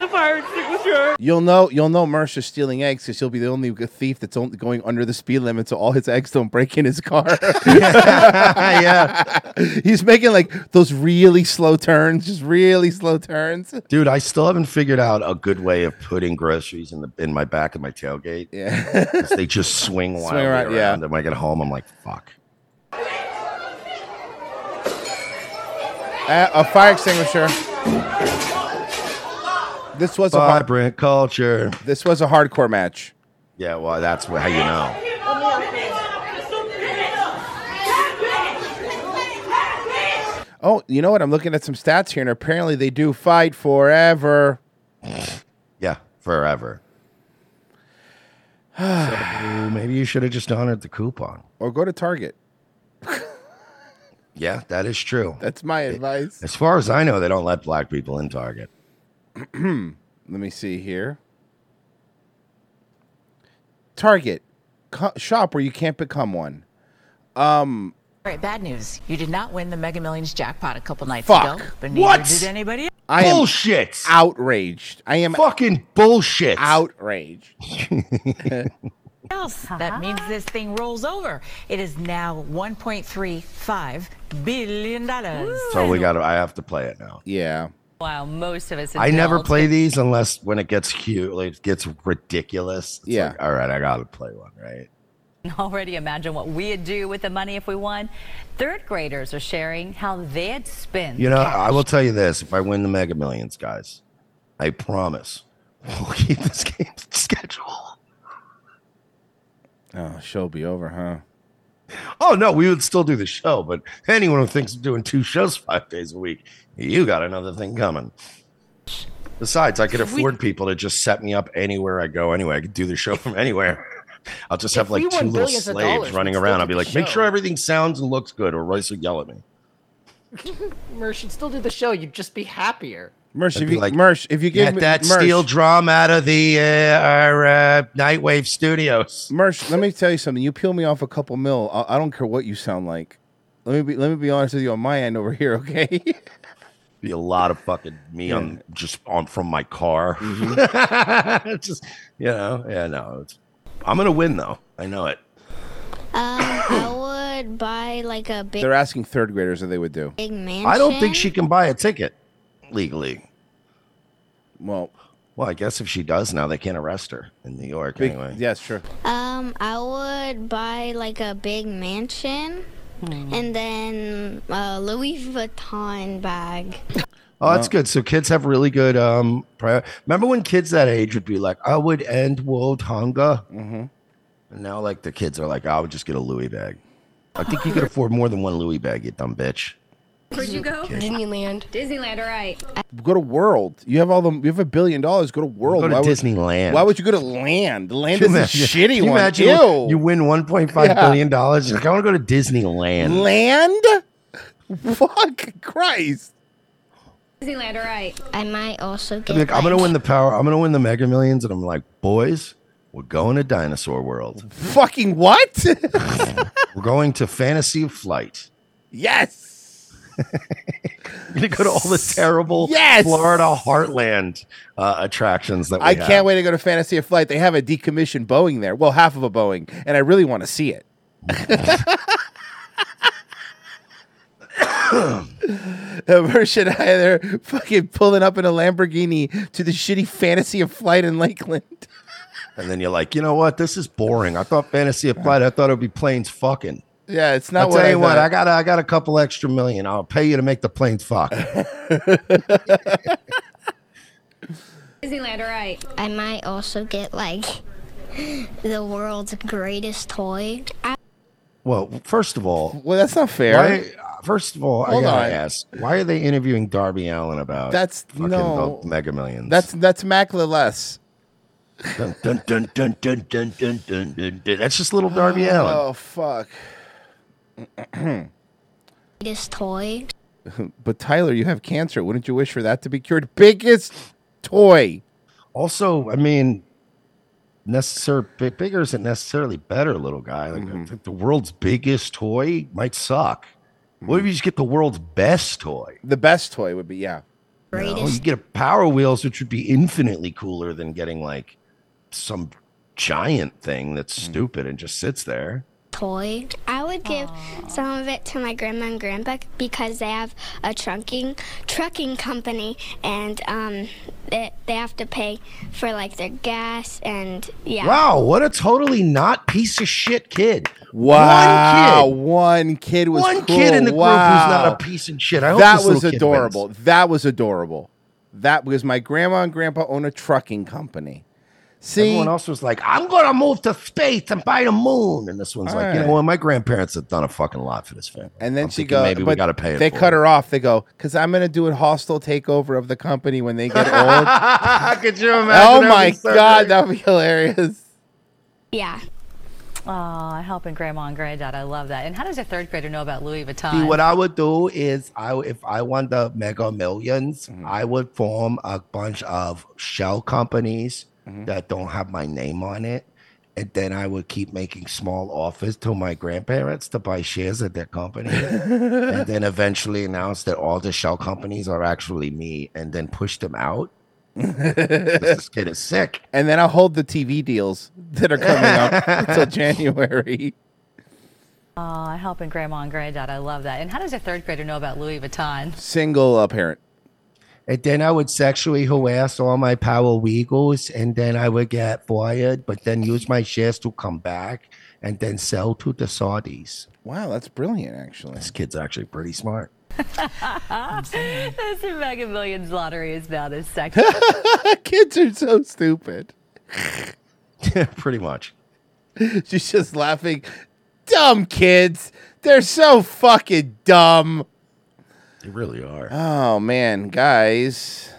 Speaker 21: The fire extinguisher.
Speaker 3: You'll know you'll know Mersh is stealing eggs because he'll be the only thief that's only going under the speed limit, so all his eggs don't break in his car. yeah, he's making like those really slow turns, just really slow turns.
Speaker 2: Dude, I still haven't figured out a good way of putting groceries in the in my back of my tailgate.
Speaker 3: Yeah.
Speaker 2: 'Cause they just swing
Speaker 3: Swing
Speaker 2: wildly
Speaker 3: around,
Speaker 2: around.
Speaker 3: yeah.
Speaker 2: And when I get home, I'm like, fuck.
Speaker 3: Uh, a fire extinguisher. This was a hard,
Speaker 2: Vibrant culture.
Speaker 3: This was a hardcore match.
Speaker 2: Yeah, well, that's wh- how you know.
Speaker 3: Oh, you know what? I'm looking at some stats here, and apparently they do fight forever.
Speaker 2: Yeah, forever. So maybe you should have just honored the coupon.
Speaker 3: Or go to Target.
Speaker 2: Yeah, that is true.
Speaker 3: That's my advice.
Speaker 2: As far as I know, they don't let black people in Target.
Speaker 3: Let me see here. Target, co- shop where you can't become one. Um,
Speaker 14: All right, bad news. You did not win the Mega Millions jackpot a couple nights
Speaker 3: Fuck.
Speaker 14: ago, but neither
Speaker 3: What?
Speaker 14: did anybody else.
Speaker 3: I am
Speaker 2: bullshit.
Speaker 3: Outraged. I am
Speaker 2: fucking bullshit.
Speaker 3: Outraged.
Speaker 14: That means this thing rolls over. It is now $1.35 billion.
Speaker 2: So we got. to I have to play it now.
Speaker 3: Yeah.
Speaker 14: While most of us
Speaker 2: I never
Speaker 14: adults-
Speaker 2: play these unless when it gets cute, like it gets ridiculous. It's
Speaker 3: Yeah.
Speaker 2: Like, all right, I gotta play one, right?
Speaker 24: can already imagine what we'd do with the money if we won. Third graders are sharing how they'd spend.
Speaker 2: You know, I will tell you this: if I win the Mega Millions, guys, I promise we'll keep this game schedule.
Speaker 3: Oh, show'll be over, huh?
Speaker 2: Oh no, we would still do the show, but anyone who thinks of doing two shows five days a week, you got another thing coming. Besides, I could
Speaker 10: If we-
Speaker 2: afford people to just set me up anywhere I go. Anyway, I could do the show from anywhere. I'll just have
Speaker 10: If we
Speaker 2: like
Speaker 10: won
Speaker 2: two little
Speaker 10: billions of dollars,
Speaker 2: slaves
Speaker 10: we'd
Speaker 2: running
Speaker 10: still
Speaker 2: around.
Speaker 10: do
Speaker 2: I'll be
Speaker 10: the
Speaker 2: like, make
Speaker 10: show."
Speaker 2: sure everything sounds and looks good, or Royce will yell at me.
Speaker 6: Mersh, you'd still do the show. You'd just be happier.
Speaker 3: Mersh,
Speaker 2: I'd
Speaker 3: if
Speaker 2: be
Speaker 3: you Mersh, if you give
Speaker 2: get
Speaker 3: me-
Speaker 2: that
Speaker 3: Mersh.
Speaker 2: steel drum out of the uh, our uh, Nightwave Studios.
Speaker 3: Mersh, let me tell you something. You peel me off a couple mil. I, I don't care what you sound like. Let me be, let me be honest with you on my end over here, okay?
Speaker 2: be a lot of fucking me
Speaker 3: Yeah.
Speaker 2: on just on from my car. It's Mm-hmm. just you know, yeah, no. It's, I'm gonna win though. I know it.
Speaker 7: Um, I would buy like a big,
Speaker 3: They're asking third graders what they would do.
Speaker 7: big mansion.
Speaker 2: I don't think she can buy a ticket legally.
Speaker 3: Well,
Speaker 2: well, I guess if she does now, they can't arrest her in New York anyway.
Speaker 3: Yes, sure.
Speaker 7: Um, I would buy like a big mansion, and then a Louis Vuitton bag.
Speaker 2: Oh, that's good. So kids have really good. um prior- Remember when kids that age would be like, "I would end world hunger," mm-hmm. and now like the kids are like, "I would just get a Louis bag." I think you could afford more than one Louis bag, you dumb bitch.
Speaker 28: Where'd you go? Disneyland. Disneyland, all right.
Speaker 3: Go to World. You have all the. You have a billion dollars. Go to World.
Speaker 2: Go to
Speaker 3: Why would-
Speaker 2: Disneyland.
Speaker 3: Why would you go to Land? The Land is a shitty
Speaker 2: Can you
Speaker 3: one.
Speaker 2: Imagine
Speaker 3: Ew.
Speaker 2: You win one point five billion dollars. You're like, I want to go to Disneyland.
Speaker 3: Land? Fuck Christ.
Speaker 28: Disneyland, all right.
Speaker 7: I might also get.
Speaker 2: I'd be like, I'm gonna win the power. I'm gonna win the Mega Millions, and I'm like, boys, we're going to Dinosaur World.
Speaker 3: Fucking what?
Speaker 2: we're going to Fantasy Flight.
Speaker 3: yes.
Speaker 2: We're gonna go to all the terrible
Speaker 3: Yes.
Speaker 2: Florida Heartland uh, attractions that we
Speaker 3: I
Speaker 2: have.
Speaker 3: can't wait to go to Fantasy of Flight. They have a decommissioned Boeing there. Well, half of a Boeing, and I really want to see it. Mersh and I are there fucking pulling up in a Lamborghini to the shitty Fantasy of Flight in Lakeland.
Speaker 2: And then you're like, you know what? This is boring. I thought Fantasy Flight. I thought it would be planes fucking.
Speaker 3: Yeah, it's not
Speaker 2: I'll
Speaker 3: what
Speaker 2: tell
Speaker 3: I
Speaker 2: you what.
Speaker 3: thought.
Speaker 2: I got. I got a couple extra million. I'll pay you to make the planes fuck.
Speaker 7: Disneyland, all right. I might also get like the world's greatest toy. I-
Speaker 2: Well, first of all,
Speaker 3: well, that's not fair.
Speaker 2: Why, first of all,
Speaker 3: Hold
Speaker 2: I gotta
Speaker 3: on.
Speaker 2: ask, why are they interviewing Darby Allen about
Speaker 3: That's-
Speaker 2: fucking
Speaker 3: no.
Speaker 2: the Mega Millions?
Speaker 3: That's that's Mac Lilles.
Speaker 2: Dun, dun, dun, dun, dun, dun, dun, dun, dun, dun. That's just little Darby Allen.
Speaker 3: Oh fuck.
Speaker 7: Greatest toy.
Speaker 3: but Tyler, you have cancer. Wouldn't you wish for that to be cured? Biggest toy.
Speaker 2: Also, I mean, necessary big, bigger isn't necessarily better, little guy. Like
Speaker 3: Mm-hmm.
Speaker 2: I think the world's biggest toy might suck. What if you just get the world's best toy?
Speaker 3: Mm-hmm. The best toy would be yeah.
Speaker 2: You, know, you get a Power Wheels, which would be infinitely cooler than getting like some giant thing that's
Speaker 3: Mm-hmm.
Speaker 2: stupid and just sits there.
Speaker 7: toy. I would give some of it to my grandma and grandpa because they have a trucking trucking company, and um, they, they have to pay for like their gas and yeah.
Speaker 2: Wow, what a totally not piece of shit kid.
Speaker 3: Wow, one
Speaker 2: One kid.
Speaker 3: kid was
Speaker 2: One
Speaker 3: cool.
Speaker 2: kid in the group who's
Speaker 3: Wow.
Speaker 2: not a piece of shit. I hope
Speaker 3: that
Speaker 2: this
Speaker 3: was
Speaker 2: little kid
Speaker 3: adorable. That was adorable. That because my grandma and grandpa own a trucking company. See,
Speaker 2: Everyone else was like, I'm going to move to space and buy the moon. And this one's like, you know what? My grandparents have done a fucking lot for this family.
Speaker 3: And then
Speaker 2: I'm
Speaker 3: she
Speaker 2: thinking
Speaker 3: goes,
Speaker 2: maybe we got to pay it.
Speaker 3: They cut her off. They go, because I'm going to do a hostile takeover of the company when they get old.
Speaker 2: off. Could you
Speaker 3: oh
Speaker 2: imagine?
Speaker 3: my God, that would be hilarious.
Speaker 7: Yeah.
Speaker 24: Oh, helping grandma and granddad. I love that. And how does a third grader know about Louis Vuitton?
Speaker 2: See, what I would do is, I if I won the Mega 1000000s I would form a bunch of shell companies that don't have my name on it, and then I would keep making small offers to my grandparents to buy shares of their company, and then eventually announce that all the shell companies are actually me, and then push them out. this kid is sick.
Speaker 3: And then I'll hold the TV deals that are coming up until January.
Speaker 24: Oh, helping grandma and granddad. I love that. And how does a third grader know about Louis Vuitton?
Speaker 3: Single uh, parent.
Speaker 2: And then I would sexually harass all my power weagles, and then I would get fired, but then use my shares to come back and then sell to the Saudis.
Speaker 3: Wow, that's brilliant, actually.
Speaker 2: This kid's actually pretty smart.
Speaker 24: That's the Mega Millions lottery is now this section.
Speaker 3: Kids are so stupid.
Speaker 2: pretty much.
Speaker 3: She's just laughing. Dumb kids. They're so fucking dumb.
Speaker 2: They really are.
Speaker 3: Oh man, guys.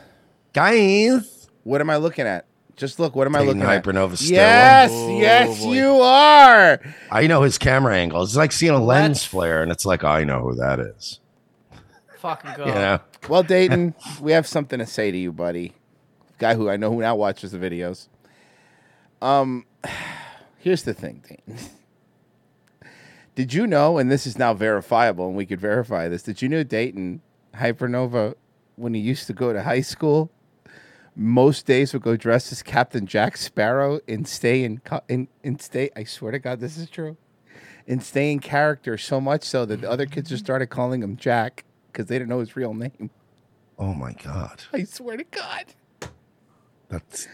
Speaker 3: Guys. What am I looking at? Just look, what am I
Speaker 2: Taking
Speaker 3: looking at?
Speaker 2: Hypernova still.
Speaker 3: Yes,
Speaker 2: Oh,
Speaker 3: yes,
Speaker 2: boy.
Speaker 3: you are.
Speaker 2: I know his camera angle. It's like seeing a lens flare, and it's like I know who that is.
Speaker 4: oh
Speaker 6: Fucking go.
Speaker 2: Yeah.
Speaker 3: Well, Dayton, we have something to say to you, buddy. Guy who I know who now watches the videos. Um, here's the thing, Dayton. Did you know, and this is now verifiable, and we could verify this? Did you know Dayton Hypernova, when he used to go to high school, most days would go dressed as Captain Jack Sparrow and stay in, co- in, and stay. I swear to God, this is true. And stay in character so much so that the other kids just started calling him Jack because they didn't know his real name.
Speaker 2: Oh my god,
Speaker 3: I swear to God.
Speaker 2: that's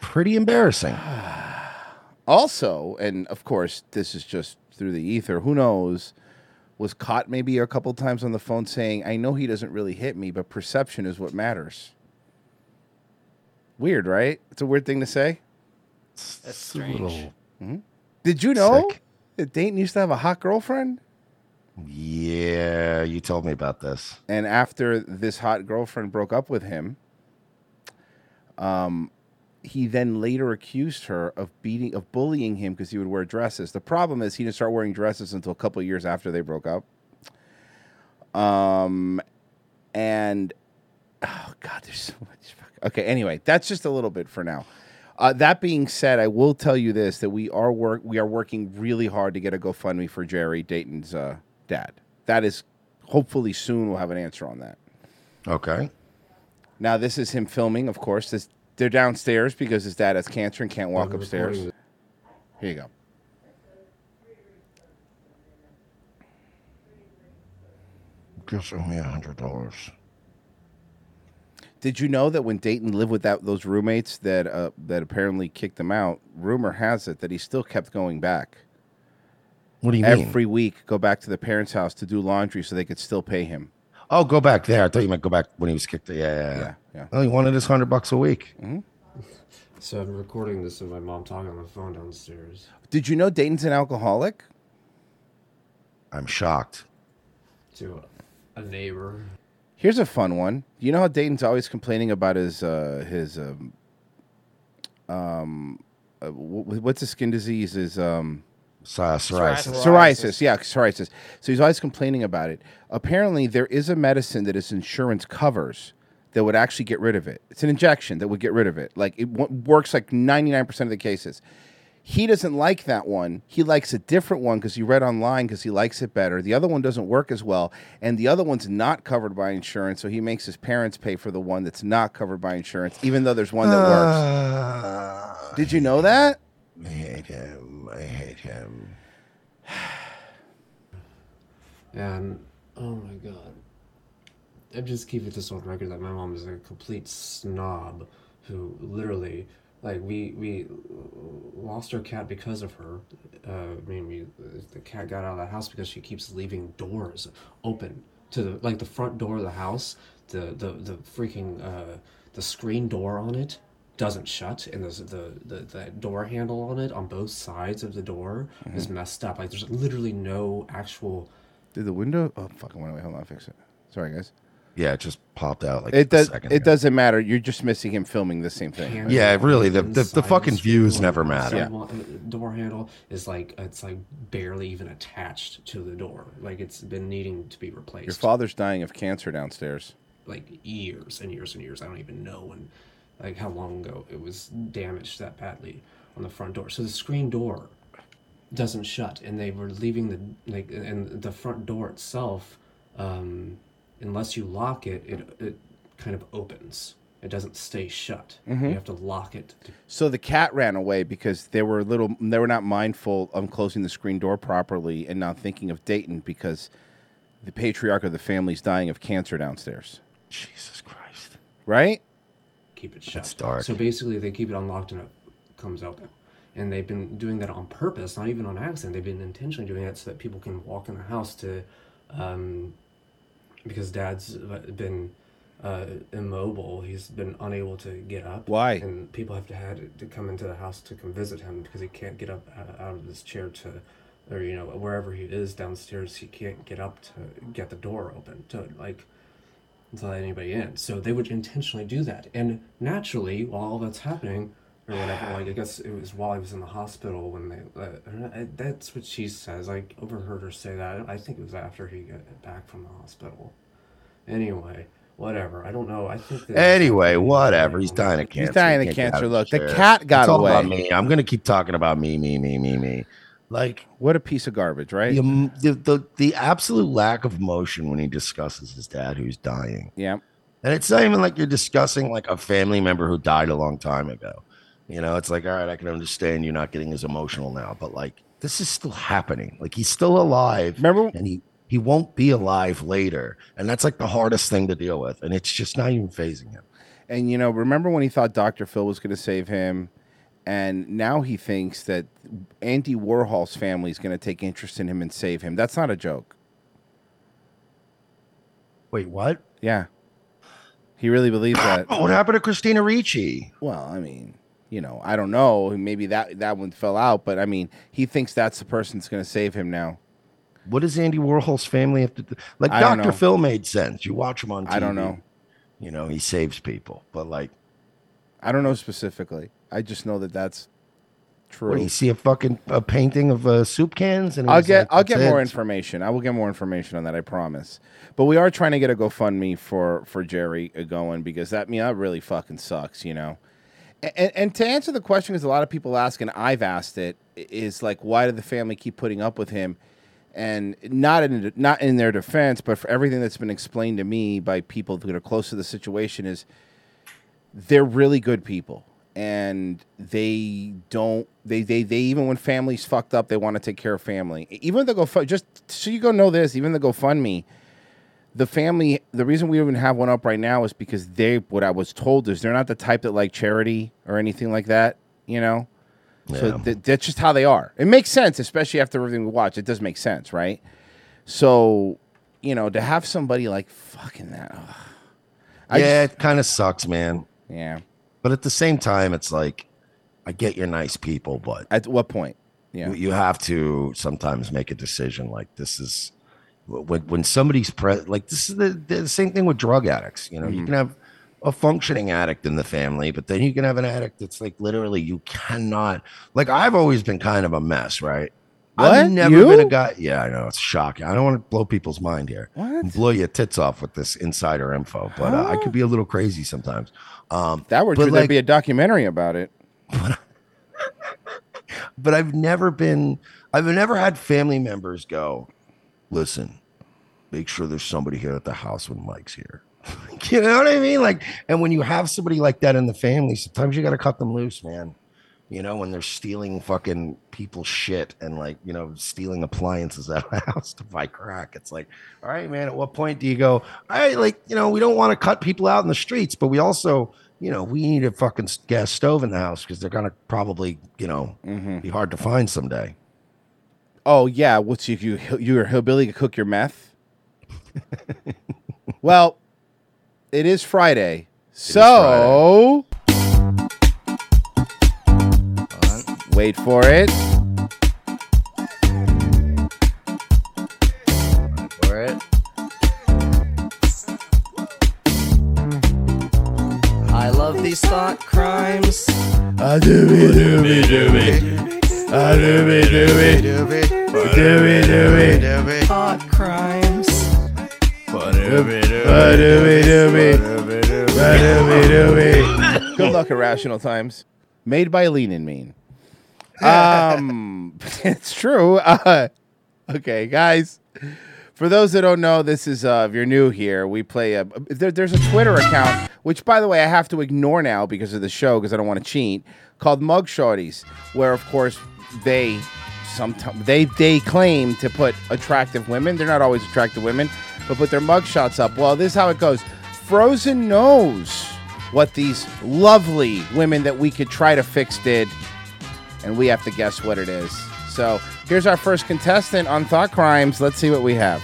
Speaker 2: pretty embarrassing.
Speaker 3: Also, and of course, this is just through the ether. Who knows? Was caught maybe a couple times on the phone saying, "I know he doesn't really hit me, but perception is what matters." Weird, right? It's a weird thing to say.
Speaker 2: That's strange. little
Speaker 3: Mhm. Did you know that Dayton used to have a hot girlfriend?
Speaker 2: Yeah, you told me about this.
Speaker 3: And after this hot girlfriend broke up with him, um, he then later accused her of beating, of bullying him because he would wear dresses. The problem is he didn't start wearing dresses until a couple of years after they broke up. Um, and oh god, there's so much. fuck- Okay, anyway, that's just a little bit for now. Uh, that being said, I will tell you this: that we are work we are working really hard to get a GoFundMe for Jerry Dayton's uh, dad. That is hopefully soon we'll have an answer on that.
Speaker 2: Okay.
Speaker 3: Now this is him filming, of course. This they're downstairs because his dad has cancer and can't walk
Speaker 2: I'm
Speaker 3: upstairs.
Speaker 2: recording
Speaker 3: Here you go.
Speaker 2: Just owe me a hundred dollars.
Speaker 3: Did you know that when Dayton lived with that, those roommates that uh, that apparently kicked him out, rumor has it that he still kept going back.
Speaker 2: What do you
Speaker 3: Every
Speaker 2: mean?
Speaker 3: week, go back to the parents' house to do laundry so they could still pay him.
Speaker 2: Oh, go back there. I thought you meant go back when he was kicked. Yeah, yeah, yeah.
Speaker 3: yeah. Mm-hmm.
Speaker 2: Oh, he wanted his hundred bucks a week.
Speaker 1: So I'm recording this and my mom talking on the phone downstairs.
Speaker 3: Did you know Dayton's an alcoholic?
Speaker 2: I'm shocked.
Speaker 1: to a neighbor.
Speaker 3: Here's a fun one. You know how Dayton's always complaining about his uh, his um, um uh, wh- what's his skin disease? Is um
Speaker 2: psoriasis.
Speaker 3: psoriasis. yeah, psoriasis. So he's always complaining about it. Apparently, there is a medicine that his insurance covers that would actually get rid of it. It's an injection that would get rid of it. Like it w- works like ninety nine percent of the cases. He doesn't like that one. He likes a different one because he read online because he likes it better. The other one doesn't work as well, and the other one's not covered by insurance, so he makes his parents pay for the one that's not covered by insurance, even though there's one that
Speaker 2: Ah.
Speaker 3: works. Did you know that?
Speaker 2: I hate him. I hate him.
Speaker 1: And oh my god. I'm just keeping this on record that my mom is a complete snob who literally like we we lost our cat because of her. Uh, I mean, we the cat got out of the house because she keeps leaving doors open to the like the front door of the house. The the the freaking uh, the screen door on it doesn't shut, and there's the the the door handle on it on both sides of the door is messed up. Like there's literally no actual
Speaker 3: Did the window? Oh, fucking went away. Hold on, I'll fix it. Sorry, guys.
Speaker 2: Yeah, it just popped out like
Speaker 3: it
Speaker 2: a
Speaker 3: does.
Speaker 2: second
Speaker 3: It
Speaker 2: ago.
Speaker 3: doesn't matter. You're just missing him filming the same thing.
Speaker 2: Yeah, really. The the, the fucking views never matter.
Speaker 3: Yeah.
Speaker 1: Sidewall- uh, door handle is like it's like barely even attached to the door. Like it's been needing to be replaced.
Speaker 3: Your father's dying of cancer downstairs.
Speaker 1: like years and years and years. I don't even know when, like how long ago it was damaged that badly on the front door. So the screen door doesn't shut, and they were leaving the like and the front door itself. Um, unless you lock it, it it kind of opens. It doesn't stay shut.
Speaker 3: Mhm.
Speaker 1: You have to lock it to
Speaker 3: So the cat ran away because they were little. They were not mindful of closing the screen door properly and not thinking of Dayton because the patriarch of the family's dying of cancer downstairs.
Speaker 2: Jesus Christ!
Speaker 3: Right?
Speaker 1: keep it shut. So basically, they keep it unlocked and it comes open. And they've been doing that on purpose, not even on accident. They've been intentionally doing that so that people can walk in the house to, um, because dad's uh, been uh, immobile. He's been unable to get up.
Speaker 3: Why?
Speaker 1: And people have to had to come into the house to come visit him because he can't get up uh, out of his chair to, or you know wherever he is downstairs, he can't get up to get the door open to like to let anybody in. So they would intentionally do that. And naturally, while all that's happening, or whatever, like I guess it was while he was in the hospital when they. Uh, I- that's what she says. I overheard her say that. I think it was after he got back from the hospital. Anyway, whatever. I don't know. I think that
Speaker 2: Anyway, whatever. He's dying of cancer.
Speaker 3: dying of
Speaker 2: He can't get
Speaker 3: cancer.
Speaker 2: out
Speaker 3: Look, the
Speaker 2: chair.
Speaker 3: cat got
Speaker 2: It's all about
Speaker 3: away.
Speaker 2: me. I'm gonna keep talking about me, me, me, me, me. Like
Speaker 3: what a piece of garbage, right?
Speaker 2: The the, the, the absolute lack of emotion when he discusses his dad who's dying.
Speaker 3: Yeah.
Speaker 2: And it's not even like you're discussing like a family member who died a long time ago. You know, it's like, all right, I can understand you not getting as emotional now, but like this is still happening. Like he's still alive.
Speaker 3: Remember
Speaker 2: and he he won't be alive later. And that's like the hardest thing to deal with. And it's just not even phasing him.
Speaker 3: And you know, remember when he thought Dr. Phil was going to save him, and now he thinks that Andy Warhol's family is going to take interest in him and save him. That's not a joke.
Speaker 2: Wait, what?
Speaker 3: Yeah, he really believes that.
Speaker 2: what happened to Christina Ricci?
Speaker 3: Well, I mean, you know, I don't know. Maybe that that one fell out, but I mean, he thinks that's the person that's going to save him now.
Speaker 2: What does Andy Warhol's family have to do? Like
Speaker 3: I don't know.
Speaker 2: Dr. Phil made sense. You watch him on TV.
Speaker 3: I don't know.
Speaker 2: You know, he saves people, but like
Speaker 3: I don't know specifically. I just know that that's true.
Speaker 2: what do you see a fucking a painting of uh, soup cans and
Speaker 3: I'll
Speaker 2: he's
Speaker 3: get
Speaker 2: like,
Speaker 3: I'll get
Speaker 2: "That's
Speaker 3: more
Speaker 2: it."
Speaker 3: information. I will get more information on that. I promise. But we are trying to get a GoFundMe for for Jerry uh, going because that I mean that really fucking sucks, you know. A- And, and to answer the question, because a lot of people ask, and I've asked it, i- is like, why did the family keep putting up with him? And not in not in their defense, but for everything that's been explained to me by people that are close to the situation is they're really good people and they don't they they, they even when families fucked up they want to take care of family even the go just so you go know this even the gofundme the family the reason we even have one up right now is because they what i was told is they're not the type that like charity or anything like that you know so
Speaker 2: Yeah.
Speaker 3: th- that's just how they are it makes sense especially after everything we watch it does make sense right so you know to have somebody like fucking that ugh. I
Speaker 2: yeah, it kind of sucks, man.
Speaker 3: Yeah.
Speaker 2: But at the same time, it's like, I get you're nice people, but
Speaker 3: at what point? Yeah.
Speaker 2: You, you have to sometimes make a decision like this is when, when somebody's pre- like this is the, the same thing with drug addicts. You know, you
Speaker 3: Mhm.
Speaker 2: can have a functioning addict in the family, but then you can have an addict that's like literally you cannot. Like I've always been kind of a mess, right?
Speaker 3: What?
Speaker 2: I've never
Speaker 3: You?
Speaker 2: been a guy. Yeah, I know it's shocking. I don't want to blow people's mind here.
Speaker 3: What?
Speaker 2: Blow your tits off with this insider info, but uh, I could be a little crazy sometimes. Um,
Speaker 3: that were
Speaker 2: but
Speaker 3: true, there'd be a documentary about it.
Speaker 2: but I've never been, I've never had family members go, listen, make sure there's somebody here at the house when Mike's here. you know what I mean? Like, and when you have somebody like that in the family, sometimes you got to cut them loose, man. You know, when they're stealing fucking people's shit and like, you know, stealing appliances out of the house to buy crack. It's like, all right, man, at what point do you go, all right, like, you know, we don't want to cut people out in the streets, but we also, you know, we need a fucking s- gas stove in the house because they're going to probably, you know, be hard to find someday.
Speaker 3: Mm-hmm. Oh yeah, what's you you you're a hillbilly to cook your meth? well, it is Friday, so wait for it.
Speaker 2: For it.
Speaker 12: I love these thought crimes.
Speaker 3: I do me do me do me. I do me do me do me do me do me.
Speaker 12: Thought crimes.
Speaker 3: Good luck, irrational times. Made by Lean and Mean. Um, it's true. Uh, okay, guys. For those that don't know, this is uh, if you're new here, we play a. There, there's a Twitter account, which by the way I have to ignore now because of the show because I don't want to cheat. Called Mug Shorties, where of course they sometimes they they claim to put attractive women. They're not always attractive women, but put their mug shots up. Well, this is how it goes. Frozen knows what these lovely women that we could try to fix did and we have to guess what it is. So here's our first contestant on Thought Crimes. Let's see what we have.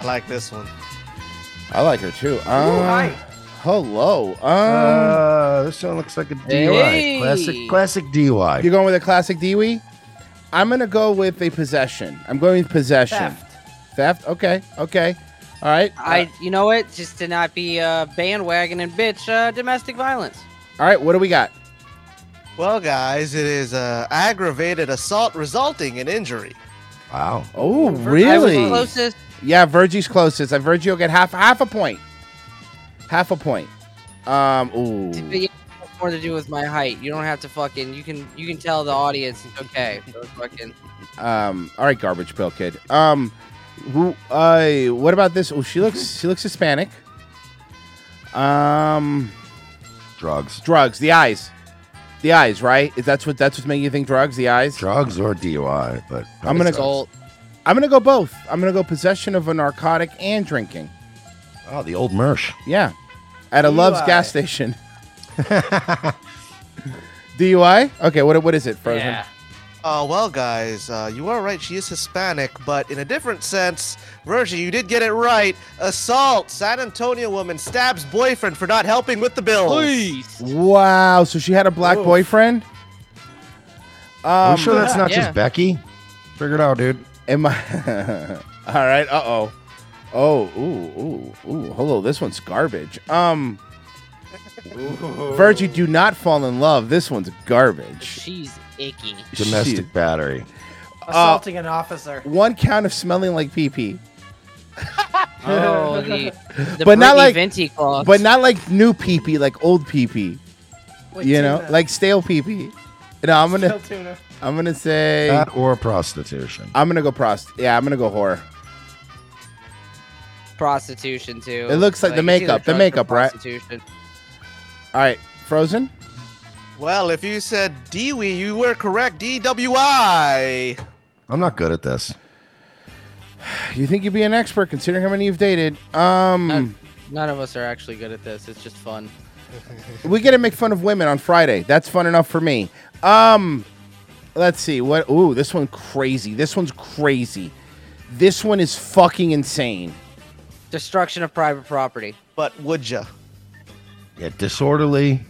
Speaker 12: I like this one.
Speaker 3: I like her too. Uh,
Speaker 12: hi.
Speaker 3: Hello. Um,
Speaker 2: Uh, this one looks like a DUI. Classic, classic DUI.
Speaker 3: You're going with a classic DUI? I'm going to go with a possession. I'm going with possession.
Speaker 10: Theft.
Speaker 3: Theft? Okay. Okay. All right.
Speaker 10: I, you know what? Just to not be uh, bandwagon and bitch uh, domestic violence.
Speaker 3: All right. What do we got?
Speaker 16: Well, guys, it is uh, aggravated assault resulting in injury.
Speaker 2: Wow.
Speaker 3: Oh, really?
Speaker 16: closest.
Speaker 3: Yeah, Virgie's closest. And Virgie will get half half a point. Half a point. Um, ooh.
Speaker 10: But yeah, it has more to do with my height. You don't have to fucking. You can you can tell the audience it's okay. So fucking.
Speaker 3: Um, all right, garbage pill kid. Um, who? Uh, what about this? Oh, she looks she looks Hispanic. Um,
Speaker 2: drugs.
Speaker 3: Drugs. The eyes. The eyes. Right? Is that's what that's what's making you think drugs? The eyes.
Speaker 2: Drugs or DUI, but
Speaker 3: I'm gonna go. I'm gonna go both. I'm gonna go possession of a narcotic and drinking.
Speaker 2: Oh, the old Mersh.
Speaker 3: Yeah, at a Love's gas station. DUI. Okay, what what is it, Frozen?
Speaker 16: Uh, well, guys, uh, you are right. She is Hispanic, but in a different sense, Virgie, you did get it right. Assault. San Antonio woman stabs boyfriend for not helping with the bills.
Speaker 3: Wow. So she had a black boyfriend. Um,
Speaker 2: Are you sure that's not just Becky? Figure it out, dude.
Speaker 3: Am I? All right. Uh oh. Oh. Ooh. Ooh. Ooh. Hello. This one's garbage. Um.
Speaker 10: Oh.
Speaker 3: Virgie, do not fall in love. This one's garbage.
Speaker 10: She's icky.
Speaker 2: Domestic
Speaker 3: Shit. Uh,
Speaker 2: battery.
Speaker 6: Uh,
Speaker 2: Uh,
Speaker 6: Assaulting an officer.
Speaker 3: One count of smelling like pee pee.
Speaker 10: Oh, the, the
Speaker 3: But not
Speaker 10: Britney
Speaker 3: like-
Speaker 10: Venti clogs.
Speaker 3: But not like new pee pee, like old pee pee.
Speaker 6: With
Speaker 3: You know,
Speaker 6: tuna.
Speaker 3: like stale pee pee. No, I'm gonna,
Speaker 6: Still tuna.
Speaker 3: I'm gonna say,
Speaker 2: That or prostitution.
Speaker 3: I'm gonna go prost. Yeah, I'm gonna go horror.
Speaker 10: prostitution too.
Speaker 3: It looks like
Speaker 10: it's
Speaker 3: the
Speaker 10: either
Speaker 3: makeup- the
Speaker 10: drugs or
Speaker 3: makeup, right?
Speaker 10: Prostitution.
Speaker 3: All right, Frozen.
Speaker 16: Well, if you said DWI, you were correct. DWI.
Speaker 2: I'm not good at this.
Speaker 3: You think you'd be an expert considering how many you've dated? Um,
Speaker 10: None of us are actually good at this. It's just fun.
Speaker 3: we get to make fun of women on Friday. That's fun enough for me. Um, let's see what. Ooh, this one crazy. This one's crazy. This one is fucking insane.
Speaker 10: Destruction of private property.
Speaker 16: But would ya?
Speaker 2: Yeah, disorderly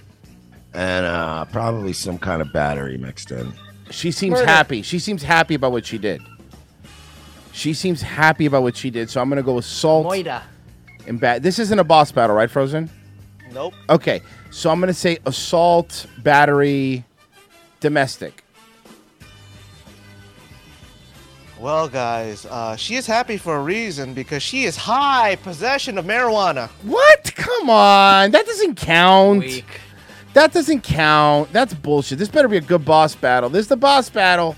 Speaker 2: and uh, probably some kind of battery mixed in.
Speaker 3: She seems
Speaker 2: Murder.
Speaker 3: happy. She seems happy about what she did. She seems happy about what she did. So I'm gonna go assault
Speaker 6: Moida.
Speaker 3: and bat. This isn't a boss battle, right, Frozen?
Speaker 16: Nope.
Speaker 3: Okay, so I'm gonna say assault, battery, domestic.
Speaker 16: Well, guys, uh, she is happy for a reason because she is high possession of marijuana.
Speaker 3: What? Come on. That doesn't count. That doesn't count. That's bullshit. This better be a good boss battle. This is the boss battle.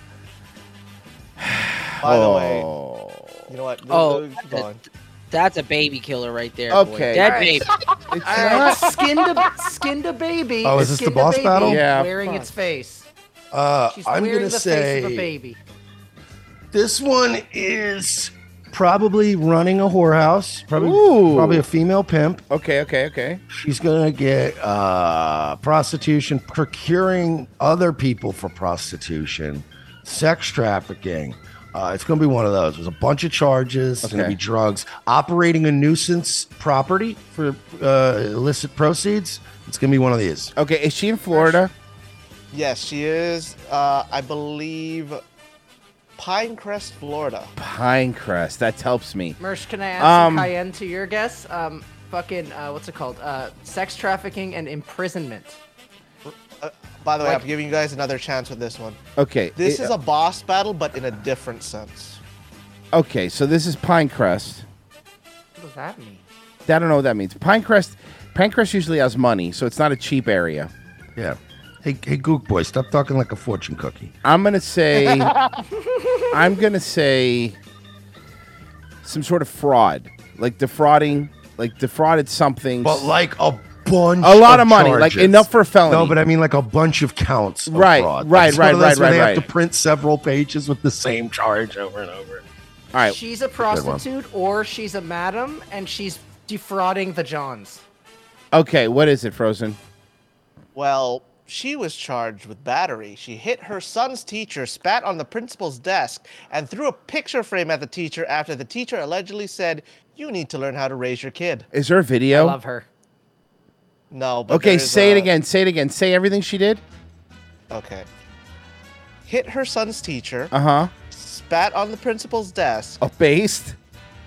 Speaker 16: By the way,
Speaker 3: Oh.
Speaker 16: you know what?
Speaker 10: Oh,
Speaker 16: Keep
Speaker 10: that-
Speaker 16: going.
Speaker 10: that's a baby killer right there. Boy.
Speaker 3: Okay.
Speaker 10: Dead
Speaker 3: Alright.
Speaker 10: baby.
Speaker 6: skinned a skinned a baby.
Speaker 2: Oh, is this the
Speaker 6: skinned a
Speaker 2: boss
Speaker 6: baby
Speaker 2: battle?
Speaker 3: Yeah.
Speaker 6: Wearing its face.
Speaker 2: Uh,
Speaker 6: She's
Speaker 2: I'm
Speaker 6: wearing
Speaker 2: gonna
Speaker 6: the
Speaker 2: say
Speaker 6: face of a baby.
Speaker 2: this one is probably running a whorehouse. Probably,
Speaker 3: Ooh.
Speaker 2: probably a female pimp.
Speaker 3: Okay, okay, okay.
Speaker 2: She's gonna get uh, prostitution, procuring other people for prostitution, sex trafficking. Uh, it's gonna be one of those. There's a bunch of charges. It's gonna
Speaker 3: Okay.
Speaker 2: be drugs, operating a nuisance property for uh, illicit proceeds. It's gonna be one of these.
Speaker 3: Okay, is she in Florida?
Speaker 16: Yes, she is. Uh, I believe Pinecrest, Florida.
Speaker 3: Pinecrest. That helps me.
Speaker 6: Mersh, can I add
Speaker 3: Um,
Speaker 6: some cayenne to your guess? Um, fucking, uh, what's it called? Uh, sex trafficking and imprisonment.
Speaker 16: Uh, By the way,
Speaker 6: Like-
Speaker 16: I'm giving you guys another chance with this one.
Speaker 3: Okay.
Speaker 16: This
Speaker 3: it-
Speaker 16: is a boss battle, but in a different sense.
Speaker 3: Okay, so this is Pinecrest.
Speaker 6: What does that mean?
Speaker 3: I don't know what that means. Pinecrest Pinecrest usually has money, so it's not a cheap area.
Speaker 2: Yeah. Hey, hey, Gook boy, stop talking like a fortune cookie.
Speaker 3: I'm gonna say I'm gonna say some sort of fraud. Like defrauding like defrauded something.
Speaker 2: But like a bunch,
Speaker 3: A lot of money, like
Speaker 2: charges.
Speaker 3: enough for a felony.
Speaker 2: No, but I mean like a bunch of counts. Of
Speaker 3: Right,
Speaker 2: fraud.
Speaker 3: right,
Speaker 2: It's one
Speaker 3: right,
Speaker 2: of those
Speaker 3: right,
Speaker 2: where
Speaker 3: right,
Speaker 2: They
Speaker 3: right.
Speaker 2: have to print several pages with the same charge over and over.
Speaker 3: All right.
Speaker 6: She's a
Speaker 2: one.
Speaker 6: prostitute, or she's a madam, and she's defrauding the Johns.
Speaker 3: Okay, what is it, Frozen?
Speaker 16: Well, she was charged with battery. She hit her son's teacher, spat on the principal's desk, and threw a picture frame at the teacher after the teacher allegedly said, You need to learn how to raise your kid.
Speaker 3: Is there a
Speaker 6: I
Speaker 3: video?
Speaker 6: love her.
Speaker 16: No, but
Speaker 3: Okay,
Speaker 16: there is
Speaker 3: say it
Speaker 16: a-
Speaker 3: again. Say it again. Say everything she did.
Speaker 16: Okay. Hit her son's teacher,
Speaker 3: Uh huh.
Speaker 16: spat on the principal's desk,
Speaker 3: Based.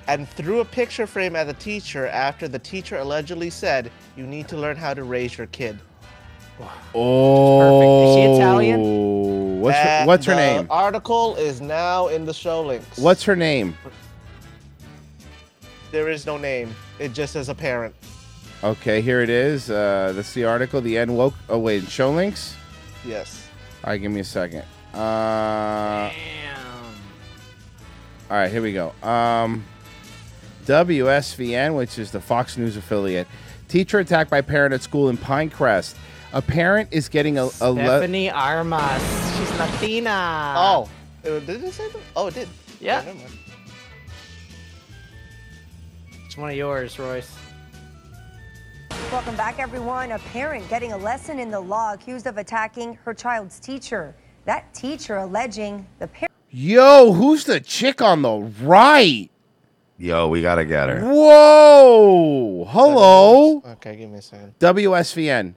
Speaker 16: and threw a picture frame at the teacher after the teacher allegedly said, You need to learn how to raise your kid.
Speaker 3: Oh.
Speaker 16: Is she Italian?
Speaker 3: What's her,
Speaker 16: And
Speaker 3: what's her
Speaker 16: the
Speaker 3: name?
Speaker 16: Article is now in the show links.
Speaker 3: What's her name?
Speaker 16: There is no name. It just says a parent.
Speaker 3: Okay, here it is. Uh, that's the article. The N woke. Oh wait, show links.
Speaker 16: Yes.
Speaker 3: All right, give me a second. Uh, All right, here we go. Um, WSVN, which is the Fox News affiliate, teacher attacked by parent at school in Pinecrest. A parent is getting a, a le-
Speaker 6: Stephanie Armas. She's Latina.
Speaker 16: Oh, it- did it say that? Oh, it did. Yeah. never mind.
Speaker 6: It's one of yours, Royce.
Speaker 39: Welcome back, everyone. A parent getting a lesson in the law accused of attacking her child's teacher. That teacher alleging the parent.
Speaker 3: Yo, who's the chick on the right?
Speaker 40: Yo, we gotta get her.
Speaker 3: Whoa! Hello,
Speaker 16: Okay, give me a second.
Speaker 3: WSVN.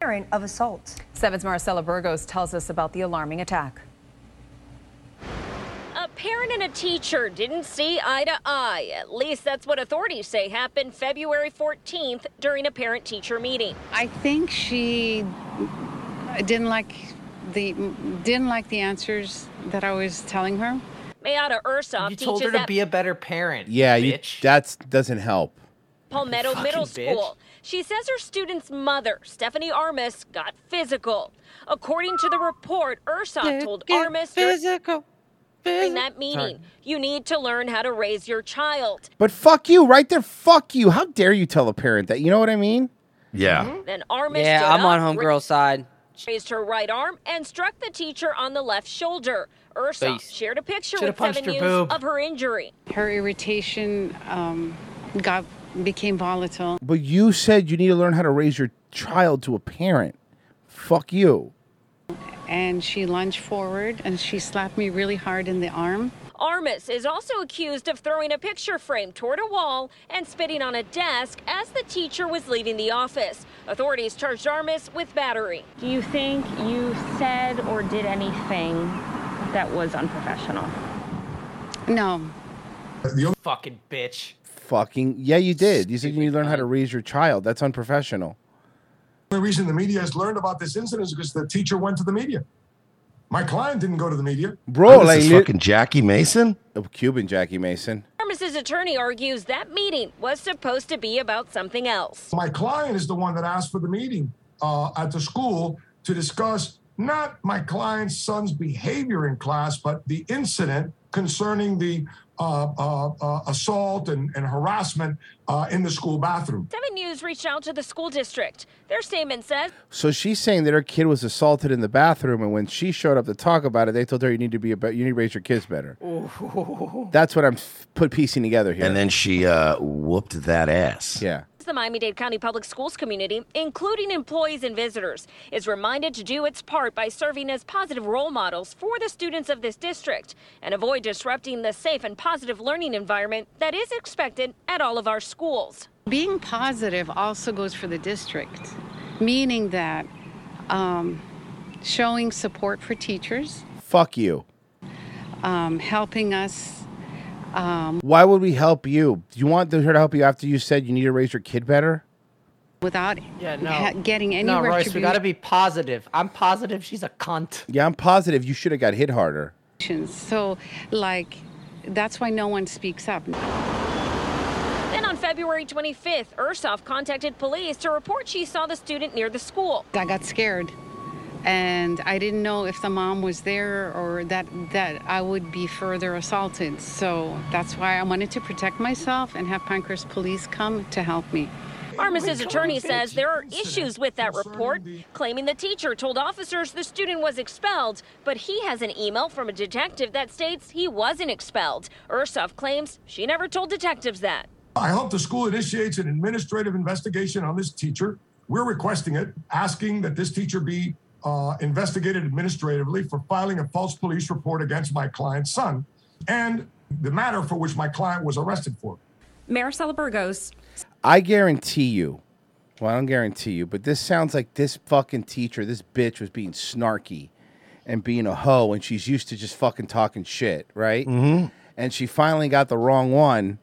Speaker 33: parent of assault. Seven's Marcela Burgos tells us about the alarming attack.
Speaker 30: A parent and a teacher didn't see eye to eye. At least that's what authorities say happened February 14th during a parent teacher meeting.
Speaker 41: I think she didn't like the didn't like the answers that I was telling her.
Speaker 30: Mayada Ursoff
Speaker 6: You told her
Speaker 30: teaches
Speaker 6: to
Speaker 30: at
Speaker 6: be a better parent.
Speaker 3: Yeah, you, that's doesn't help.
Speaker 30: Palmetto
Speaker 3: Fucking
Speaker 30: Middle
Speaker 3: bitch.
Speaker 30: School. She says her student's mother, Stephanie Armas, got physical. According to the report, Ursoff
Speaker 10: Did
Speaker 30: told
Speaker 10: get
Speaker 30: Armas
Speaker 10: physical,
Speaker 30: during that meeting,
Speaker 3: Sorry.
Speaker 30: you need to learn how to raise your child.
Speaker 3: But fuck you, right there. Fuck you. How dare you tell a parent that? You know what I mean?
Speaker 40: Yeah.
Speaker 30: Then Armas
Speaker 10: Yeah,
Speaker 30: stood
Speaker 10: I'm on
Speaker 30: up,
Speaker 10: homegirl's side.
Speaker 30: raised her right arm and struck the teacher on the left shoulder. Ursa
Speaker 41: Face.
Speaker 30: shared a picture
Speaker 41: Shoulda
Speaker 30: with Seven
Speaker 41: punched her
Speaker 30: News
Speaker 41: boob.
Speaker 30: of her injury.
Speaker 41: Her irritation um, got became volatile.
Speaker 3: But you said you need to learn how to raise your child to a parent. Fuck you.
Speaker 41: and she lunged forward and she slapped me really hard in the arm.
Speaker 30: Armis is also accused of throwing a picture frame toward a wall and spitting on a desk as the teacher was leaving the office. Authorities charged Armis with battery.
Speaker 42: Do you think you said or did anything that was unprofessional?
Speaker 41: No.
Speaker 6: Fucking bitch.
Speaker 3: Fucking yeah, you did. You said you need to learn how to raise your child. That's unprofessional.
Speaker 31: The only reason the media has learned about this incident is because the teacher went to the media. My client didn't go to the media.
Speaker 3: Bro, like
Speaker 40: this is fucking Jackie Mason?
Speaker 3: Cuban Jackie Mason.
Speaker 30: Armis's attorney argues that meeting was supposed to be about something else.
Speaker 31: My client is the one that asked for the meeting uh, at the school to discuss not my client's son's behavior in class, but the incident concerning the uh, uh, uh, assault and, and harassment uh, in the school bathroom.
Speaker 30: Seven News reached out to the school district. Their statement says
Speaker 3: So she's saying that her kid was assaulted in the bathroom, and when she showed up to talk about it, they told her you need to be about you need to raise your kids better. That's what I'm f- put piecing together here.
Speaker 40: And then she uh, whooped that ass.
Speaker 3: Yeah.
Speaker 30: the Miami-Dade County Public Schools community, including employees and visitors, is reminded to do its part by serving as positive role models for the students of this district and avoid disrupting the safe and positive learning environment that is expected at all of our schools.
Speaker 41: Being positive also goes for the district, meaning that um, showing support for teachers,
Speaker 3: Fuck you.
Speaker 41: um, helping us. Um,
Speaker 3: Why would we help you? Do you want her to help you after you said you need to raise your kid better?
Speaker 41: without
Speaker 6: no.
Speaker 41: ha- getting any
Speaker 6: no, Royce, we
Speaker 41: retribution.
Speaker 6: gotta be positive. I'm positive she's a cunt.
Speaker 3: Yeah, I'm positive you should have got hit harder.
Speaker 41: So, like, that's why no one speaks up.
Speaker 30: Then on February 25th, Ursoff contacted police to report she saw the student near the school.
Speaker 41: I got scared, and I didn't know if the mom was there or that that I would be further assaulted. So that's why I wanted to protect myself and have Pinecrest police come to help me.
Speaker 30: Armis's attorney says there are issues with that report, claiming the teacher told officers the student was expelled, but he has an email from a detective that states he wasn't expelled. Ursoff claims she never told detectives that.
Speaker 31: I hope the school initiates an administrative investigation on this teacher. We're requesting it, asking that this teacher be uh, investigated administratively for filing a false police report against my client's son and the matter for which my client was arrested for.
Speaker 43: Maricela Burgos
Speaker 3: I guarantee you Well, I don't guarantee you, but this sounds like this fucking teacher, this bitch was being snarky and being a hoe, and she's used to just fucking talking shit, right? Mm-hmm. And she finally got the wrong one,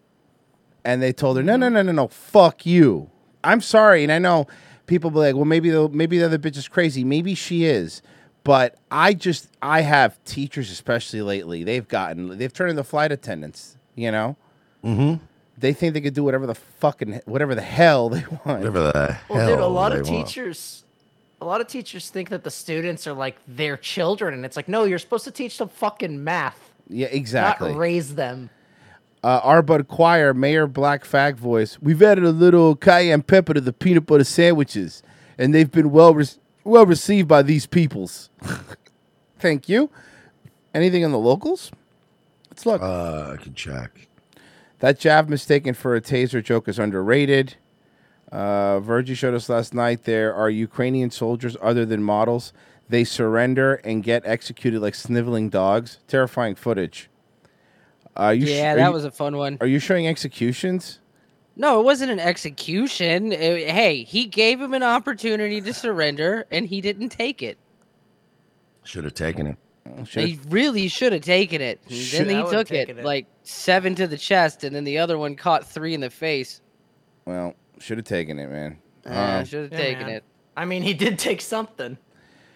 Speaker 3: and they told her, no, no, no, no, no, fuck you. I'm sorry, and I know people be like, well, maybe the maybe the other bitch is crazy. Maybe she is, but I just I have teachers, especially lately, they've gotten they've turned into flight attendants. You know,
Speaker 2: Mm-hmm.
Speaker 3: they think they could do whatever the fucking whatever the hell they want.
Speaker 2: Whatever the
Speaker 6: Well, dude, a lot of teachers, a lot of teachers think that the students are like their children, and it's like, no, you're supposed to teach them fucking math,
Speaker 3: Yeah, exactly.
Speaker 6: not raise them.
Speaker 3: uh, Arbud Choir, Mayor Black Fag Voice. We've added a little cayenne pepper to the peanut butter sandwiches, and they've been well re- well received by these peoples. Thank you. Anything on the locals? Let's look.
Speaker 2: Uh, I can check.
Speaker 3: That jab mistaken for a taser joke is underrated. Uh, Virgie showed us last night there are Ukrainian soldiers other than models. They surrender and get executed like sniveling dogs. Terrifying footage. Uh, you sh-
Speaker 10: Yeah,
Speaker 3: are
Speaker 10: that
Speaker 3: you-
Speaker 10: was a fun one.
Speaker 3: Are you showing executions?
Speaker 10: No, it wasn't an execution. It- hey, he gave him an opportunity to surrender, and he didn't take it.
Speaker 2: Should have taken it.
Speaker 10: He really should have taken it. And
Speaker 2: Should-
Speaker 10: then
Speaker 2: I
Speaker 10: he
Speaker 2: would've
Speaker 10: took it,
Speaker 2: taken it.
Speaker 10: like seven to the chest, and then the other one caught three in the face.
Speaker 3: Well, should have taken it, man.
Speaker 10: Yeah,
Speaker 3: Um,
Speaker 10: should have taken
Speaker 6: man.
Speaker 10: it.
Speaker 6: I mean, he did take something.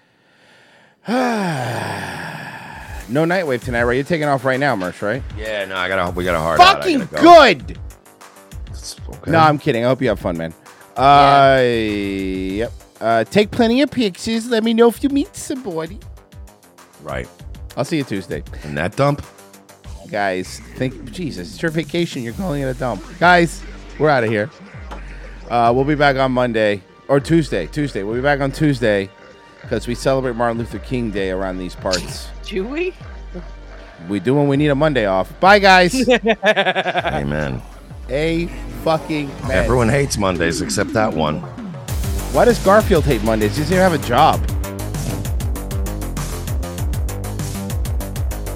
Speaker 3: no nightwave tonight, right? You're taking off right now, Merch, right?
Speaker 2: Yeah, no, I gotta. We got a hard. out. I
Speaker 3: Fucking
Speaker 2: gotta go.
Speaker 3: good. No, I'm kidding. I hope you have fun, man. Uh, yep. Uh, take plenty of pictures. Let me know if you meet somebody.
Speaker 2: Right.
Speaker 3: I'll see you Tuesday.
Speaker 2: And that dump,
Speaker 3: guys. Think, Jesus, it's your vacation. You're calling it a dump, guys. We're out of here. Uh, we'll be back on Monday or Tuesday. Tuesday. We'll be back on Tuesday because we celebrate Martin Luther King Day around these parts.
Speaker 10: Do we?
Speaker 3: We do when we need a Monday off. Bye, guys.
Speaker 2: Amen.
Speaker 3: a fucking. man.
Speaker 2: Everyone hates Mondays except that one.
Speaker 3: Why does Garfield hate Mondays? He doesn't even have a job.